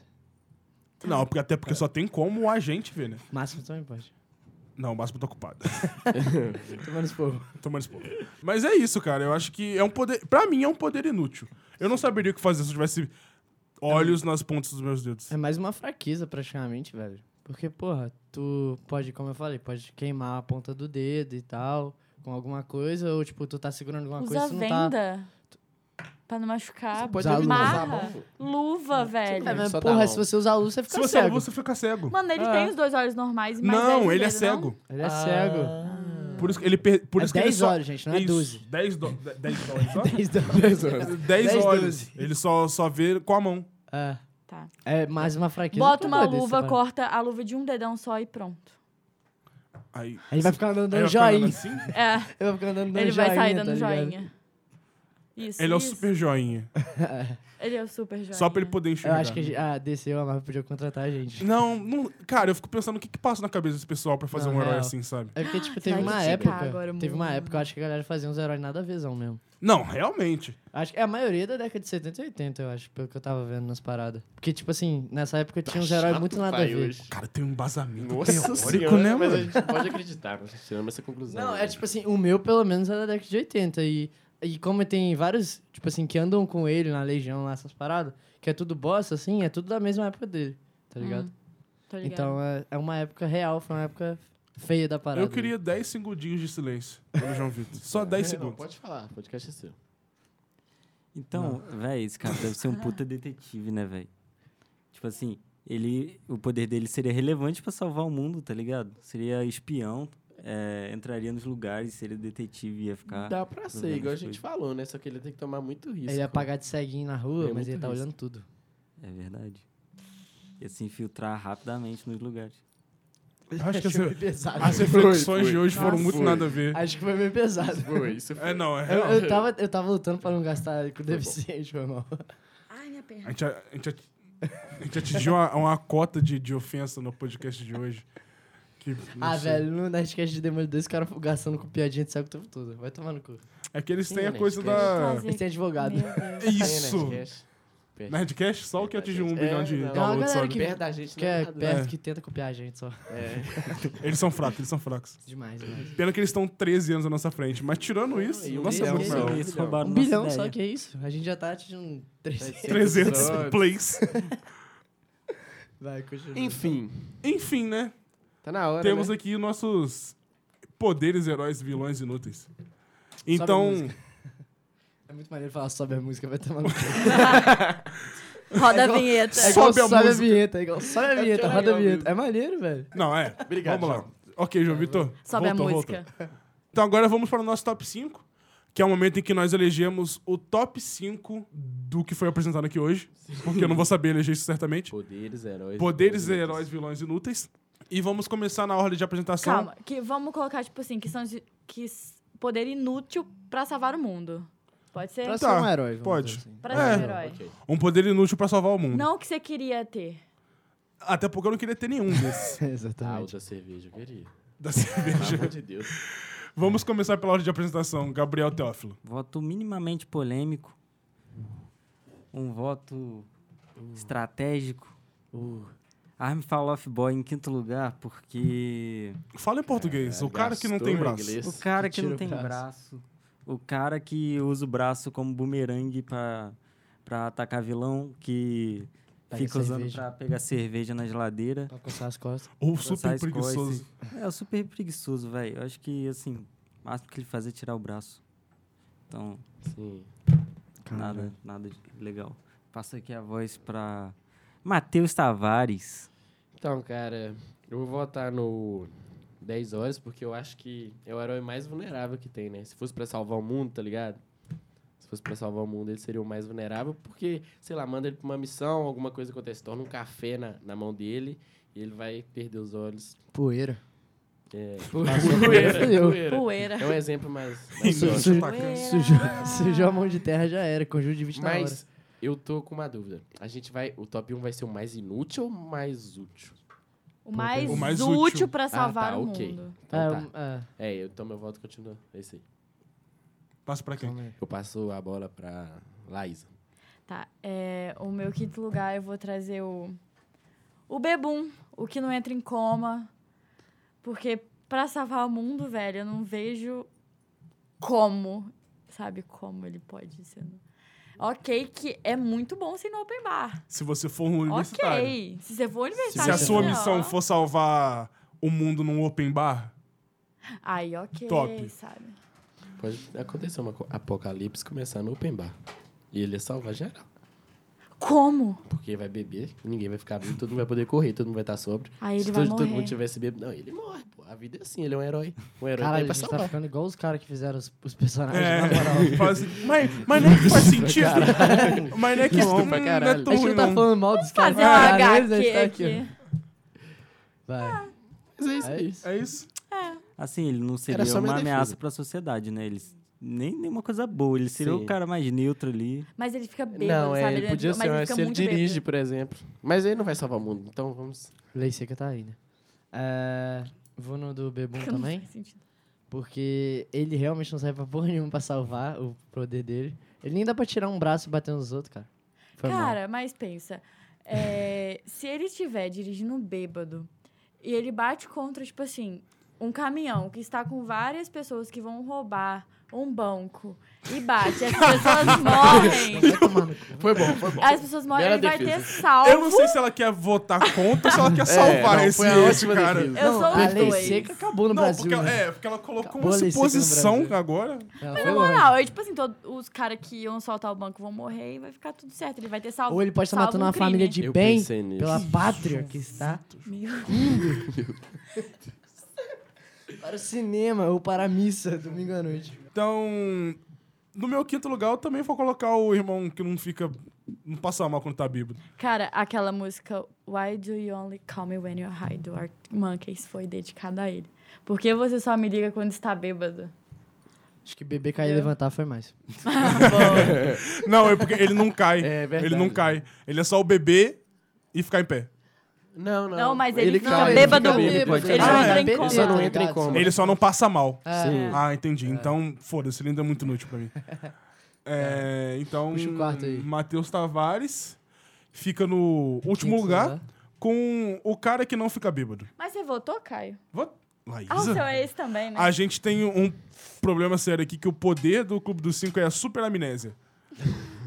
[SPEAKER 1] Não, porque- até porque só tem como a gente ver, né?
[SPEAKER 4] Máximo também pode.
[SPEAKER 1] Não, o Máximo tá ocupado.
[SPEAKER 4] Tomando esporro.
[SPEAKER 1] Tomando esse povo. Mas é isso, cara. Eu acho que é um poder... Pra mim, é um poder inútil. Eu não saberia o que fazer se eu tivesse olhos nas pontas dos meus dedos.
[SPEAKER 4] É mais uma fraqueza, praticamente, velho. Porque, porra, tu pode, como eu falei, pode queimar a ponta do dedo e tal, com alguma coisa, ou, tipo, tu tá segurando alguma
[SPEAKER 2] Usa
[SPEAKER 4] coisa
[SPEAKER 2] a
[SPEAKER 4] e tu não tá...
[SPEAKER 2] venda. Pra não machucar.
[SPEAKER 6] Você pode
[SPEAKER 4] usar a luva.
[SPEAKER 6] usar a
[SPEAKER 2] Barra,
[SPEAKER 6] mão.
[SPEAKER 2] luva, velho.
[SPEAKER 4] É,
[SPEAKER 1] tipo,
[SPEAKER 4] mas,
[SPEAKER 6] Só dá
[SPEAKER 4] porra,
[SPEAKER 6] a
[SPEAKER 4] se
[SPEAKER 6] mão.
[SPEAKER 4] você usar a luz, você fica
[SPEAKER 1] Se você olhar,
[SPEAKER 4] cego.
[SPEAKER 1] você fica cego.
[SPEAKER 2] Mano, ele
[SPEAKER 4] Ah.
[SPEAKER 2] tem os dois olhos normais, mas
[SPEAKER 1] É.
[SPEAKER 2] um
[SPEAKER 1] Não, ele é cego.
[SPEAKER 4] Ele é cego.
[SPEAKER 1] Por isso, que ele, per- Ah, por
[SPEAKER 4] é
[SPEAKER 1] isso que ele
[SPEAKER 4] 10
[SPEAKER 1] só...
[SPEAKER 4] horas, gente, não é
[SPEAKER 1] Isso, *laughs*
[SPEAKER 4] 12.
[SPEAKER 1] 10 do-
[SPEAKER 4] *laughs*
[SPEAKER 1] 10 dólares, ó.
[SPEAKER 4] 10 horas.
[SPEAKER 1] 10
[SPEAKER 4] 10,
[SPEAKER 1] olhos. Ele só, só vê com a mão.
[SPEAKER 4] É.
[SPEAKER 2] Tá.
[SPEAKER 4] É mais uma fraqueza.
[SPEAKER 2] Bota
[SPEAKER 4] pra
[SPEAKER 2] uma
[SPEAKER 4] poder,
[SPEAKER 2] luva,
[SPEAKER 4] você fala.
[SPEAKER 2] corta a luva de um dedão só e pronto.
[SPEAKER 1] Aí...
[SPEAKER 4] Ele vai ficar andando
[SPEAKER 1] aí
[SPEAKER 4] dando
[SPEAKER 1] eu ficava
[SPEAKER 4] joinha.
[SPEAKER 1] assim.
[SPEAKER 4] *laughs*
[SPEAKER 2] É,
[SPEAKER 4] Ele vai ficar andando dando
[SPEAKER 2] ele
[SPEAKER 4] joinha,
[SPEAKER 2] vai sair dando
[SPEAKER 4] tá ligado?
[SPEAKER 2] joinha. Isso,
[SPEAKER 1] Ele é o
[SPEAKER 2] isso.
[SPEAKER 1] super joinha.
[SPEAKER 2] Ele é o super joinha.
[SPEAKER 1] Só pra ele poder enxergar.
[SPEAKER 4] Eu acho que a DC ou a Marvel podia contratar a gente.
[SPEAKER 1] Não, não- cara, eu fico pensando o que que passa na cabeça desse pessoal pra fazer
[SPEAKER 4] Não,
[SPEAKER 1] um herói
[SPEAKER 4] real.
[SPEAKER 1] assim, sabe?
[SPEAKER 4] É porque, tipo, teve
[SPEAKER 2] Vai
[SPEAKER 4] uma
[SPEAKER 2] criticar
[SPEAKER 4] época.
[SPEAKER 2] agora o
[SPEAKER 4] Teve uma
[SPEAKER 2] mundo. né?
[SPEAKER 4] época, eu acho que a galera fazia uns heróis nada a visão mesmo.
[SPEAKER 1] Não, realmente.
[SPEAKER 4] Acho que é a maioria da década de 70 e 80, eu acho, pelo que eu tava vendo nas paradas. Porque, tipo assim, nessa época tinha
[SPEAKER 5] Tá
[SPEAKER 4] uns heróis
[SPEAKER 6] Chato,
[SPEAKER 4] muito nada a
[SPEAKER 6] pai,
[SPEAKER 4] ver.
[SPEAKER 6] hoje.
[SPEAKER 1] Cara, tem um embasamento
[SPEAKER 6] Nossa
[SPEAKER 1] teórico,
[SPEAKER 6] senhora,
[SPEAKER 1] né,
[SPEAKER 6] mas a
[SPEAKER 1] mano?
[SPEAKER 6] gente não
[SPEAKER 5] Pode
[SPEAKER 6] pode
[SPEAKER 5] acreditar, mas tiramos essa conclusão.
[SPEAKER 4] Não, é
[SPEAKER 5] né?
[SPEAKER 4] tipo assim, o meu pelo menos é da década de 80. E, e como tem vários, tipo assim, que andam com ele na Legião, lá, essas paradas, que é tudo bosta, assim, é tudo da mesma época dele, tá ligado?
[SPEAKER 2] Uhum, Tô ligado.
[SPEAKER 4] então é, é uma época real, foi uma época feia da parada.
[SPEAKER 1] Eu queria 10 segundinhos de silêncio pelo João Vitor. Só 10
[SPEAKER 6] É, não,
[SPEAKER 1] segundos.
[SPEAKER 6] pode falar, o podcast é seu.
[SPEAKER 3] Então, véi, esse cara deve ser um puta detetive, né, véi? Tipo assim, ele, o poder dele seria relevante pra salvar o mundo, tá ligado? Seria espião, é, entraria nos lugares, seria detetive, ia ficar...
[SPEAKER 6] Dá pra ser,
[SPEAKER 3] vendo
[SPEAKER 6] igual a
[SPEAKER 3] as
[SPEAKER 6] gente
[SPEAKER 3] coisas.
[SPEAKER 6] falou, né? Só que ele tem que tomar muito risco.
[SPEAKER 4] Ele ia pagar de ceguinho na rua,
[SPEAKER 6] É
[SPEAKER 4] mas
[SPEAKER 6] muito
[SPEAKER 4] ele tá
[SPEAKER 6] risco.
[SPEAKER 4] olhando tudo.
[SPEAKER 3] É verdade. Ia se infiltrar rapidamente nos lugares.
[SPEAKER 4] *laughs*
[SPEAKER 1] Eu acho que
[SPEAKER 4] Achei meio
[SPEAKER 1] essa-
[SPEAKER 4] pesado.
[SPEAKER 1] as
[SPEAKER 6] Foi,
[SPEAKER 1] reflexões
[SPEAKER 6] foi.
[SPEAKER 1] de hoje foram
[SPEAKER 6] Nossa,
[SPEAKER 1] muito
[SPEAKER 6] foi.
[SPEAKER 1] nada a ver.
[SPEAKER 4] *laughs* Acho que foi meio pesado.
[SPEAKER 5] Tipo,
[SPEAKER 6] Foi, isso foi.
[SPEAKER 1] É, não, é
[SPEAKER 4] Eu,
[SPEAKER 1] real.
[SPEAKER 4] eu, tava, eu tava lutando pra não gastar com deficiente, foi mal.
[SPEAKER 2] Ai, minha perna.
[SPEAKER 1] A gente, a, gente ati- a gente atingiu uma, uma cota de, de ofensa no podcast de hoje. Que, não
[SPEAKER 4] Ah,
[SPEAKER 1] sei.
[SPEAKER 4] velho, no Nerdcast de Demolidor, esse cara gastando com piadinha de cego o tempo todo. Vai tomar no cu.
[SPEAKER 1] É que eles
[SPEAKER 6] Sim,
[SPEAKER 1] têm a
[SPEAKER 6] né,
[SPEAKER 1] coisa
[SPEAKER 6] esquece.
[SPEAKER 1] da.
[SPEAKER 2] Fazer-
[SPEAKER 4] Esse é advogado.
[SPEAKER 2] Meu
[SPEAKER 4] *laughs*
[SPEAKER 2] Deus.
[SPEAKER 1] É Isso!
[SPEAKER 5] Perde.
[SPEAKER 1] Nerdcast? Só o que atingiu um
[SPEAKER 6] né? É,
[SPEAKER 1] bilhão de
[SPEAKER 6] não.
[SPEAKER 4] Tem uma
[SPEAKER 1] downloads.
[SPEAKER 4] galera
[SPEAKER 1] sabe?
[SPEAKER 4] que,
[SPEAKER 6] Perto da gente,
[SPEAKER 4] que
[SPEAKER 6] não é
[SPEAKER 4] é
[SPEAKER 5] né?
[SPEAKER 6] nada.
[SPEAKER 4] perto, que tenta copiar a gente só.
[SPEAKER 6] É.
[SPEAKER 1] Eles são fracos, eles são fracos.
[SPEAKER 4] Demais, demais.
[SPEAKER 1] Pena que eles estão 13 anos à nossa frente. Mas tirando isso,
[SPEAKER 6] E um
[SPEAKER 1] nossa, é
[SPEAKER 6] bilhão,
[SPEAKER 1] muito
[SPEAKER 6] sim.
[SPEAKER 1] maior.
[SPEAKER 6] um
[SPEAKER 3] Eles
[SPEAKER 6] bilhão.
[SPEAKER 3] roubaram
[SPEAKER 4] Um
[SPEAKER 3] nossa
[SPEAKER 4] bilhão
[SPEAKER 3] ideia.
[SPEAKER 4] só que é isso. A gente já tá atingindo 300.
[SPEAKER 1] 300
[SPEAKER 6] episódios.
[SPEAKER 1] plays.
[SPEAKER 4] *laughs* Vai, continua.
[SPEAKER 6] Enfim,
[SPEAKER 1] Enfim, né?
[SPEAKER 6] tá na hora.
[SPEAKER 1] Temos
[SPEAKER 6] né?
[SPEAKER 1] aqui nossos poderes, heróis, vilões inúteis. Então,
[SPEAKER 4] É muito maneiro falar sobe a música, vai tomar no
[SPEAKER 1] *laughs*
[SPEAKER 4] cu.
[SPEAKER 2] Roda a vinheta.
[SPEAKER 4] É igual
[SPEAKER 1] Sobe a
[SPEAKER 4] sobe a
[SPEAKER 1] música.
[SPEAKER 4] vinheta, é igual sobe a
[SPEAKER 6] porque
[SPEAKER 4] vinheta,
[SPEAKER 6] é
[SPEAKER 4] roda a
[SPEAKER 6] legal
[SPEAKER 4] vinheta.
[SPEAKER 6] mesmo.
[SPEAKER 4] É maneiro, velho.
[SPEAKER 1] não, é.
[SPEAKER 6] Obrigado,
[SPEAKER 1] Vamos lá. Ok, João Vitor.
[SPEAKER 2] Sobe a
[SPEAKER 1] voltou, voltou.
[SPEAKER 2] música.
[SPEAKER 1] Então agora vamos para o nosso top 5, que é o momento em que nós elegemos o top 5 do que foi apresentado aqui hoje, porque eu não vou saber eleger isso certamente.
[SPEAKER 5] um Poderes, heróis.
[SPEAKER 1] Poderes,
[SPEAKER 5] vilões.
[SPEAKER 1] heróis, vilões inúteis. E vamos começar na ordem de apresentação.
[SPEAKER 2] Calma, que vamos colocar, tipo assim, que são de- que s- poder inútil pra salvar o mundo. Pode ser? Pra,
[SPEAKER 4] Pra ser
[SPEAKER 1] Tá,
[SPEAKER 4] um herói, vamos
[SPEAKER 1] pode.
[SPEAKER 4] dizer assim.
[SPEAKER 1] É.
[SPEAKER 2] ser um herói.
[SPEAKER 5] Ok.
[SPEAKER 1] Um poder inútil para salvar o mundo.
[SPEAKER 2] Não o que você queria ter.
[SPEAKER 1] Até porque eu não queria ter nenhum *laughs* desses
[SPEAKER 5] Ah, o
[SPEAKER 4] *laughs* Exatamente.
[SPEAKER 5] da cerveja, eu *laughs* queria.
[SPEAKER 1] da cerveja.
[SPEAKER 5] Pelo amor de Deus.
[SPEAKER 1] Vamos começar pela ordem de apresentação, Gabriel Teófilo.
[SPEAKER 3] Voto minimamente polêmico. Um voto estratégico. Arm Fall Off Boy em quinto lugar, porque
[SPEAKER 1] Fala em português, o cara que não tem
[SPEAKER 5] É, Gastou
[SPEAKER 1] braço.
[SPEAKER 5] inglês.
[SPEAKER 3] o cara
[SPEAKER 4] que
[SPEAKER 3] que não
[SPEAKER 4] tira
[SPEAKER 3] tem
[SPEAKER 4] o braço.
[SPEAKER 3] braço. o cara que usa o braço como bumerangue pra, pra atacar vilão, que
[SPEAKER 4] Pega
[SPEAKER 3] fica usando
[SPEAKER 4] cerveja.
[SPEAKER 3] pra pegar cerveja na geladeira.
[SPEAKER 4] Pra coçar as costas.
[SPEAKER 5] É
[SPEAKER 1] Ou
[SPEAKER 3] lançar
[SPEAKER 1] super
[SPEAKER 3] as
[SPEAKER 1] preguiçoso.
[SPEAKER 3] coisas. É, o super preguiçoso, velho. Eu acho que, assim, o máximo que ele faz é tirar o braço. Então,
[SPEAKER 5] Sim.
[SPEAKER 3] Nada, nada de legal. Passa aqui a voz pra Matheus Tavares.
[SPEAKER 5] Então, cara, eu vou votar no 10 horas, porque eu acho que é o herói mais vulnerável que tem, né? Se fosse pra salvar o mundo, tá ligado? Se fosse pra salvar o mundo, ele seria o mais vulnerável, porque, sei lá, manda ele pra uma missão, alguma coisa acontece, torna um café na, na mão dele e ele vai perder os
[SPEAKER 6] *laughs*
[SPEAKER 5] olhos.
[SPEAKER 4] Poeira.
[SPEAKER 5] É,
[SPEAKER 4] Poeira. Poeira.
[SPEAKER 2] Poeira.
[SPEAKER 5] É um exemplo mais.
[SPEAKER 6] *laughs*
[SPEAKER 5] mais
[SPEAKER 1] Inútil,
[SPEAKER 5] lógico.
[SPEAKER 4] Su-
[SPEAKER 1] atacante.
[SPEAKER 4] *laughs* Sujou, sujou a mão de terra, já era. Conjunto de 20 na hora.
[SPEAKER 5] Mas eu tô com uma dúvida. A gente vai. O top 1 vai ser o mais inútil ou o mais útil?
[SPEAKER 2] O mais,
[SPEAKER 1] O mais
[SPEAKER 2] útil,
[SPEAKER 1] útil. Ah,
[SPEAKER 2] pra salvar
[SPEAKER 5] tá,
[SPEAKER 2] o
[SPEAKER 5] ok.
[SPEAKER 2] mundo.
[SPEAKER 5] Então
[SPEAKER 4] é,
[SPEAKER 5] tá.
[SPEAKER 4] um- é.
[SPEAKER 5] É, então meu voto continua. É esse aí.
[SPEAKER 1] Passa pra quem?
[SPEAKER 5] Eu passo a bola pra Laísa.
[SPEAKER 2] Tá. é, o meu quinto lugar eu vou trazer o. O bebum, o que não entra em coma. Porque pra salvar o mundo, velho, eu não vejo como. Sabe como ele pode ser. né? Ok, que é muito bom ser no open bar.
[SPEAKER 1] Se você for um universitário.
[SPEAKER 2] Ok. Se você for
[SPEAKER 1] Se
[SPEAKER 4] Tá
[SPEAKER 2] universitário.
[SPEAKER 1] a sua
[SPEAKER 2] ó.
[SPEAKER 1] missão for salvar o mundo num open bar,
[SPEAKER 2] Aí, ok.
[SPEAKER 1] Top.
[SPEAKER 2] Sabe?
[SPEAKER 5] Pode acontecer um apocalipse começar no open bar. E ele ia salvar geral.
[SPEAKER 2] Como?
[SPEAKER 5] Porque vai beber, ninguém vai ficar vivo, todo mundo vai poder correr, todo mundo vai estar sobre.
[SPEAKER 2] Aí ele
[SPEAKER 5] Se
[SPEAKER 2] vai
[SPEAKER 5] todo, todo mundo
[SPEAKER 2] morrer.
[SPEAKER 5] tivesse bebido. Não, ele morre, pô. A vida é assim, ele é um herói. Um herói tá
[SPEAKER 4] Caralho,
[SPEAKER 5] aí
[SPEAKER 4] a
[SPEAKER 5] pra
[SPEAKER 4] gente tá
[SPEAKER 5] salvar.
[SPEAKER 4] ficando igual os caras que fizeram os, os personagens, né?
[SPEAKER 1] É, *laughs*
[SPEAKER 4] na moral.
[SPEAKER 1] fala assim, mas, mas não é que faz sentido. mas não é que
[SPEAKER 5] Isso
[SPEAKER 1] hum,
[SPEAKER 5] pra
[SPEAKER 1] não é
[SPEAKER 5] caralho.
[SPEAKER 1] tão
[SPEAKER 4] A gente
[SPEAKER 1] ruim,
[SPEAKER 4] não tá
[SPEAKER 1] não.
[SPEAKER 4] falando mal dos caras.
[SPEAKER 2] Fazer uma
[SPEAKER 4] Caralho, eles, a
[SPEAKER 2] HQ
[SPEAKER 4] gente tá
[SPEAKER 2] aqui. Ah.
[SPEAKER 4] ó. Vai.
[SPEAKER 5] Mas é isso
[SPEAKER 4] É
[SPEAKER 5] aí.
[SPEAKER 4] isso.
[SPEAKER 1] É isso.
[SPEAKER 3] Assim, ele não seria
[SPEAKER 5] Era só
[SPEAKER 3] uma
[SPEAKER 5] minha defesa.
[SPEAKER 3] ameaça pra sociedade, né? Ele nem nenhuma coisa boa. Ele seria
[SPEAKER 5] Sim.
[SPEAKER 3] o cara mais neutro ali.
[SPEAKER 2] Mas ele fica bêbado,
[SPEAKER 5] Não,
[SPEAKER 2] sabe?
[SPEAKER 5] é, ele podia
[SPEAKER 2] mas
[SPEAKER 5] ser,
[SPEAKER 2] ele
[SPEAKER 5] um-
[SPEAKER 2] fica
[SPEAKER 5] se ele
[SPEAKER 2] muito
[SPEAKER 5] dirige,
[SPEAKER 2] bêbado.
[SPEAKER 5] por exemplo. Mas ele não vai salvar o mundo, então vamos.
[SPEAKER 4] Lei seca tá aí, né? É, vou no do Bebum
[SPEAKER 2] Não
[SPEAKER 4] também.
[SPEAKER 2] faz sentido.
[SPEAKER 4] Porque ele realmente não serve pra porra nenhuma pra salvar o poder dele. Ele nem dá pra tirar um braço e bater nos outros, cara. Foi mal.
[SPEAKER 2] Cara, mas pensa. *laughs* um é, se ele estiver dirigindo bêbado e ele bate contra, tipo assim, um caminhão que está com várias pessoas que vão roubar um banco e bate, as pessoas morrem.
[SPEAKER 4] Vai tomar no cu.
[SPEAKER 6] *laughs* Foi bom, foi
[SPEAKER 5] Ah,
[SPEAKER 6] bom.
[SPEAKER 2] As pessoas morrem,
[SPEAKER 6] Bela
[SPEAKER 2] ele vai ter
[SPEAKER 6] defesa.
[SPEAKER 2] salvo.
[SPEAKER 1] Eu não sei se ela quer votar contra ou se
[SPEAKER 5] É,
[SPEAKER 1] ela quer salvar
[SPEAKER 6] É, não,
[SPEAKER 1] esse
[SPEAKER 6] foi a
[SPEAKER 1] esse
[SPEAKER 6] ótima
[SPEAKER 1] cara.
[SPEAKER 6] defesa.
[SPEAKER 2] Eu sou
[SPEAKER 4] a
[SPEAKER 2] os
[SPEAKER 4] lei
[SPEAKER 2] dois.
[SPEAKER 4] seca acabou no
[SPEAKER 1] não,
[SPEAKER 4] Brasil.
[SPEAKER 1] porque, ela-
[SPEAKER 4] né?
[SPEAKER 1] é, porque ela colocou
[SPEAKER 4] Acabou a
[SPEAKER 1] uma
[SPEAKER 4] lei seca no
[SPEAKER 1] suposição
[SPEAKER 4] Brasil.
[SPEAKER 1] agora.
[SPEAKER 4] Ela
[SPEAKER 2] Mas
[SPEAKER 4] foi
[SPEAKER 2] na
[SPEAKER 4] longe.
[SPEAKER 2] moral, é tipo assim, todos os caras que iam soltar o banco vão morrer e vai ficar tudo certo. Ele vai ter salvo.
[SPEAKER 4] Ou ele pode estar
[SPEAKER 2] salvo
[SPEAKER 4] matando
[SPEAKER 2] um
[SPEAKER 4] uma
[SPEAKER 2] crime.
[SPEAKER 4] família de
[SPEAKER 5] Eu
[SPEAKER 4] bem
[SPEAKER 5] pensei nisso.
[SPEAKER 4] pela pátria que está
[SPEAKER 2] Meu
[SPEAKER 4] para o cinema ou para a missa domingo à noite.
[SPEAKER 1] Então, no meu quinto lugar, eu também vou colocar o irmão que não fica. Não passa mal quando tá bêbado.
[SPEAKER 2] Cara, aquela música Why Do You Only Call Me When You're High do Arctic Monkeys foi dedicada a ele. Por que você só me liga quando está bêbado?
[SPEAKER 4] Acho que beber, cair e
[SPEAKER 2] Eu.
[SPEAKER 4] levantar foi mais.
[SPEAKER 1] Não, é porque ele não
[SPEAKER 4] *laughs*
[SPEAKER 1] cai.
[SPEAKER 6] É verdade.
[SPEAKER 1] ele não cai. Ele é só o bebê e ficar em pé.
[SPEAKER 6] Não, não.
[SPEAKER 2] Não, mas ele fica
[SPEAKER 6] cai,
[SPEAKER 2] bêbado.
[SPEAKER 6] fica
[SPEAKER 2] Ele
[SPEAKER 6] pode
[SPEAKER 2] fica
[SPEAKER 6] cair.
[SPEAKER 2] não entra em
[SPEAKER 4] bebê,
[SPEAKER 2] coma.
[SPEAKER 4] tá
[SPEAKER 2] Ele só
[SPEAKER 5] não entra em
[SPEAKER 4] ligado?
[SPEAKER 5] coma.
[SPEAKER 1] Ele só não passa mal.
[SPEAKER 4] É,
[SPEAKER 5] Sim.
[SPEAKER 1] Ah, entendi. Então, foda-se, ele ainda é muito inútil
[SPEAKER 4] *laughs*
[SPEAKER 1] pra mim. É, então,
[SPEAKER 4] Puxa o quarto aí.
[SPEAKER 1] Matheus Tavares fica no último
[SPEAKER 4] quinto
[SPEAKER 1] lugar com o cara que não fica bêbado.
[SPEAKER 2] Mas você votou, Caio?
[SPEAKER 1] Vou-
[SPEAKER 2] Ah, o seu
[SPEAKER 1] Laísa?
[SPEAKER 2] é esse também, né?
[SPEAKER 1] A gente tem um problema sério aqui, que o poder do Clube dos Cinco é a super amnésia.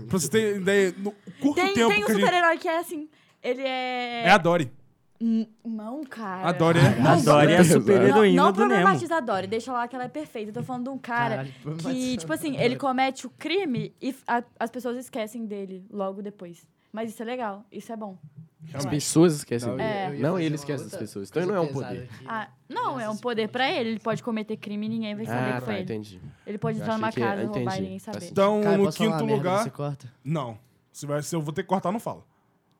[SPEAKER 1] pra você ter ideia, no curto
[SPEAKER 2] Tem,
[SPEAKER 1] tempo
[SPEAKER 2] tem um
[SPEAKER 1] que a gente...
[SPEAKER 2] super-herói que é assim. Ele é.
[SPEAKER 1] É a Dory.
[SPEAKER 2] N- Não, cara.
[SPEAKER 1] A Dory é...
[SPEAKER 3] A Dory é a
[SPEAKER 5] Deus,
[SPEAKER 3] super
[SPEAKER 5] velho.
[SPEAKER 2] Não,
[SPEAKER 3] heroína
[SPEAKER 2] não
[SPEAKER 3] do Nemo.
[SPEAKER 2] problematiza a Dory, deixa lá que ela é perfeita. Eu tô falando de um cara
[SPEAKER 4] Caralho, foi
[SPEAKER 2] que,
[SPEAKER 4] mais-
[SPEAKER 2] tipo assim, ele comete o crime e f- a- as pessoas esquecem dele logo depois. Mas isso é legal, isso é bom.
[SPEAKER 5] As pessoas esquecem
[SPEAKER 4] eu
[SPEAKER 5] dele.
[SPEAKER 4] ia-
[SPEAKER 2] É.
[SPEAKER 4] eu ia
[SPEAKER 5] Não,
[SPEAKER 4] fazer
[SPEAKER 5] ele
[SPEAKER 4] uma
[SPEAKER 5] esquece
[SPEAKER 4] outra
[SPEAKER 5] das pessoas. Então
[SPEAKER 4] coisa
[SPEAKER 5] ele não é um
[SPEAKER 4] pesada
[SPEAKER 5] poder.
[SPEAKER 4] aqui.
[SPEAKER 2] Ah, não, é um poder pra ele, ele pode cometer crime e ninguém vai saber
[SPEAKER 5] Ah,
[SPEAKER 2] que foi
[SPEAKER 5] tá,
[SPEAKER 2] ele.
[SPEAKER 5] entendi.
[SPEAKER 2] Ele pode
[SPEAKER 5] Eu
[SPEAKER 2] entrar numa
[SPEAKER 5] achei que-
[SPEAKER 2] casa, roubar
[SPEAKER 5] entendi. Assim.
[SPEAKER 2] e ninguém saber.
[SPEAKER 5] Faz sentido.
[SPEAKER 1] Então,
[SPEAKER 4] Cara,
[SPEAKER 1] no
[SPEAKER 4] posso falar
[SPEAKER 1] quinto
[SPEAKER 4] uma merda,
[SPEAKER 1] lugar...
[SPEAKER 4] Você corta?
[SPEAKER 1] Não. Se, vai, se eu vou ter que cortar, não fala.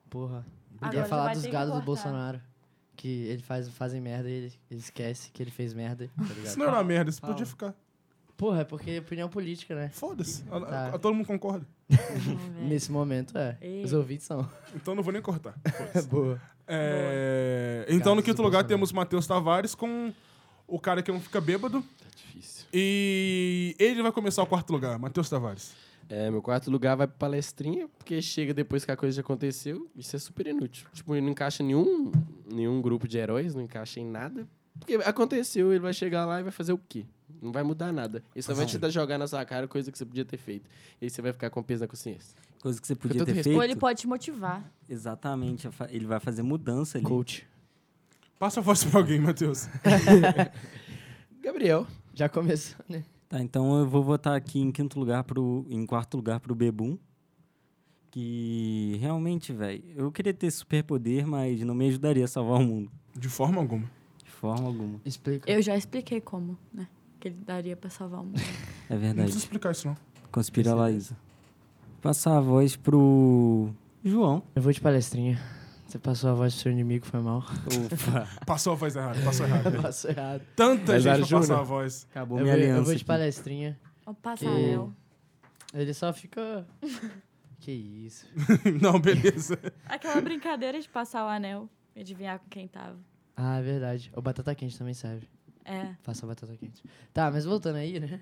[SPEAKER 4] Porra.
[SPEAKER 2] Agora
[SPEAKER 4] Eu ia
[SPEAKER 2] você
[SPEAKER 4] falar
[SPEAKER 2] vai
[SPEAKER 4] dos
[SPEAKER 2] ter que
[SPEAKER 4] gados do
[SPEAKER 2] cortar.
[SPEAKER 4] Bolsonaro. Que ele faz, fazem merda e ele, ele esquece que ele fez merda, tá ligado?
[SPEAKER 2] é
[SPEAKER 1] Isso não era é uma merda, isso
[SPEAKER 4] Fala.
[SPEAKER 1] podia ficar.
[SPEAKER 2] um
[SPEAKER 4] Porra, é porque é opinião política, né?
[SPEAKER 1] Foda-se. A-
[SPEAKER 4] Tá.
[SPEAKER 1] a- a- Todo mundo concorda.
[SPEAKER 2] Não, velho.
[SPEAKER 4] Nesse momento, é.
[SPEAKER 2] Ei.
[SPEAKER 4] Os ouvintes são. *laughs*
[SPEAKER 1] Então não vou nem cortar.
[SPEAKER 4] Boa.
[SPEAKER 1] É, Então, no
[SPEAKER 4] Gatos
[SPEAKER 1] quinto
[SPEAKER 4] do
[SPEAKER 1] lugar,
[SPEAKER 4] Bolsonaro.
[SPEAKER 1] temos Matheus Tavares com o cara que não fica bêbado.
[SPEAKER 5] Tá difícil.
[SPEAKER 1] E ele vai começar o quarto lugar, Matheus Tavares.
[SPEAKER 5] É, meu quarto lugar vai pra palestrinha, porque chega depois que a coisa já aconteceu, isso é super inútil. Tipo, ele não encaixa em nenhum, nenhum grupo de heróis, não encaixa em nada. Porque aconteceu, ele vai chegar lá e vai fazer o quê? Não vai mudar nada. Ele só
[SPEAKER 1] Faz
[SPEAKER 5] vai te
[SPEAKER 1] sentido.
[SPEAKER 5] dar jogar na sua cara coisa que você podia ter feito. E aí você vai ficar com peso na consciência.
[SPEAKER 3] Coisa que você podia
[SPEAKER 5] todo
[SPEAKER 3] ter
[SPEAKER 5] respeito.
[SPEAKER 2] Ou ele
[SPEAKER 3] feito.
[SPEAKER 2] pode te motivar.
[SPEAKER 3] Exatamente. a fa- Ele vai fazer mudança ali.
[SPEAKER 4] Coach.
[SPEAKER 1] Passa a voz pra alguém, Matheus.
[SPEAKER 5] Gabriel.
[SPEAKER 4] Já começou, né?
[SPEAKER 3] Tá, então eu vou votar aqui em quinto lugar pro. Em quarto lugar pro Bebum. Que realmente, velho, eu queria ter superpoder, mas não me ajudaria a salvar o mundo.
[SPEAKER 1] De forma alguma.
[SPEAKER 3] De forma alguma.
[SPEAKER 4] Explica.
[SPEAKER 2] Eu já expliquei como, né? Que ele daria pra salvar o *laughs* mundo.
[SPEAKER 3] É
[SPEAKER 1] Não precisa
[SPEAKER 3] verdade.
[SPEAKER 1] explicar isso, não.
[SPEAKER 3] Conspira a Laísa. Passar a voz pro. João.
[SPEAKER 4] Eu vou de palestrinha. Você passou a voz do seu inimigo, foi mal.
[SPEAKER 3] Opa,
[SPEAKER 1] Passou a voz errada, passou errado.
[SPEAKER 4] *laughs* Passou errado.
[SPEAKER 1] Tanta
[SPEAKER 5] Mas era
[SPEAKER 1] gente pra passar
[SPEAKER 5] Júnior.
[SPEAKER 1] a voz. *laughs*
[SPEAKER 3] acabou
[SPEAKER 4] Eu vou,
[SPEAKER 3] minha aliança.
[SPEAKER 4] eu vou de
[SPEAKER 3] aqui.
[SPEAKER 4] palestrinha.
[SPEAKER 2] O passarel.
[SPEAKER 4] Ele só *laughs* fica. que isso.
[SPEAKER 1] não, beleza.
[SPEAKER 2] Aquela brincadeira de passar o anel e adivinhar com quem tava.
[SPEAKER 4] Ah, é verdade. O batata quente também serve.
[SPEAKER 2] É.
[SPEAKER 4] Faça a batata quente. Tá, mas voltando aí, né?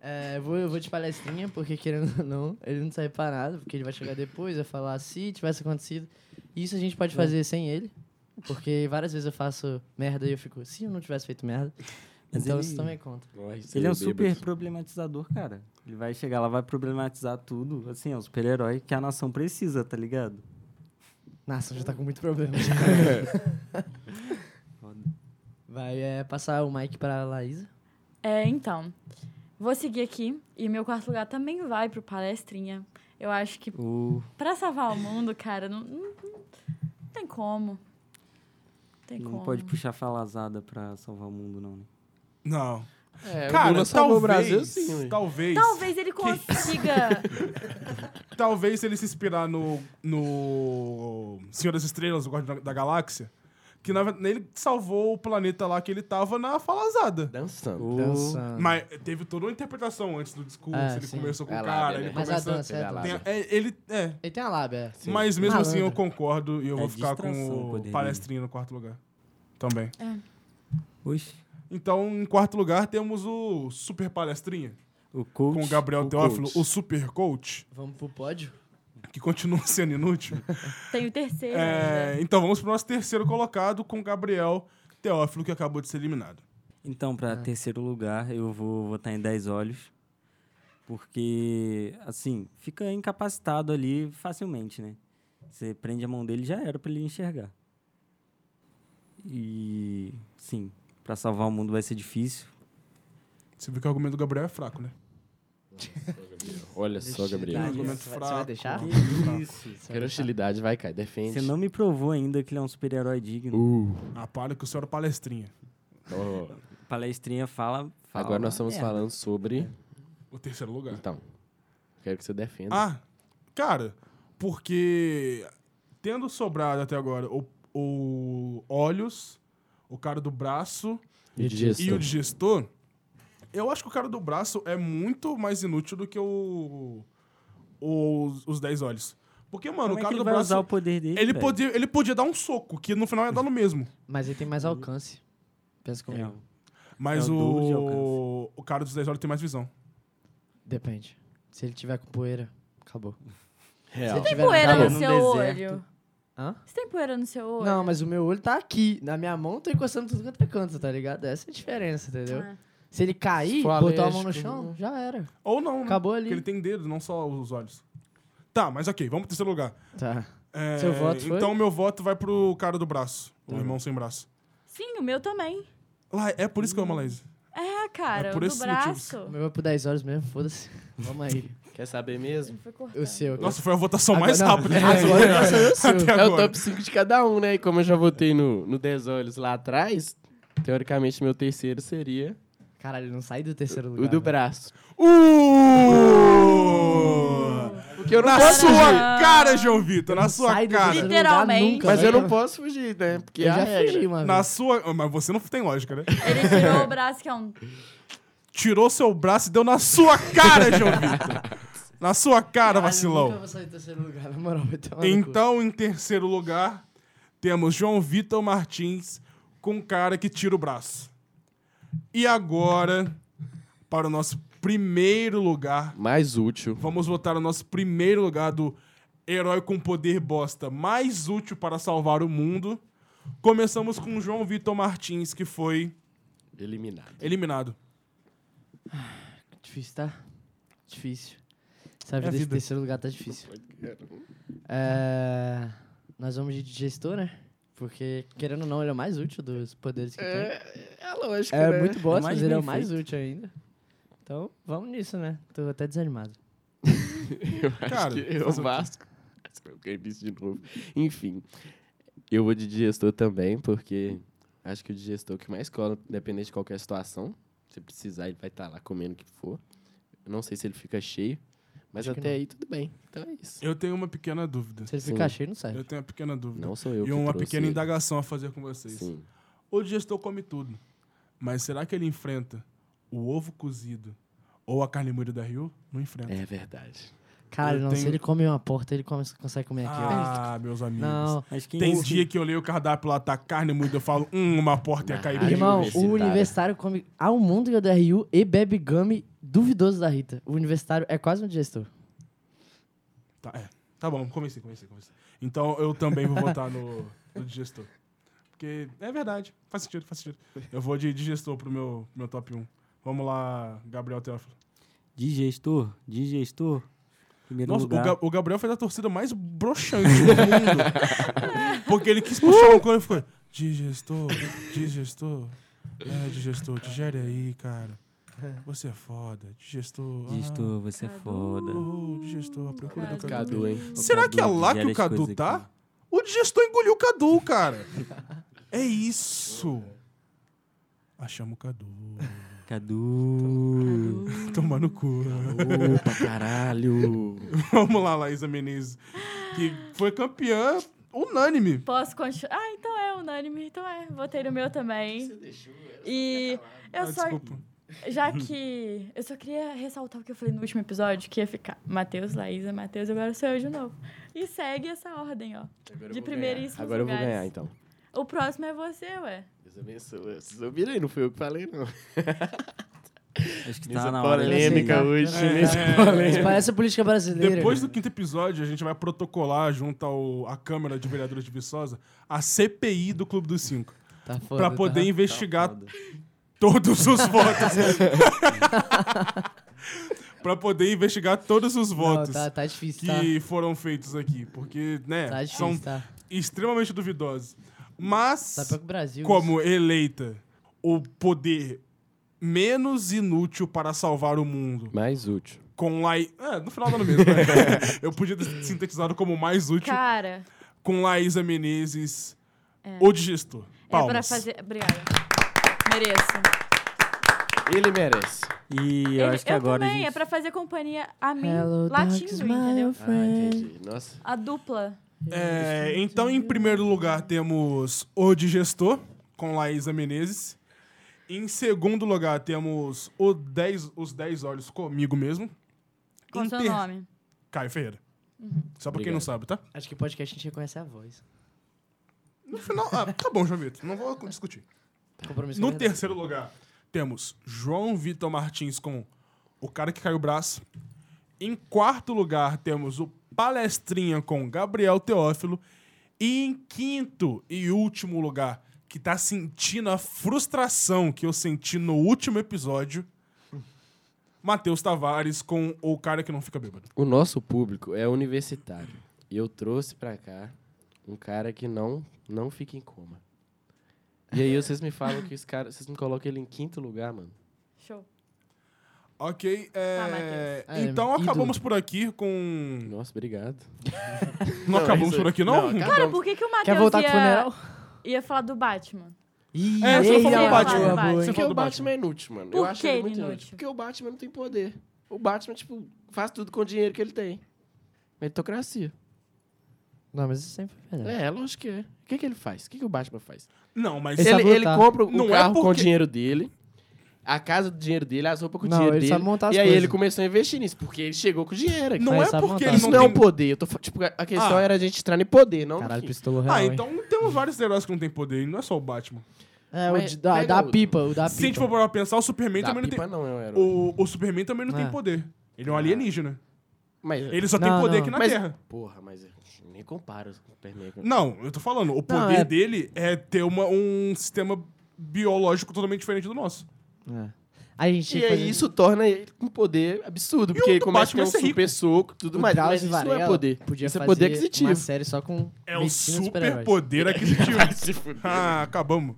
[SPEAKER 4] É, eu, vou, eu vou de palestrinha, porque querendo ou não, ele não sai pra nada, porque ele vai chegar depois, vai falar se tivesse acontecido. Isso a gente pode fazer sem ele, porque várias vezes eu faço merda e eu fico, se eu não tivesse feito merda.
[SPEAKER 3] Mas
[SPEAKER 4] então
[SPEAKER 3] ele-
[SPEAKER 4] isso também conta.
[SPEAKER 3] Ele é um super problematizador, cara. Ele vai chegar lá, vai problematizar tudo. Assim, é um super-herói que a nação precisa, tá ligado?
[SPEAKER 4] Nossa, já tá com muito problema.
[SPEAKER 3] Foda.
[SPEAKER 4] vai é, passar o mic pra Laísa.
[SPEAKER 2] É, então. Vou seguir aqui. E meu quarto lugar também vai pro palestrinha. Eu acho que
[SPEAKER 3] O...
[SPEAKER 2] pra salvar o mundo, cara, não, não, não tem como. Tem
[SPEAKER 3] Não
[SPEAKER 2] É como.
[SPEAKER 3] pode puxar falazada pra salvar o mundo, não, né?
[SPEAKER 1] Não.
[SPEAKER 5] É, o
[SPEAKER 1] Cara,
[SPEAKER 5] Lula
[SPEAKER 1] talvez,
[SPEAKER 5] salvou o Brasil, sim. ué.
[SPEAKER 1] talvez.
[SPEAKER 2] Talvez ele consiga.
[SPEAKER 5] *laughs*
[SPEAKER 1] Talvez se ele se inspirar no, no Senhor das Estrelas, o Guardião da, da Galáxia, que na, verdade ele salvou o planeta lá que ele tava na falazada.
[SPEAKER 5] Dançando.
[SPEAKER 3] O-
[SPEAKER 5] Ah.
[SPEAKER 4] Dançando.
[SPEAKER 1] Mas teve toda uma interpretação antes do discurso,
[SPEAKER 4] É,
[SPEAKER 1] ele
[SPEAKER 4] sim.
[SPEAKER 1] conversou com
[SPEAKER 5] É
[SPEAKER 1] o
[SPEAKER 5] a
[SPEAKER 1] cara,
[SPEAKER 5] lábia,
[SPEAKER 1] ele
[SPEAKER 5] né?
[SPEAKER 4] Mas a
[SPEAKER 1] conversou...
[SPEAKER 4] dança é a
[SPEAKER 5] Pegar lá,
[SPEAKER 4] dança.
[SPEAKER 5] né?
[SPEAKER 1] Tem- é, ele... É,
[SPEAKER 4] Ele tem a lábia, é.
[SPEAKER 5] Sim.
[SPEAKER 1] mas mesmo assim eu
[SPEAKER 4] Malandro.
[SPEAKER 1] concordo e eu
[SPEAKER 3] É
[SPEAKER 1] vou ficar
[SPEAKER 3] distração o
[SPEAKER 1] com
[SPEAKER 3] poder
[SPEAKER 1] o
[SPEAKER 3] dele.
[SPEAKER 1] palestrinho no quarto lugar. Também.
[SPEAKER 3] Oxe,
[SPEAKER 1] Então, em quarto lugar, temos o Super Palestrinha,
[SPEAKER 3] o coach...
[SPEAKER 1] com o Gabriel
[SPEAKER 5] o
[SPEAKER 1] Teófilo,
[SPEAKER 5] coach.
[SPEAKER 1] o Super Coach,
[SPEAKER 4] Vamos pro pódio?
[SPEAKER 1] que continua *laughs* sendo inútil.
[SPEAKER 2] tem o terceiro.
[SPEAKER 1] É, então vamos pro nosso terceiro colocado com o Gabriel Teófilo, que acabou de ser eliminado.
[SPEAKER 3] Então, para terceiro lugar, eu vou votar em 10 olhos. Porque, assim, fica incapacitado ali facilmente, né? Você prende a mão dele, já era para ele enxergar. E, sim, para salvar o mundo vai ser difícil.
[SPEAKER 1] Você viu que o argumento do Gabriel é fraco, né?
[SPEAKER 5] Olha só, Gabriel.
[SPEAKER 1] Um argumento
[SPEAKER 4] Você vai- você
[SPEAKER 1] fraco.
[SPEAKER 4] vai deixar?
[SPEAKER 1] fraco.
[SPEAKER 5] Crustilidade, vai, Kai, defende.
[SPEAKER 3] Você não me provou ainda que ele é um super-herói digno.
[SPEAKER 5] Uh,
[SPEAKER 1] Ah, para que o senhor é palestrinha.
[SPEAKER 5] ó,
[SPEAKER 3] Palestrinha fala, fala. É.
[SPEAKER 5] agora nós estamos
[SPEAKER 3] merda.
[SPEAKER 5] falando sobre.
[SPEAKER 1] O terceiro lugar.
[SPEAKER 5] Então, quero que você defenda.
[SPEAKER 1] Ah, cara, porque tendo sobrado até agora o, o Olhos, o cara do braço
[SPEAKER 5] e disso.
[SPEAKER 1] e o digestor, eu acho que o cara do braço é muito mais inútil do que o, os, os dez olhos. Porque, mano, o
[SPEAKER 3] Como é que
[SPEAKER 1] cara
[SPEAKER 3] ele
[SPEAKER 1] do
[SPEAKER 3] vai
[SPEAKER 1] braço...
[SPEAKER 3] usar o poder dele,
[SPEAKER 1] Ele
[SPEAKER 3] velho?
[SPEAKER 1] podia, ele podia dar um soco, que no final ia dar no mesmo.
[SPEAKER 4] Mas ele tem mais alcance. Pensa comigo.
[SPEAKER 3] É,
[SPEAKER 1] Mas
[SPEAKER 3] É o dobro de
[SPEAKER 1] o, o cara dos 10 olhos tem mais visão.
[SPEAKER 4] Depende. Se ele tiver com poeira, acabou.
[SPEAKER 5] Real.
[SPEAKER 4] Se ele tiver
[SPEAKER 2] Poeira
[SPEAKER 3] Tava
[SPEAKER 2] no
[SPEAKER 3] num
[SPEAKER 2] seu
[SPEAKER 3] deserto.
[SPEAKER 2] olho.
[SPEAKER 4] Hã?
[SPEAKER 2] Você tem poeira no seu olho?
[SPEAKER 4] Não, mas o meu olho tá aqui. Na minha mão, tô encostando tudo quanto é canto, tá ligado? Essa é a diferença, entendeu?
[SPEAKER 2] Ah.
[SPEAKER 4] Se ele cair,
[SPEAKER 6] Se for
[SPEAKER 4] botou a mão no
[SPEAKER 6] alérgico,
[SPEAKER 4] chão,
[SPEAKER 6] né?
[SPEAKER 4] já era.
[SPEAKER 1] Ou não, né?
[SPEAKER 4] Acabou ali.
[SPEAKER 1] Porque ele tem dedo, não só os olhos. Tá, mas ok, vamos pro terceiro lugar.
[SPEAKER 4] Tá.
[SPEAKER 1] É,
[SPEAKER 4] Seu voto foi?
[SPEAKER 1] Então meu voto vai pro cara do braço, o irmão sem braço.
[SPEAKER 2] Sim, o meu também.
[SPEAKER 1] Lá, é por isso que eu amo a Laís.
[SPEAKER 2] Ah, cara,
[SPEAKER 1] É por
[SPEAKER 2] o do
[SPEAKER 1] esses
[SPEAKER 2] braço.
[SPEAKER 4] O meu vai por 10 horas mesmo,
[SPEAKER 5] *laughs*
[SPEAKER 4] foda-se. Vamos aí.
[SPEAKER 5] Quer saber mesmo?
[SPEAKER 2] Foi cortado.
[SPEAKER 4] O seu.
[SPEAKER 1] Nossa, foi a votação
[SPEAKER 4] Agora-
[SPEAKER 1] mais
[SPEAKER 4] não,
[SPEAKER 1] rápida.
[SPEAKER 4] agora eu
[SPEAKER 5] *laughs*
[SPEAKER 4] quero saber o seu.
[SPEAKER 1] Até
[SPEAKER 5] É o
[SPEAKER 1] agora.
[SPEAKER 5] top 5 de cada um, né? E como eu já votei no, no 10 olhos lá atrás, teoricamente meu terceiro seria
[SPEAKER 4] Caralho, não sai do terceiro lugar.
[SPEAKER 5] o do
[SPEAKER 4] né?
[SPEAKER 5] braço.
[SPEAKER 1] *laughs* Uh!
[SPEAKER 5] Porque eu não
[SPEAKER 1] Na
[SPEAKER 5] posso
[SPEAKER 1] sua
[SPEAKER 5] fugir.
[SPEAKER 1] cara, João Vitor, na sua
[SPEAKER 4] Sai do
[SPEAKER 1] cara.
[SPEAKER 4] terceiro
[SPEAKER 2] Literalmente.
[SPEAKER 4] lugar nunca,
[SPEAKER 5] Mas eu
[SPEAKER 4] velho.
[SPEAKER 5] não posso fugir, né? Porque
[SPEAKER 4] Eu
[SPEAKER 5] é a
[SPEAKER 4] já
[SPEAKER 5] regra.
[SPEAKER 4] fugi uma
[SPEAKER 1] Na
[SPEAKER 4] vez.
[SPEAKER 1] sua. Ah, Mas você não tem lógica, né?
[SPEAKER 2] Ele tirou o braço, que é um.
[SPEAKER 1] Tirou seu braço e deu na sua cara, João Vitor. Na sua cara,
[SPEAKER 4] Eu nunca
[SPEAKER 1] vacilão.
[SPEAKER 4] vou sair do terceiro lugar, na moral. Vai tomar no cu.
[SPEAKER 1] Então, em terceiro lugar, temos João Vitor Martins com um cara que tira o braço. E agora, para o nosso primeiro lugar,
[SPEAKER 5] Mais útil.
[SPEAKER 1] vamos votar o nosso primeiro lugar do herói com poder bosta mais útil para salvar o mundo. Começamos com o João Vitor Martins, que foi
[SPEAKER 5] Eliminado.
[SPEAKER 1] eliminado.
[SPEAKER 4] Difícil, tá? Difícil.
[SPEAKER 1] É
[SPEAKER 4] Essa
[SPEAKER 1] a
[SPEAKER 4] vida desse
[SPEAKER 1] vida.
[SPEAKER 4] terceiro lugar tá difícil. É... Nós vamos de digestor, né? Porque, querendo ou não, ele é o mais útil dos poderes que tem.
[SPEAKER 5] É, é lógico,
[SPEAKER 4] É
[SPEAKER 5] né?
[SPEAKER 4] muito bosta,
[SPEAKER 3] mais
[SPEAKER 4] mas ele é o
[SPEAKER 3] bem
[SPEAKER 4] mais útil ainda. Então, vamos nisso, né? Tô até desanimado.
[SPEAKER 5] Eu acho
[SPEAKER 1] Cara,
[SPEAKER 5] que eu, o Vasco. Eu fiquei visto de novo. Enfim, eu vou de digestor também, porque acho que o digestor que mais cola, dependendo de qualquer situação, se precisar, ele vai estar lá comendo o que for. Eu não sei se ele fica cheio, mas
[SPEAKER 4] Acho que
[SPEAKER 5] até
[SPEAKER 4] não.
[SPEAKER 5] aí tudo bem. Então é isso.
[SPEAKER 1] Eu tenho uma pequena dúvida.
[SPEAKER 4] Se ele
[SPEAKER 5] Sim.
[SPEAKER 4] ficar cheio, não sai.
[SPEAKER 1] Eu tenho uma pequena dúvida.
[SPEAKER 5] Não sou eu
[SPEAKER 1] e
[SPEAKER 5] que
[SPEAKER 1] uma
[SPEAKER 5] trouxe
[SPEAKER 1] pequena
[SPEAKER 5] ele.
[SPEAKER 1] indagação a fazer com vocês.
[SPEAKER 5] Sim.
[SPEAKER 1] O digestor come tudo. Mas será que ele enfrenta o ovo cozido ou a carne moída da Rio? Não enfrenta.
[SPEAKER 5] É verdade.
[SPEAKER 4] Cara,
[SPEAKER 1] eu
[SPEAKER 4] não, se
[SPEAKER 1] tenho-
[SPEAKER 4] ele come uma porta, ele come- consegue comer aqui.
[SPEAKER 5] é
[SPEAKER 1] ah, meus amigos.
[SPEAKER 4] não.
[SPEAKER 3] Acho que
[SPEAKER 1] Tem
[SPEAKER 3] o-
[SPEAKER 1] dia que eu leio o cardápio lá, tá carne moída, eu falo, hum, uma porta ia
[SPEAKER 5] Na
[SPEAKER 1] cair.
[SPEAKER 5] rádio.
[SPEAKER 1] bem."
[SPEAKER 4] Irmão, o
[SPEAKER 5] universitário.
[SPEAKER 4] universitário come ao mundo da DRU e bebe gummy duvidoso da Rita. O universitário é quase um digestor.
[SPEAKER 1] Tá, é. Tá bom, comecei, comecei, comecei. Então eu também vou votar no, no digestor. Porque é verdade, faz sentido, faz sentido. Eu vou de digestor pro meu, pro meu top 1. Vamos lá, Gabriel Teófilo.
[SPEAKER 3] Digestor, digestor. Primeiro
[SPEAKER 1] Nossa, o,
[SPEAKER 3] lugar.
[SPEAKER 1] Ga- o Gabriel fez a torcida mais broxante do mundo.
[SPEAKER 3] *laughs*
[SPEAKER 1] Porque ele quis puxar uma coisa e ficou. Digestor, digestor. É, digestor, digere aí, cara. Você é foda. Digestor. ah,
[SPEAKER 3] Digestor, você é foda.
[SPEAKER 1] oh, digestor, a procura do
[SPEAKER 2] Cadu.
[SPEAKER 1] Cadu.
[SPEAKER 5] Cadu, hein?
[SPEAKER 3] Ô,
[SPEAKER 1] Será
[SPEAKER 3] Cadu,
[SPEAKER 1] que é lá
[SPEAKER 3] digere
[SPEAKER 1] que o
[SPEAKER 3] as
[SPEAKER 1] Cadu
[SPEAKER 3] coisas
[SPEAKER 1] tá?
[SPEAKER 3] aqui.
[SPEAKER 1] O digestor engoliu o Cadu, cara. É isso. Achamos o Cadu.
[SPEAKER 3] *laughs* Cadu.
[SPEAKER 1] Tomar no cu.
[SPEAKER 5] Opa, caralho!
[SPEAKER 1] Vamos lá, Laísa Menezes. Que foi campeã unânime.
[SPEAKER 2] Posso continuar? Ah, então é unânime. Então é. Votei no meu também. Você deixou. E eu
[SPEAKER 1] Ah,
[SPEAKER 2] só.
[SPEAKER 1] desculpa.
[SPEAKER 2] Já que. Eu só queria ressaltar o que eu falei no último episódio, que ia ficar Matheus, Laísa, Matheus, agora sou eu de novo. E segue essa ordem, ó. De primeiríssimos
[SPEAKER 5] Agora eu vou
[SPEAKER 2] lugares.
[SPEAKER 5] ganhar, então.
[SPEAKER 2] O próximo é você, ué.
[SPEAKER 5] Deus abençoe. Vocês ouviram aí, não foi eu que falei, não.
[SPEAKER 3] Acho que
[SPEAKER 1] é
[SPEAKER 3] tá
[SPEAKER 5] Nessa
[SPEAKER 3] na hora. de
[SPEAKER 5] polêmica
[SPEAKER 4] aceitar.
[SPEAKER 5] hoje,
[SPEAKER 4] É.
[SPEAKER 5] nesse
[SPEAKER 4] Isso parece a política brasileira.
[SPEAKER 1] Depois do quinto episódio, a gente vai protocolar junto ao, à Câmara de Vereadores de Viçosa a CPI do Clube dos Cinco.
[SPEAKER 4] tá foda,
[SPEAKER 1] Pra poder
[SPEAKER 4] tá.
[SPEAKER 1] investigar
[SPEAKER 3] foda.
[SPEAKER 1] todos os votos. *laughs* pra poder investigar todos os votos
[SPEAKER 4] Não, tá, tá difícil, tá?
[SPEAKER 1] que foram feitos aqui. Porque, né,
[SPEAKER 4] Tá difícil,
[SPEAKER 1] são
[SPEAKER 4] tá?
[SPEAKER 1] extremamente duvidosos. Mas,
[SPEAKER 4] Tá pior que o Brasil.
[SPEAKER 1] como eleita, o poder menos inútil para salvar o mundo.
[SPEAKER 5] Mais útil.
[SPEAKER 1] Com Laís... É, no final do ano mesmo. né? Eu podia ter sintetizado como mais útil.
[SPEAKER 2] Cara,
[SPEAKER 1] Com Laísa Menezes, o digestor.
[SPEAKER 2] é pra
[SPEAKER 1] Palmas.
[SPEAKER 2] fazer. Obrigada. Mereço.
[SPEAKER 5] Ele merece.
[SPEAKER 3] E eu
[SPEAKER 2] Ele-
[SPEAKER 3] acho que agora
[SPEAKER 2] também,
[SPEAKER 3] a gente...
[SPEAKER 2] é pra fazer companhia a mim,
[SPEAKER 4] Hello, dark
[SPEAKER 2] latindo,
[SPEAKER 4] smile
[SPEAKER 2] entendeu?
[SPEAKER 5] Ah, entendi. Nossa.
[SPEAKER 2] A dupla.
[SPEAKER 1] É, então, em primeiro lugar, temos O Digestor, com Laísa Menezes. Em segundo lugar, temos o 10 Os 10 Olhos comigo mesmo.
[SPEAKER 2] Qual o seu
[SPEAKER 1] Inter-
[SPEAKER 2] nome? Uhum.
[SPEAKER 1] Caio Ferreira. Só pra quem
[SPEAKER 5] Obrigado.
[SPEAKER 1] não sabe, tá?
[SPEAKER 4] Acho que podcast a gente reconhece a voz.
[SPEAKER 1] No final, ah, tá bom, João Vitor. Não vou discutir.
[SPEAKER 4] Compromisso
[SPEAKER 1] No
[SPEAKER 4] com a é verdade.
[SPEAKER 1] terceiro lugar, temos João Vitor Martins com O Cara Que Caiu o Braço. Em quarto lugar, temos o Palestrinha com Gabriel Teófilo. E em quinto e último lugar, que tá sentindo a frustração que eu senti no último episódio, Matheus Tavares com O Cara Que Não Fica Bêbado.
[SPEAKER 5] O nosso público é universitário. E eu trouxe pra cá um cara que não, não fica em coma. E aí vocês me falam que os caras. Vocês me colocam ele em quinto lugar, mano.
[SPEAKER 2] Show.
[SPEAKER 1] Ok,
[SPEAKER 6] Ah,
[SPEAKER 1] é...
[SPEAKER 4] Tá, Matheus.
[SPEAKER 1] então
[SPEAKER 4] É,
[SPEAKER 1] acabamos por aqui com...
[SPEAKER 5] Nossa, obrigado.
[SPEAKER 1] Não, acabamos por aqui, Hum. não?
[SPEAKER 5] Então,
[SPEAKER 2] Cara, É, por que, que o Matheus
[SPEAKER 4] Quer voltar
[SPEAKER 2] ia...
[SPEAKER 4] pro funeral?
[SPEAKER 2] ia falar do Batman?
[SPEAKER 4] Ih,
[SPEAKER 1] É, você
[SPEAKER 4] ei,
[SPEAKER 1] falou
[SPEAKER 4] ó,
[SPEAKER 1] do Batman.
[SPEAKER 4] boa,
[SPEAKER 2] Batman.
[SPEAKER 4] boa, hein?
[SPEAKER 1] Você
[SPEAKER 6] Porque
[SPEAKER 1] falou
[SPEAKER 6] o
[SPEAKER 1] do
[SPEAKER 6] Batman é inútil, mano.
[SPEAKER 2] Por
[SPEAKER 6] eu acho
[SPEAKER 2] que
[SPEAKER 6] ele
[SPEAKER 2] ele
[SPEAKER 6] muito inútil?
[SPEAKER 2] inútil?
[SPEAKER 6] Porque o Batman não tem poder. O Batman, tipo, faz tudo com o dinheiro que ele tem. Meritocracia.
[SPEAKER 4] Não, mas isso sempre foi verdade.
[SPEAKER 6] É, lógico que é. O que, que ele faz? O que, que o Batman faz?
[SPEAKER 1] Não, mas...
[SPEAKER 4] Esse- é
[SPEAKER 6] Ele,
[SPEAKER 4] sabe
[SPEAKER 6] ele
[SPEAKER 4] lutar.
[SPEAKER 6] compra o
[SPEAKER 1] Não é
[SPEAKER 6] carro com o
[SPEAKER 1] porque-
[SPEAKER 6] dinheiro dele, a casa do dinheiro dele, as roupas com o
[SPEAKER 4] Não,
[SPEAKER 6] dinheiro
[SPEAKER 4] ele
[SPEAKER 6] dele.
[SPEAKER 4] sabe montar as
[SPEAKER 6] e aí
[SPEAKER 4] coisas.
[SPEAKER 6] ele começou a investir nisso, porque ele chegou com o dinheiro. aqui.
[SPEAKER 1] Não
[SPEAKER 4] Mas
[SPEAKER 1] é
[SPEAKER 4] sabe
[SPEAKER 1] porque
[SPEAKER 4] montar.
[SPEAKER 1] ele
[SPEAKER 6] Isso
[SPEAKER 1] não
[SPEAKER 6] não,
[SPEAKER 1] tem
[SPEAKER 6] é um poder. Eu tô, fa- tipo, a questão
[SPEAKER 1] Ah.
[SPEAKER 6] era a gente entrar em poder, não.
[SPEAKER 4] Caralho,
[SPEAKER 6] que-
[SPEAKER 4] pistolou real,
[SPEAKER 1] Ah,
[SPEAKER 4] hein?
[SPEAKER 1] então temos vários heróis que não tem poder, e não é só o Batman.
[SPEAKER 4] É, o
[SPEAKER 6] Mas
[SPEAKER 4] de- da,
[SPEAKER 6] pega
[SPEAKER 4] da
[SPEAKER 6] o-
[SPEAKER 4] pipa, o da pipa.
[SPEAKER 1] Se a gente for parar pra pensar, o Superman
[SPEAKER 6] Da
[SPEAKER 1] também não
[SPEAKER 6] pipa
[SPEAKER 1] Então tem.
[SPEAKER 6] não é um herói.
[SPEAKER 1] O, o Superman também não
[SPEAKER 4] É.
[SPEAKER 1] tem poder. Ele é um alienígena.
[SPEAKER 6] Mas,
[SPEAKER 5] É.
[SPEAKER 1] Ele só tem
[SPEAKER 4] Não,
[SPEAKER 1] poder
[SPEAKER 4] não.
[SPEAKER 1] aqui na
[SPEAKER 6] Mas-
[SPEAKER 1] Terra.
[SPEAKER 6] Porra, mas eu nem comparo o Superman com...
[SPEAKER 1] Não, eu tô falando. O poder
[SPEAKER 4] é-
[SPEAKER 1] dele é ter uma, um sistema biológico totalmente diferente do nosso.
[SPEAKER 4] É. A gente
[SPEAKER 1] tipo,
[SPEAKER 6] E aí isso torna ele um poder absurdo, porque ele
[SPEAKER 1] do
[SPEAKER 6] começa
[SPEAKER 1] Batman
[SPEAKER 6] a ter
[SPEAKER 1] ser
[SPEAKER 6] um
[SPEAKER 1] rico?
[SPEAKER 6] super soco e tudo mais. Mas isso não é poder.
[SPEAKER 4] Podia
[SPEAKER 6] isso é
[SPEAKER 4] fazer
[SPEAKER 6] poder
[SPEAKER 4] uma
[SPEAKER 6] aquisitivo.
[SPEAKER 4] série só com
[SPEAKER 1] É um
[SPEAKER 4] medicina e
[SPEAKER 1] super
[SPEAKER 4] super-heróis.
[SPEAKER 1] poder aquisitivo. ah, acabamos.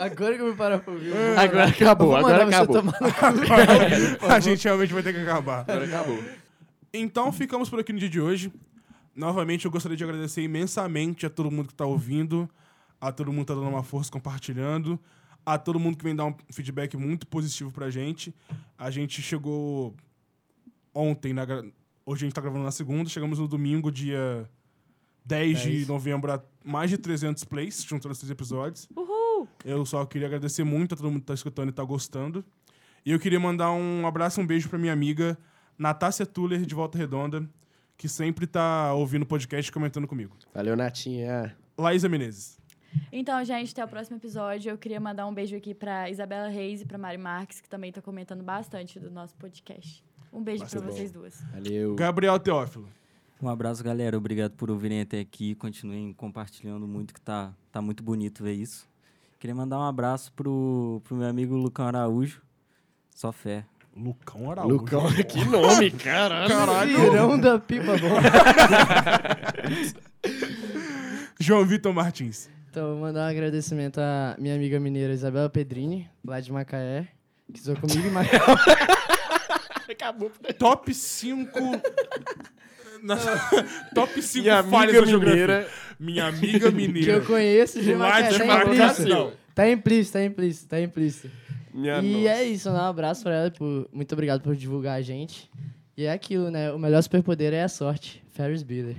[SPEAKER 4] Agora que eu me paro pra ouvir.
[SPEAKER 6] Agora acabou,
[SPEAKER 4] Vou mandar
[SPEAKER 6] agora
[SPEAKER 4] você
[SPEAKER 6] acabou.
[SPEAKER 4] tomar no cu.
[SPEAKER 1] *laughs* A gente realmente vai ter que acabar.
[SPEAKER 6] Agora acabou.
[SPEAKER 1] Então, ficamos por aqui no dia de hoje. Novamente, eu gostaria de agradecer imensamente a todo mundo que está ouvindo, a todo mundo que está dando uma força compartilhando, a todo mundo que vem dar um feedback muito positivo pra gente. A gente chegou ontem, na gra- hoje a gente tá gravando na segunda, chegamos no domingo, dia 10 de
[SPEAKER 4] Dez.
[SPEAKER 1] novembro, a mais de 300 plays, juntando esses episódios.
[SPEAKER 2] Uhul!
[SPEAKER 1] Eu só queria agradecer muito a todo mundo que tá escutando e tá gostando. E eu queria mandar um abraço e um beijo pra minha amiga Natácia Tuller, de Volta Redonda, que sempre tá ouvindo o podcast e comentando comigo.
[SPEAKER 5] Valeu, Natinha.
[SPEAKER 1] Laísa Menezes.
[SPEAKER 2] Então, gente, até o próximo episódio. Eu queria mandar um beijo aqui pra Isabela Reis e pra Mari Marques, que também tá comentando bastante do nosso podcast. Um beijo
[SPEAKER 1] Bastante
[SPEAKER 2] pra
[SPEAKER 1] bom.
[SPEAKER 2] vocês duas.
[SPEAKER 5] Valeu.
[SPEAKER 1] Gabriel Teófilo.
[SPEAKER 3] Um abraço, galera. Obrigado por ouvirem até aqui. Continuem compartilhando muito, que tá, tá muito bonito ver isso. Queria mandar um abraço pro, pro meu amigo Lucão Araújo. Só fé.
[SPEAKER 1] Lucão Araújo.
[SPEAKER 5] Lucão, que nome, caralho.
[SPEAKER 4] Cirão da pipa, bom.
[SPEAKER 1] João Vitor Martins.
[SPEAKER 4] Então, vou mandar um agradecimento à minha amiga mineira Isabela Pedrini, lá de Macaé, que zoou comigo
[SPEAKER 1] *laughs*
[SPEAKER 4] e Macaé.
[SPEAKER 6] Acabou.
[SPEAKER 1] Top 5. Na- *laughs* Top 5
[SPEAKER 6] Minha
[SPEAKER 1] falhas da
[SPEAKER 6] amiga
[SPEAKER 1] geografia.
[SPEAKER 6] mineira...
[SPEAKER 1] Minha amiga
[SPEAKER 4] que
[SPEAKER 1] mineira.
[SPEAKER 4] eu conheço de
[SPEAKER 1] Lá
[SPEAKER 4] Macaé.
[SPEAKER 1] de
[SPEAKER 4] tá
[SPEAKER 1] Macaé.
[SPEAKER 4] implícito.
[SPEAKER 1] Não.
[SPEAKER 4] Tá implícito, tá implícito, tá implícito.
[SPEAKER 6] Minha
[SPEAKER 4] e
[SPEAKER 6] nossa.
[SPEAKER 4] é isso, né? um abraço pra ela. e Por... Muito obrigado por divulgar a gente. E é aquilo, né? O melhor superpoder é a sorte. Ferris Bueller.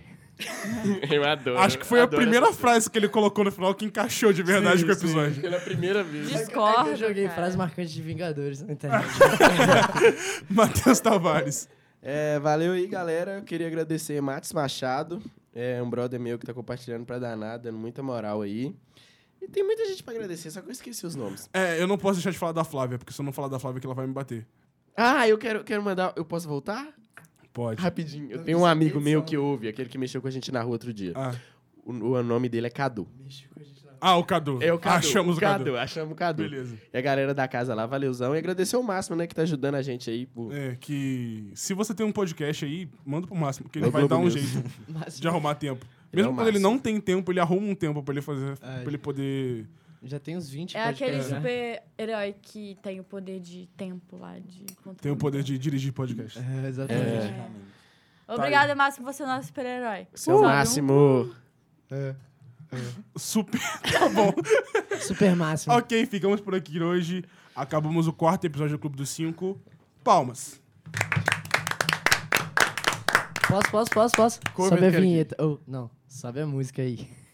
[SPEAKER 6] Eu adoro.
[SPEAKER 1] Acho que foi a
[SPEAKER 6] adoro
[SPEAKER 1] primeira
[SPEAKER 6] essa-
[SPEAKER 1] frase que ele colocou no final que encaixou de verdade com o episódio. *laughs*
[SPEAKER 6] Pela primeira vez.
[SPEAKER 4] É que
[SPEAKER 2] Discordo.
[SPEAKER 4] eu joguei
[SPEAKER 2] cara.
[SPEAKER 4] frase marcante de Vingadores na internet.
[SPEAKER 1] *laughs* Matheus Tavares.
[SPEAKER 6] É, valeu aí, galera. Eu queria agradecer Matos Machado, é um brother meu que tá compartilhando pra danar, dando muita moral aí. E tem muita gente pra agradecer, só que eu esqueci os nomes.
[SPEAKER 1] É, eu não posso deixar de falar da Flávia, porque se eu não falar da Flávia é que ela vai me bater.
[SPEAKER 6] Ah, eu quero, quero mandar. Eu posso voltar?
[SPEAKER 1] Pode.
[SPEAKER 6] Rapidinho. Eu tenho um
[SPEAKER 5] Ah.
[SPEAKER 6] amigo meu que ouve, aquele que mexeu com a gente na rua outro dia.
[SPEAKER 1] Ah.
[SPEAKER 6] O, o nome dele é Cadu.
[SPEAKER 1] Ah, Ah, o Cadu.
[SPEAKER 5] É o Cadu.
[SPEAKER 1] Achamos o Cadu.
[SPEAKER 5] Achamos o Cadu.
[SPEAKER 1] Beleza.
[SPEAKER 5] E a galera da casa lá, valeuzão. E agradecer o Máximo, né, que tá ajudando a gente aí. Por...
[SPEAKER 1] É, que se você tem um podcast aí, manda pro máximo, que ele
[SPEAKER 5] Ô,
[SPEAKER 1] vai
[SPEAKER 5] Globo
[SPEAKER 1] dar um
[SPEAKER 5] News.
[SPEAKER 1] jeito
[SPEAKER 4] Mas
[SPEAKER 1] de arrumar tempo.
[SPEAKER 5] *laughs* Ele é
[SPEAKER 1] Mesmo
[SPEAKER 5] o
[SPEAKER 1] quando ele
[SPEAKER 5] máximo. É.
[SPEAKER 1] não tem tempo, ele arruma um tempo pra ele fazer.
[SPEAKER 4] Ai.
[SPEAKER 1] pra ele poder.
[SPEAKER 4] já tem uns 20
[SPEAKER 2] É aquele
[SPEAKER 4] podcasts, né?
[SPEAKER 2] super-herói que tem o poder de tempo lá, de controle.
[SPEAKER 1] ter o poder de dirigir podcast.
[SPEAKER 4] É, exatamente.
[SPEAKER 2] Obrigada, Máximo, você é nosso super-herói.
[SPEAKER 5] Seu
[SPEAKER 2] Sabe um?
[SPEAKER 5] Máximo.
[SPEAKER 1] Super. tá bom.
[SPEAKER 4] Super máximo.
[SPEAKER 1] *laughs* ok, ficamos por aqui hoje. Acabamos o quarto episódio do Clube dos Cinco. Palmas.
[SPEAKER 4] Posso, posso, posso, posso?
[SPEAKER 5] Cover,
[SPEAKER 4] Sobe a
[SPEAKER 5] quero que-
[SPEAKER 4] vinheta. Ou, não, Oh, sobe a música aí.